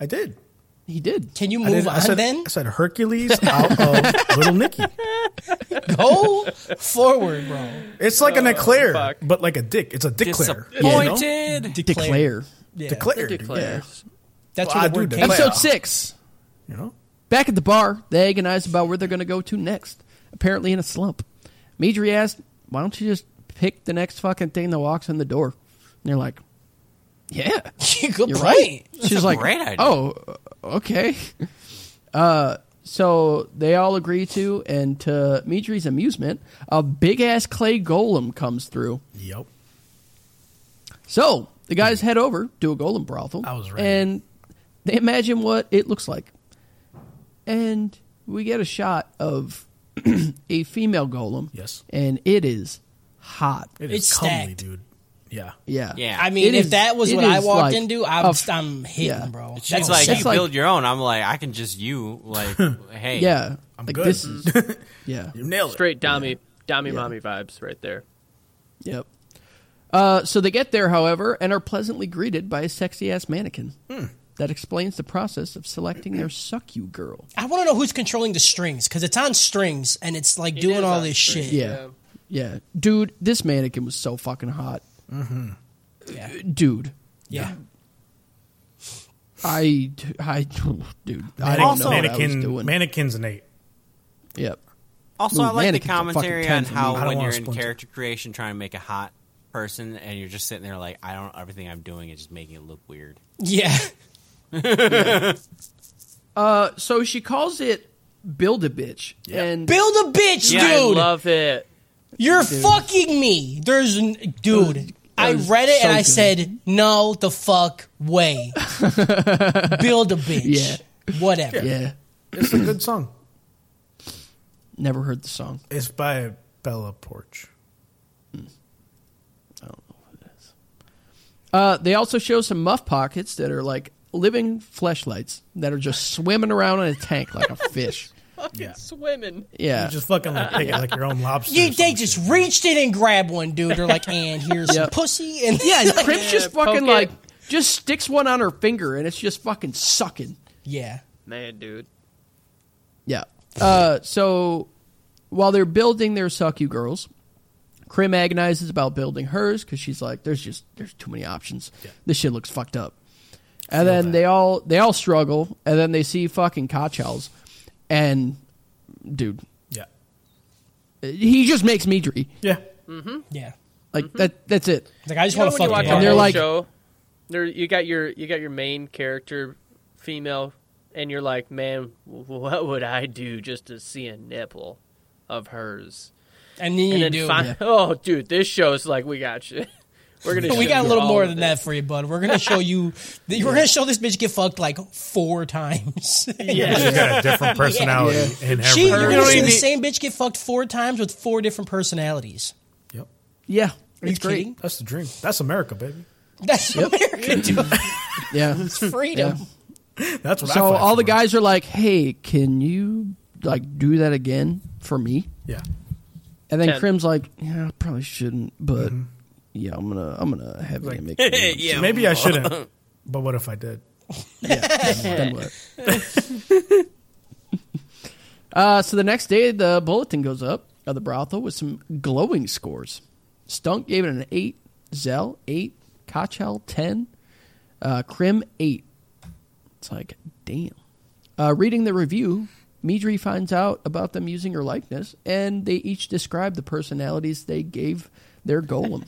[SPEAKER 5] I did.
[SPEAKER 3] He did.
[SPEAKER 4] Can you
[SPEAKER 5] I,
[SPEAKER 4] move
[SPEAKER 5] did.
[SPEAKER 4] on
[SPEAKER 5] I said,
[SPEAKER 4] then?
[SPEAKER 5] I said Hercules out of Little Nicky.
[SPEAKER 4] Go forward, bro.
[SPEAKER 5] It's like an eclair,
[SPEAKER 7] fuck.
[SPEAKER 5] but like a dick. It's a dick clair. you know?
[SPEAKER 6] Disappointed.
[SPEAKER 3] Declare.
[SPEAKER 4] Yeah.
[SPEAKER 5] Declare.
[SPEAKER 7] Dick
[SPEAKER 5] dude.
[SPEAKER 7] player.
[SPEAKER 4] That's
[SPEAKER 5] Well, I
[SPEAKER 4] where the
[SPEAKER 5] do
[SPEAKER 4] word came
[SPEAKER 5] declare.
[SPEAKER 4] from.
[SPEAKER 3] Episode
[SPEAKER 5] Playoff.
[SPEAKER 3] six.
[SPEAKER 5] You know?
[SPEAKER 3] Back at the bar, they agonize about where they're going to go to next. Apparently in a slump. Midri asked, "Why don't you just pick the next fucking thing that walks in the door?" And they're like, "Yeah."
[SPEAKER 4] Good
[SPEAKER 3] You're
[SPEAKER 4] point.
[SPEAKER 3] right. She's
[SPEAKER 6] a
[SPEAKER 3] like,
[SPEAKER 6] great idea.
[SPEAKER 3] oh, okay. Uh, so they all agree to, and to Mitri's amusement, a big ass clay golem comes through.
[SPEAKER 5] Yep.
[SPEAKER 3] So the guys head over to a golem brothel.
[SPEAKER 5] I was right.
[SPEAKER 3] And they imagine what it looks like. And we get a shot of a female golem.
[SPEAKER 5] Yes.
[SPEAKER 3] And it is hot.
[SPEAKER 5] It is
[SPEAKER 4] It's
[SPEAKER 5] comely,
[SPEAKER 4] stacked.
[SPEAKER 5] dude. Yeah.
[SPEAKER 3] Yeah.
[SPEAKER 6] Yeah.
[SPEAKER 4] I mean,
[SPEAKER 3] It
[SPEAKER 4] if
[SPEAKER 3] is-
[SPEAKER 4] that was
[SPEAKER 3] it
[SPEAKER 4] what I
[SPEAKER 3] is
[SPEAKER 4] walked
[SPEAKER 3] like
[SPEAKER 4] into,
[SPEAKER 3] a
[SPEAKER 4] I'm,
[SPEAKER 3] f-
[SPEAKER 4] I'm hitting,
[SPEAKER 3] yeah.
[SPEAKER 4] bro.
[SPEAKER 6] She's
[SPEAKER 4] That's
[SPEAKER 6] like,
[SPEAKER 4] sick.
[SPEAKER 6] you
[SPEAKER 3] like-
[SPEAKER 6] build your own. I'm like, I can just you. Like, hey,
[SPEAKER 3] Yeah.
[SPEAKER 5] I'm
[SPEAKER 3] like
[SPEAKER 5] good.
[SPEAKER 3] this is Yeah.
[SPEAKER 5] You nailed it.
[SPEAKER 7] Straight Dami, Dami Mommy vibes right there.
[SPEAKER 3] Yep. Uh, so they get there, however, and are pleasantly greeted by a sexy ass mannequin.
[SPEAKER 4] Hmm.
[SPEAKER 3] That explains the process of selecting their suck you girl.
[SPEAKER 4] I want to know who's controlling the strings because it's on strings and it's like
[SPEAKER 7] is
[SPEAKER 4] doing all
[SPEAKER 7] on
[SPEAKER 4] this
[SPEAKER 7] strings.
[SPEAKER 4] shit.
[SPEAKER 3] Yeah. yeah. Dude, this mannequin was so fucking hot.
[SPEAKER 4] Yeah.
[SPEAKER 3] Dude.
[SPEAKER 4] Yeah.
[SPEAKER 3] I, I, dude, I don't know what
[SPEAKER 5] Mannequin,
[SPEAKER 3] I was
[SPEAKER 5] mannequin,
[SPEAKER 3] doing.
[SPEAKER 5] mannequin's an eight.
[SPEAKER 3] yep.
[SPEAKER 6] Also,
[SPEAKER 3] Ooh,
[SPEAKER 6] I like the
[SPEAKER 3] mannequins are fucking
[SPEAKER 6] commentary on
[SPEAKER 3] tons of meat.
[SPEAKER 5] I
[SPEAKER 6] how
[SPEAKER 5] don't
[SPEAKER 6] when
[SPEAKER 5] wanna
[SPEAKER 6] you're in
[SPEAKER 5] splurge.
[SPEAKER 6] character creation trying to make a hot person and you're just sitting there like, I don't, everything I'm doing is just making it look weird.
[SPEAKER 4] Yeah.
[SPEAKER 3] Uh, So she calls it build a bitch, and
[SPEAKER 4] Build a bitch,
[SPEAKER 6] Yeah,
[SPEAKER 7] I
[SPEAKER 4] dude.
[SPEAKER 7] love it.
[SPEAKER 4] You're fucking me. There's n- dude. I
[SPEAKER 3] was
[SPEAKER 4] read it
[SPEAKER 3] so
[SPEAKER 4] and I
[SPEAKER 3] good.
[SPEAKER 4] said, "No, the fuck way." Build a bitch.
[SPEAKER 3] Yeah.
[SPEAKER 4] Whatever.
[SPEAKER 3] yeah,
[SPEAKER 5] It's a good song.
[SPEAKER 3] never heard the song.
[SPEAKER 5] It's by Bella Porch.
[SPEAKER 3] Uh, they also show some muff pockets that are like living fleshlights that are just swimming around in a tank like a fish.
[SPEAKER 5] Yeah.
[SPEAKER 7] Swimming.
[SPEAKER 3] Yeah,
[SPEAKER 5] You just fucking like, pick it like your own lobster.
[SPEAKER 4] You-
[SPEAKER 5] or
[SPEAKER 4] they
[SPEAKER 5] something.
[SPEAKER 4] just reached in and grabbed one dude. They're like, "And here's some
[SPEAKER 3] Yep.
[SPEAKER 4] pussy." And
[SPEAKER 3] yeah. And Crips just
[SPEAKER 7] poke
[SPEAKER 3] fucking
[SPEAKER 7] it.
[SPEAKER 3] like just sticks one on her finger, and it's just fucking sucking.
[SPEAKER 4] yeah.
[SPEAKER 7] Man, dude.
[SPEAKER 3] Yeah. Uh, so while they're building their suck you girls, Krim agonizes about building hers because she's like, "There's just there's too many options. This shit looks fucked up." And then they all they all struggle, and then they see fucking Kochals, and dude,
[SPEAKER 5] Yeah.
[SPEAKER 3] he just makes me dream.
[SPEAKER 5] Yeah.
[SPEAKER 4] Yeah.
[SPEAKER 3] Like that. That's it.
[SPEAKER 4] Like I just
[SPEAKER 7] You know
[SPEAKER 4] want to
[SPEAKER 7] when you
[SPEAKER 4] fuck.
[SPEAKER 7] watch
[SPEAKER 4] the
[SPEAKER 7] a
[SPEAKER 3] And
[SPEAKER 4] guy.
[SPEAKER 3] they're
[SPEAKER 7] whole
[SPEAKER 3] like-
[SPEAKER 7] show, there you got your you got your main character, female, and you're like, man, what would I do just to see a nipple of hers?
[SPEAKER 4] and then you
[SPEAKER 7] And then
[SPEAKER 4] do.
[SPEAKER 7] fi- oh, dude, this show's like we got you. We're gonna.
[SPEAKER 4] we
[SPEAKER 7] show
[SPEAKER 4] got a
[SPEAKER 7] you
[SPEAKER 4] little
[SPEAKER 7] all
[SPEAKER 4] more
[SPEAKER 7] of
[SPEAKER 4] than
[SPEAKER 7] it.
[SPEAKER 4] that for you, bud. We're gonna show you. We're gonna show this bitch get fucked like four times.
[SPEAKER 5] She's got a different personality in every.
[SPEAKER 4] She, you're
[SPEAKER 5] She,
[SPEAKER 4] gonna see
[SPEAKER 6] even
[SPEAKER 4] the
[SPEAKER 6] need-
[SPEAKER 4] same bitch get fucked four times with four different personalities.
[SPEAKER 5] yep.
[SPEAKER 3] Yeah.
[SPEAKER 4] Are you
[SPEAKER 3] It's great.
[SPEAKER 4] kidding?
[SPEAKER 5] That's the dream. That's America, baby.
[SPEAKER 4] That's American dude.
[SPEAKER 3] Yeah.
[SPEAKER 4] It's freedom.
[SPEAKER 5] That's what I
[SPEAKER 3] so
[SPEAKER 5] fight
[SPEAKER 3] all the
[SPEAKER 5] for.
[SPEAKER 3] guys are like, "Hey, can you like do that again for me?"
[SPEAKER 5] Yeah.
[SPEAKER 3] And then
[SPEAKER 7] Ten.
[SPEAKER 3] Krim's like, "Yeah, I probably shouldn't, but yeah, I'm gonna I'm gonna have you make." it."
[SPEAKER 6] yeah.
[SPEAKER 5] Maybe I shouldn't. But what if I did?
[SPEAKER 3] Then what? uh, so the next day, the bulletin goes up of the brothel with some glowing scores. Stunk gave it an 8, Zell 8, Kochel 10, uh, Krim 8. It's like, damn. Uh, reading the review, Midri finds out about them using her likeness, and they each describe the personalities they gave their golem.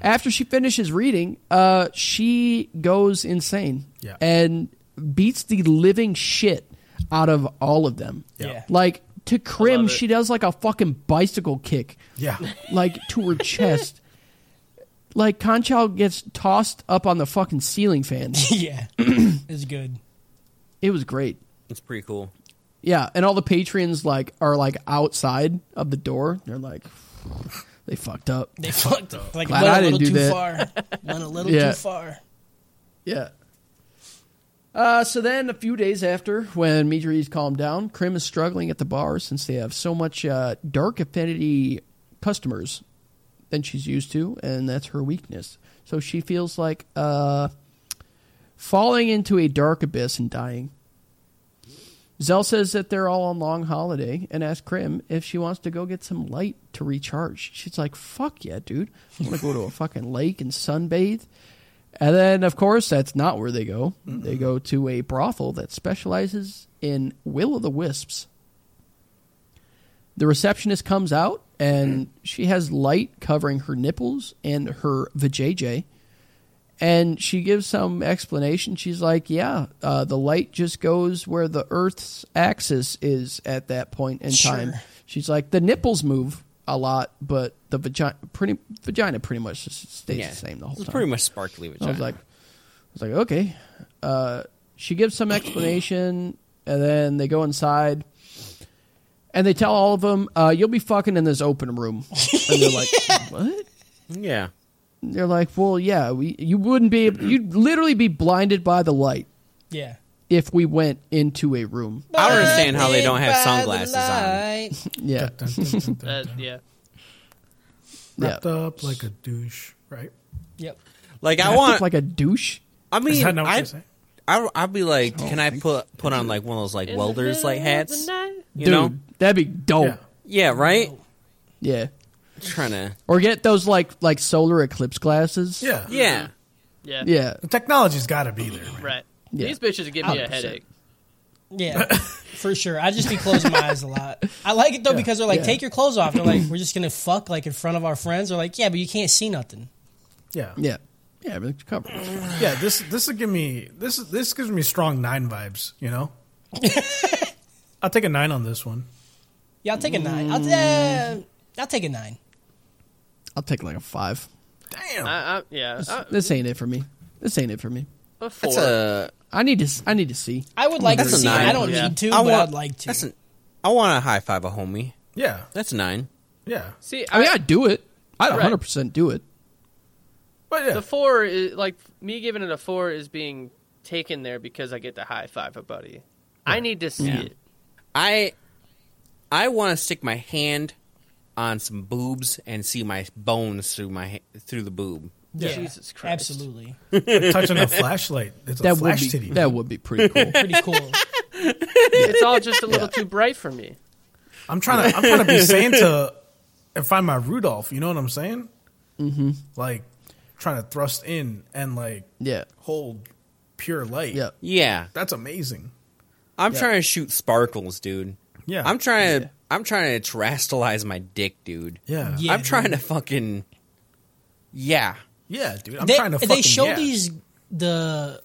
[SPEAKER 3] After she finishes reading, uh, she goes insane
[SPEAKER 5] Yeah.
[SPEAKER 3] and beats the living shit out of all of them.
[SPEAKER 4] Yeah.
[SPEAKER 3] Like to Krim,
[SPEAKER 7] it.
[SPEAKER 3] she does like a fucking bicycle kick,
[SPEAKER 5] Yeah.
[SPEAKER 3] like to her chest. Like Conchal gets tossed up on the fucking ceiling fan.
[SPEAKER 4] Yeah, it's good.
[SPEAKER 3] It was great.
[SPEAKER 6] It's pretty cool.
[SPEAKER 3] Yeah, and all the patrons like are like outside of the door. They're like, they fucked up.
[SPEAKER 4] They fucked. Like
[SPEAKER 3] Glad
[SPEAKER 4] went
[SPEAKER 3] I
[SPEAKER 4] a
[SPEAKER 3] didn't
[SPEAKER 4] little
[SPEAKER 3] do
[SPEAKER 4] too
[SPEAKER 3] that.
[SPEAKER 4] far. Went a little
[SPEAKER 3] Yeah.
[SPEAKER 4] too far.
[SPEAKER 3] Yeah. Uh, so then, a few days after, when Midri's calmed down, Krim is struggling at the bar since they have so much uh, dark affinity customers than she's used to, and that's her weakness. So she feels like uh, falling into a dark abyss and dying. Zell says that they're all on long holiday and asks Krim if she wants to go get some light to recharge. She's like, fuck yeah, dude. I want to go to a fucking lake and sunbathe. And then, of course, that's not where they go. They go to a brothel that specializes in will o' the wisps. The receptionist comes out and she has light covering her nipples and her vajayjay. And she gives some explanation. She's like, "Yeah, uh, the light just goes where the Earth's axis is at that point in time." She's like, "The nipples move a lot, but the vagina pretty vagina pretty much just stays the same the whole
[SPEAKER 6] It's
[SPEAKER 3] time."
[SPEAKER 6] pretty much sparkly. Which
[SPEAKER 3] I was like, I was like, okay. Uh, she gives some explanation, and then they go inside, and they tell all of them, uh, "You'll be fucking in this open room." And they're like, "What?"
[SPEAKER 6] yeah.
[SPEAKER 3] And they're like, "Well, yeah, we you wouldn't be, able, you'd literally be blinded by the light
[SPEAKER 4] Yeah.
[SPEAKER 3] if we went into a room."
[SPEAKER 6] I don't understand how they don't have
[SPEAKER 4] By the
[SPEAKER 6] sunglasses on.
[SPEAKER 4] light.
[SPEAKER 3] Yeah,
[SPEAKER 5] Dun, dun, dun, dun, dun,
[SPEAKER 7] Uh,
[SPEAKER 5] dun.
[SPEAKER 7] yeah.
[SPEAKER 3] yeah.
[SPEAKER 5] Wrapped up like a douche, right?
[SPEAKER 4] Yep.
[SPEAKER 6] Like I
[SPEAKER 3] Act
[SPEAKER 6] want.
[SPEAKER 3] like a douche.
[SPEAKER 6] I
[SPEAKER 5] Is
[SPEAKER 6] mean,
[SPEAKER 5] that not what
[SPEAKER 6] I,
[SPEAKER 5] you're saying?
[SPEAKER 6] I, I'd be like, can I put put on like one of those like welders like hats? You
[SPEAKER 3] Dude,
[SPEAKER 6] know?
[SPEAKER 3] that'd be dope.
[SPEAKER 5] Yeah.
[SPEAKER 6] Yeah. Right.
[SPEAKER 3] yeah.
[SPEAKER 6] Trying to.
[SPEAKER 3] Or get those like like solar eclipse glasses.
[SPEAKER 5] Yeah.
[SPEAKER 6] Yeah.
[SPEAKER 7] Yeah.
[SPEAKER 3] Yeah.
[SPEAKER 5] The technology's got to be there. man.
[SPEAKER 7] Right.
[SPEAKER 3] Yeah.
[SPEAKER 7] These bitches give me a
[SPEAKER 3] 100%.
[SPEAKER 7] headache.
[SPEAKER 4] Yeah. for sure. I just be closing my eyes a lot. I like it though because they're like, take your clothes off. They're like, we're just gonna fuck like in front of our friends. They're like, yeah, but you can't see nothing.
[SPEAKER 5] Yeah.
[SPEAKER 3] Yeah. Yeah, everything's covered.
[SPEAKER 5] Yeah, this this will give me this this gives me strong nine vibes, you know? I'll take a nine on this one.
[SPEAKER 4] Yeah, I'll take a nine. I'll, uh, I'll take a nine.
[SPEAKER 3] I'll take like a five.
[SPEAKER 5] Damn.
[SPEAKER 7] I, I, yeah,
[SPEAKER 4] Uh,
[SPEAKER 7] I,
[SPEAKER 3] This ain't it for me. This ain't it for me.
[SPEAKER 7] a four.
[SPEAKER 6] That's a.
[SPEAKER 3] I need to. s- I need to see.
[SPEAKER 4] I would like
[SPEAKER 6] That's
[SPEAKER 4] to
[SPEAKER 6] a
[SPEAKER 4] see. it.
[SPEAKER 6] nine.
[SPEAKER 4] I don't
[SPEAKER 7] Yeah.
[SPEAKER 4] need to,
[SPEAKER 6] I
[SPEAKER 4] but
[SPEAKER 6] want-
[SPEAKER 4] I'd like to.
[SPEAKER 6] That's an, I want to high five a homie.
[SPEAKER 5] Yeah.
[SPEAKER 6] That's a nine.
[SPEAKER 5] Yeah.
[SPEAKER 7] See, I,
[SPEAKER 3] I mean, I'd do it. I'd
[SPEAKER 7] Right.
[SPEAKER 3] 100 percent do it.
[SPEAKER 5] But yeah.
[SPEAKER 7] the four is like me giving it a four is being taken there because I get to high five a buddy. I need to see it.
[SPEAKER 6] I I want to stick my hand on some boobs and see my bones through my ha- through the boob.
[SPEAKER 4] yeah,
[SPEAKER 7] Jesus Christ.
[SPEAKER 4] Absolutely,
[SPEAKER 5] touching a flashlight. It's a
[SPEAKER 3] That would
[SPEAKER 5] flash
[SPEAKER 3] be.
[SPEAKER 5] titty.
[SPEAKER 3] That would be pretty cool.
[SPEAKER 4] pretty cool.
[SPEAKER 7] It's all just a little too bright for me.
[SPEAKER 5] I'm trying to I'm trying to be Santa and find my Rudolph, you know what I'm saying? Mm-hmm. Like trying to thrust in and like
[SPEAKER 3] yeah.
[SPEAKER 5] hold pure light.
[SPEAKER 3] Yeah.
[SPEAKER 6] Yeah,
[SPEAKER 5] That's amazing.
[SPEAKER 6] I'm trying to shoot sparkles, dude.
[SPEAKER 5] Yeah.
[SPEAKER 6] I'm trying to I'm trying to terrestrialize my dick, dude.
[SPEAKER 5] Yeah.
[SPEAKER 4] Yeah.
[SPEAKER 6] I'm trying to fucking yeah.
[SPEAKER 5] Yeah, dude. I'm
[SPEAKER 4] they,
[SPEAKER 5] trying to fucking
[SPEAKER 4] they show
[SPEAKER 5] yeah.
[SPEAKER 4] these the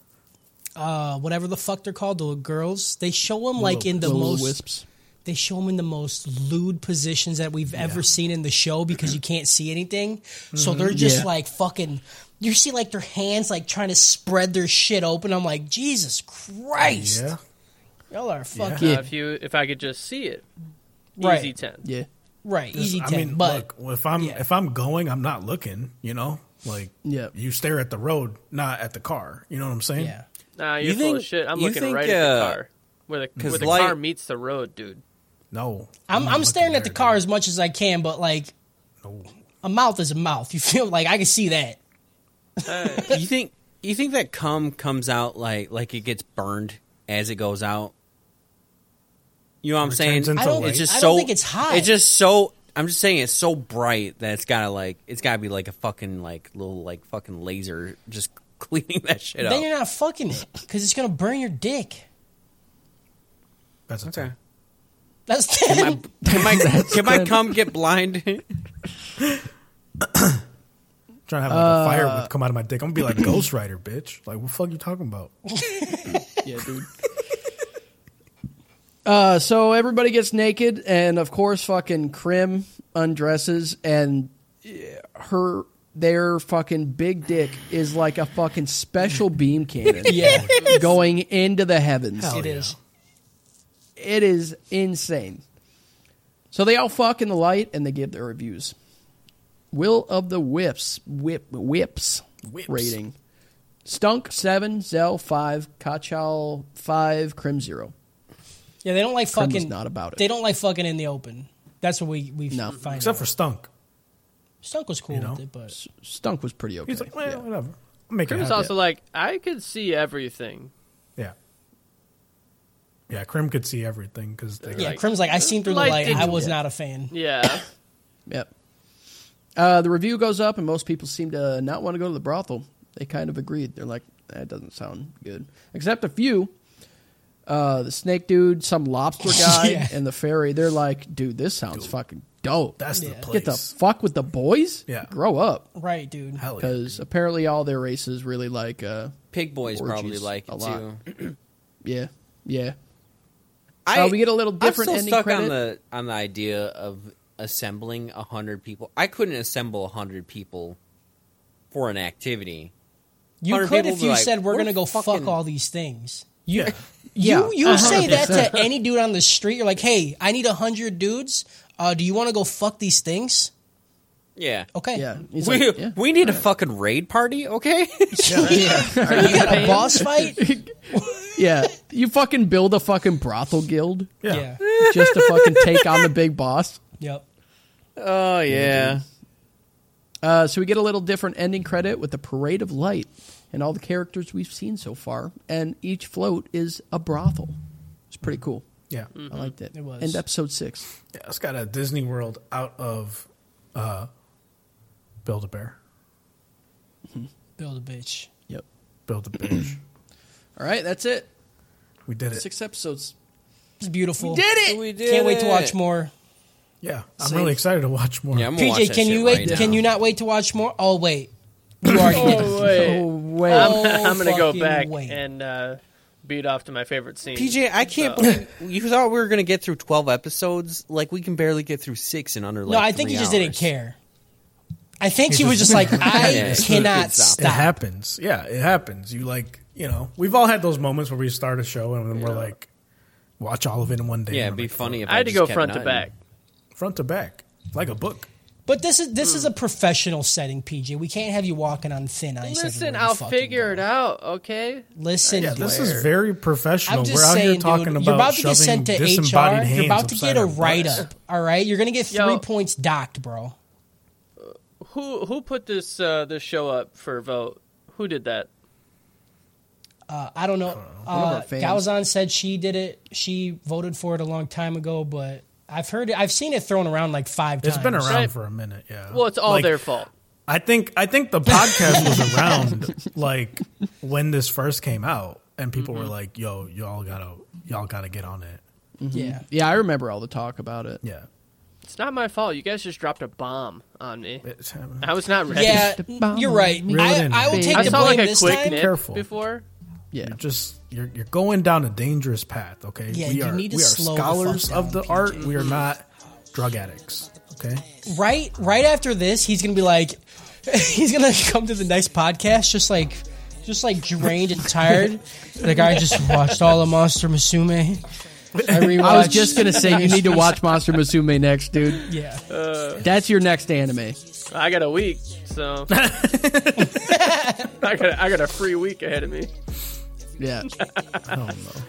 [SPEAKER 4] uh whatever the fuck they're called the girls they show them like in the
[SPEAKER 3] Little
[SPEAKER 4] most
[SPEAKER 3] wisps.
[SPEAKER 4] they show them in the most lewd positions that we've ever seen in the show because you can't see anything so
[SPEAKER 5] Mm-hmm.
[SPEAKER 4] they're just
[SPEAKER 3] Yeah.
[SPEAKER 4] like fucking you see like their hands like trying to spread their shit open i'm like jesus christ
[SPEAKER 5] Yeah.
[SPEAKER 4] y'all are fucking
[SPEAKER 7] Uh,
[SPEAKER 3] Yeah.
[SPEAKER 7] if you if I could just see it,
[SPEAKER 4] Right.
[SPEAKER 7] easy ten.
[SPEAKER 3] Yeah.
[SPEAKER 4] right easy 10
[SPEAKER 5] I mean,
[SPEAKER 4] but
[SPEAKER 5] look, if I'm
[SPEAKER 4] yeah.
[SPEAKER 5] if I'm going, I'm not looking. You know, like
[SPEAKER 3] Yeah.
[SPEAKER 5] you stare at the road, not at the car. You know what I'm saying?
[SPEAKER 4] yeah
[SPEAKER 7] Nah,
[SPEAKER 6] You
[SPEAKER 7] you're full
[SPEAKER 6] think-
[SPEAKER 7] of shit. I'm
[SPEAKER 6] you
[SPEAKER 7] looking
[SPEAKER 6] think,
[SPEAKER 7] right at the
[SPEAKER 6] uh,
[SPEAKER 7] car. Where the, where
[SPEAKER 6] 'cause
[SPEAKER 7] the
[SPEAKER 6] light-
[SPEAKER 7] car meets the road, dude.
[SPEAKER 5] No,
[SPEAKER 4] i'm,
[SPEAKER 5] not
[SPEAKER 4] I'm
[SPEAKER 5] looking
[SPEAKER 4] staring at the
[SPEAKER 5] there,
[SPEAKER 4] car as much as i can but like a mouth is a mouth you feel like i can see that
[SPEAKER 6] you think you think that cum comes out like like it gets burned as it goes out? You know what I'm
[SPEAKER 5] Returns
[SPEAKER 6] saying?
[SPEAKER 5] into I
[SPEAKER 4] don't-
[SPEAKER 5] light.
[SPEAKER 6] it's just
[SPEAKER 4] I
[SPEAKER 6] so
[SPEAKER 4] don't think it's hot.
[SPEAKER 6] It's just so I'm just saying it's so bright that it's gotta like it's gotta be like a fucking like little like fucking laser just cleaning that shit
[SPEAKER 4] then
[SPEAKER 6] up.
[SPEAKER 4] you're not fucking it because it's gonna burn your dick.
[SPEAKER 5] dude. That's okay.
[SPEAKER 4] That's ten.
[SPEAKER 6] Can my can my cum get blind?
[SPEAKER 5] Trying to have like, a fire would come out of my dick. I'm gonna be like Ghost Rider, bitch. Like, what the fuck you talking about?
[SPEAKER 3] Yeah, dude. uh, so everybody gets naked, and of course, fucking Krim undresses, and eh, her their fucking big dick is like a fucking special beam cannon.
[SPEAKER 4] Yeah.
[SPEAKER 3] going into the heavens.
[SPEAKER 4] it is.
[SPEAKER 3] It is insane. So they all fuck in the light, and they give their reviews. Will of the Whips, whip, whips,
[SPEAKER 5] Whips.
[SPEAKER 3] rating. Stunk seven, Zell five, Kachal five, Krim zero.
[SPEAKER 4] Yeah, they don't like
[SPEAKER 3] Krim was
[SPEAKER 4] fucking.
[SPEAKER 3] not about it.
[SPEAKER 4] They don't like fucking in the open. That's what we we
[SPEAKER 3] No.
[SPEAKER 5] Except
[SPEAKER 4] find. Except
[SPEAKER 5] for Stunk.
[SPEAKER 4] Stunk was cool
[SPEAKER 5] know?
[SPEAKER 4] with it, but
[SPEAKER 3] Stunk was pretty okay.
[SPEAKER 5] He's like, well,
[SPEAKER 3] Yeah.
[SPEAKER 5] whatever. I'm making
[SPEAKER 7] It's
[SPEAKER 5] it
[SPEAKER 7] also like I could see everything.
[SPEAKER 5] Yeah. Yeah, Krim could see everything because they.
[SPEAKER 4] yeah,
[SPEAKER 7] like-
[SPEAKER 4] Crim's like I seen through the
[SPEAKER 7] Light
[SPEAKER 4] light. I
[SPEAKER 7] didn't-
[SPEAKER 4] was not a fan.
[SPEAKER 7] Yeah,
[SPEAKER 3] Yep. Uh, the review goes up, and most people seem to not want to go to the brothel. They kind of agreed. They're like, that doesn't sound good. Except a few. Uh, the snake dude, some lobster guy,
[SPEAKER 4] Yeah.
[SPEAKER 3] and the fairy. They're like, dude, this sounds fucking dope.
[SPEAKER 5] That's the place.
[SPEAKER 3] Get the fuck with the boys?
[SPEAKER 5] Yeah.
[SPEAKER 3] Grow up.
[SPEAKER 4] Right, dude.
[SPEAKER 5] Hell yeah.
[SPEAKER 3] Because apparently all their races really like, uh,
[SPEAKER 6] Pig boys
[SPEAKER 3] Orgies
[SPEAKER 6] probably like
[SPEAKER 3] a
[SPEAKER 6] it
[SPEAKER 3] lot. Uh,
[SPEAKER 6] too.
[SPEAKER 3] yeah, yeah.
[SPEAKER 6] I,
[SPEAKER 3] Uh, we get a little different
[SPEAKER 6] I'm still
[SPEAKER 3] ending
[SPEAKER 6] stuck
[SPEAKER 3] credit.
[SPEAKER 6] on the on the idea of assembling a hundred people. I couldn't assemble a hundred people for an activity.
[SPEAKER 4] You
[SPEAKER 6] Hundred
[SPEAKER 4] could
[SPEAKER 6] people
[SPEAKER 4] if
[SPEAKER 6] be
[SPEAKER 4] you
[SPEAKER 6] like,
[SPEAKER 4] said we're
[SPEAKER 6] we're
[SPEAKER 4] gonna go fuck
[SPEAKER 6] fucking-
[SPEAKER 4] all these things.
[SPEAKER 5] Yeah.
[SPEAKER 3] Yeah, Uh,
[SPEAKER 4] you you say that
[SPEAKER 3] 100%.
[SPEAKER 4] to any dude on the street. You're like, hey, I need a hundred dudes. Uh, do you want to go fuck these things?
[SPEAKER 6] Yeah.
[SPEAKER 4] Okay.
[SPEAKER 3] Yeah.
[SPEAKER 4] You
[SPEAKER 3] He's
[SPEAKER 6] we
[SPEAKER 3] like, yeah.
[SPEAKER 6] we need a fucking raid party, okay?
[SPEAKER 4] got a boss fight.
[SPEAKER 3] yeah. You fucking build a fucking brothel guild
[SPEAKER 5] Yeah.
[SPEAKER 4] yeah.
[SPEAKER 3] just to fucking take on the big boss.
[SPEAKER 4] Yep.
[SPEAKER 6] oh yeah.
[SPEAKER 3] Uh, so we get a little different ending credit with the parade of light and all the characters we've seen so far, and each float is a brothel. It's pretty cool.
[SPEAKER 5] Yeah.
[SPEAKER 3] I liked it.
[SPEAKER 4] It was.
[SPEAKER 3] End episode six.
[SPEAKER 5] Yeah, it's got a Disney World out of uh, Build a Bear.
[SPEAKER 4] Build a bitch.
[SPEAKER 3] Yep.
[SPEAKER 5] Build a Bear.
[SPEAKER 3] All right, that's it.
[SPEAKER 5] we did it.
[SPEAKER 3] Six episodes.
[SPEAKER 4] It's beautiful.
[SPEAKER 3] Did it?
[SPEAKER 6] We did
[SPEAKER 4] Can't wait to
[SPEAKER 6] it.
[SPEAKER 4] watch more.
[SPEAKER 5] Yeah, I'm really excited to watch more.
[SPEAKER 6] Yeah, I'm gonna watch
[SPEAKER 4] PJ,
[SPEAKER 6] that
[SPEAKER 4] can
[SPEAKER 6] shit
[SPEAKER 4] you wait?
[SPEAKER 6] right
[SPEAKER 4] can
[SPEAKER 6] now.
[SPEAKER 4] you not wait to watch more? Oh wait, you already did.
[SPEAKER 7] Oh, wait.
[SPEAKER 3] Oh, wait.
[SPEAKER 4] Oh,
[SPEAKER 7] I'm, I'm gonna go
[SPEAKER 4] fucking
[SPEAKER 7] back
[SPEAKER 4] wait.
[SPEAKER 7] and uh, beat off to my favorite scene.
[SPEAKER 6] PJ, I can't believe you thought we were going to get through 12 episodes. Like, we can barely get through six in under like
[SPEAKER 4] no, I think
[SPEAKER 6] three
[SPEAKER 4] he just
[SPEAKER 6] hours.
[SPEAKER 4] didn't care. I think he was just like, I
[SPEAKER 6] Yeah, it's
[SPEAKER 4] cannot
[SPEAKER 6] fucking stop.
[SPEAKER 5] It
[SPEAKER 4] stop.
[SPEAKER 5] happens. Yeah, it happens. You like, you know, we've all had those moments where we start a show and then we're like, watch all of it in one day. and
[SPEAKER 6] Yeah, it'd
[SPEAKER 5] I'm
[SPEAKER 6] be
[SPEAKER 5] like,
[SPEAKER 6] funny if I,
[SPEAKER 7] I had to
[SPEAKER 6] just
[SPEAKER 7] go
[SPEAKER 6] kept
[SPEAKER 7] front to
[SPEAKER 6] nutting.
[SPEAKER 7] back.
[SPEAKER 5] front to back, like a book.
[SPEAKER 4] But this is this is
[SPEAKER 7] Hmm.
[SPEAKER 4] a professional setting, PJ. We can't have you walking on thin ice.
[SPEAKER 7] Listen,
[SPEAKER 4] everywhere you
[SPEAKER 7] I'll
[SPEAKER 4] fucking
[SPEAKER 7] figure it out. Okay.
[SPEAKER 4] go. Listen,
[SPEAKER 5] Yeah, this
[SPEAKER 4] Blair.
[SPEAKER 5] is very professional.
[SPEAKER 4] I'm
[SPEAKER 5] We're
[SPEAKER 4] just
[SPEAKER 5] out
[SPEAKER 4] saying,
[SPEAKER 5] here talking
[SPEAKER 4] dude,
[SPEAKER 5] about
[SPEAKER 4] you're about to get
[SPEAKER 5] shoving
[SPEAKER 4] sent to
[SPEAKER 5] disembodied
[SPEAKER 4] HR.
[SPEAKER 5] hands
[SPEAKER 4] You're about to
[SPEAKER 5] upside
[SPEAKER 4] get a
[SPEAKER 5] our butts.
[SPEAKER 4] write up. All right, you're gonna get three
[SPEAKER 7] Yo.
[SPEAKER 4] points docked, bro.
[SPEAKER 7] Who who put this uh, this show up for vote? Who did that?
[SPEAKER 4] Uh, I don't know.
[SPEAKER 3] of
[SPEAKER 4] Uh,
[SPEAKER 3] our fans.
[SPEAKER 4] Galzon said she did it. She voted for it a long time ago, but I've heard it. I've seen it thrown around like five times.
[SPEAKER 5] It's been around
[SPEAKER 7] Right.
[SPEAKER 5] for a minute. Yeah.
[SPEAKER 7] Well, it's all
[SPEAKER 5] Like,
[SPEAKER 7] their fault.
[SPEAKER 5] I think I think the podcast was around like when this first came out, and people
[SPEAKER 7] Mm-hmm.
[SPEAKER 5] were like, "Yo, y'all gotta y'all gotta get on it."
[SPEAKER 4] Yeah.
[SPEAKER 3] Yeah, I remember all the talk about it.
[SPEAKER 5] Yeah.
[SPEAKER 7] It's not my fault. You guys just dropped a bomb on me.
[SPEAKER 5] It's-
[SPEAKER 7] I was not ready.
[SPEAKER 4] Yeah,
[SPEAKER 3] Just a bomb.
[SPEAKER 4] you're right.
[SPEAKER 5] Reel it
[SPEAKER 4] I,
[SPEAKER 5] in,
[SPEAKER 4] I will
[SPEAKER 3] baby.
[SPEAKER 4] take
[SPEAKER 7] I
[SPEAKER 4] the
[SPEAKER 7] saw
[SPEAKER 4] blame
[SPEAKER 7] like a
[SPEAKER 4] this
[SPEAKER 7] quick
[SPEAKER 4] time.
[SPEAKER 7] nip
[SPEAKER 5] Careful.
[SPEAKER 7] before.
[SPEAKER 3] Yeah.
[SPEAKER 5] just you're you're going down a dangerous path. Okay,
[SPEAKER 4] Yeah,
[SPEAKER 5] we
[SPEAKER 4] you
[SPEAKER 5] are
[SPEAKER 4] need to
[SPEAKER 5] we are
[SPEAKER 4] slow the fuck
[SPEAKER 5] scholars
[SPEAKER 4] down,
[SPEAKER 5] of the
[SPEAKER 4] PJ.
[SPEAKER 5] art. We are not drug addicts. Okay,
[SPEAKER 4] Right, right after this, he's gonna be like, he's gonna come to the next podcast just like, just like drained and tired. like I just watched all of Monster Musume. I rewatched.
[SPEAKER 3] I was just gonna say you need to watch Monster Musume next, dude. Uh,
[SPEAKER 4] Yeah.
[SPEAKER 3] That's your next anime.
[SPEAKER 7] I got a week, so I got a, I got a free week ahead of me.
[SPEAKER 3] Yeah.
[SPEAKER 5] I don't know.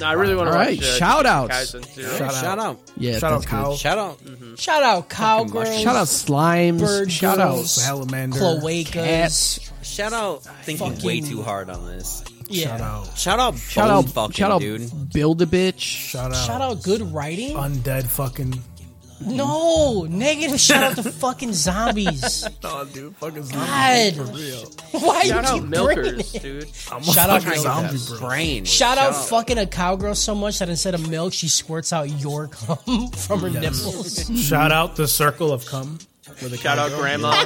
[SPEAKER 7] No, I really want to
[SPEAKER 3] All right,
[SPEAKER 7] watch. Uh,
[SPEAKER 3] shout-outs.
[SPEAKER 7] Kaisen too.
[SPEAKER 6] Shout, out.
[SPEAKER 3] Yeah.
[SPEAKER 5] Shout out
[SPEAKER 3] that's good.
[SPEAKER 5] Kyle,
[SPEAKER 6] Shout out.
[SPEAKER 4] Shout out cowgirls.
[SPEAKER 3] Shout out slimes.
[SPEAKER 4] Bird
[SPEAKER 3] shout
[SPEAKER 4] girls.
[SPEAKER 3] out
[SPEAKER 5] Salamander,
[SPEAKER 4] cloacas.
[SPEAKER 3] cats.
[SPEAKER 6] Shout out thinking
[SPEAKER 4] Fucking-
[SPEAKER 6] way too hard on this.
[SPEAKER 4] Yeah.
[SPEAKER 5] Shout out,
[SPEAKER 6] Shout out
[SPEAKER 3] Shout
[SPEAKER 6] bone
[SPEAKER 3] out.
[SPEAKER 6] fucking
[SPEAKER 3] shout out.
[SPEAKER 6] dude.
[SPEAKER 3] Build a bitch.
[SPEAKER 5] shout out,
[SPEAKER 4] Shout out good writing?
[SPEAKER 5] undead fucking.
[SPEAKER 4] No, negative shout out to fucking zombies.
[SPEAKER 5] No, dude, fucking
[SPEAKER 4] God. Why
[SPEAKER 7] Shout
[SPEAKER 4] you
[SPEAKER 7] out
[SPEAKER 4] keep bringing
[SPEAKER 7] milkers,
[SPEAKER 4] it?
[SPEAKER 7] dude.
[SPEAKER 4] Shout out milkers.
[SPEAKER 5] zombie bro.
[SPEAKER 6] Brain.
[SPEAKER 4] Shout out fucking a cowgirl so much that instead of milk, she squirts out your cum from her nipples.
[SPEAKER 5] Shout out the circle of cum.
[SPEAKER 7] Shout out grandma.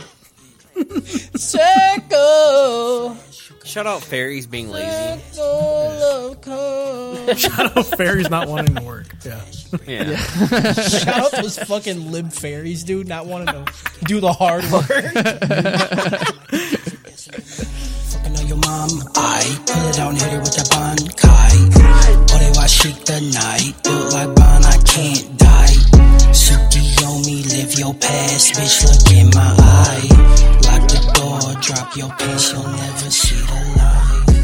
[SPEAKER 4] Circle,
[SPEAKER 6] Shout out fairies being lazy.
[SPEAKER 4] circle of cum.
[SPEAKER 5] Shout out fairies not wanting to work. Yeah,
[SPEAKER 6] Yeah.
[SPEAKER 4] Shout out those fucking lib fairies, dude, not wanting to do the hard work.
[SPEAKER 2] Fucking on your mom, I pull it down, hit it with that bankai. All they watch shit the night, built like Bon, I can't die. Suki on me, live your past, bitch, look in my eye. Lock the door, drop your pants, you'll never see the light.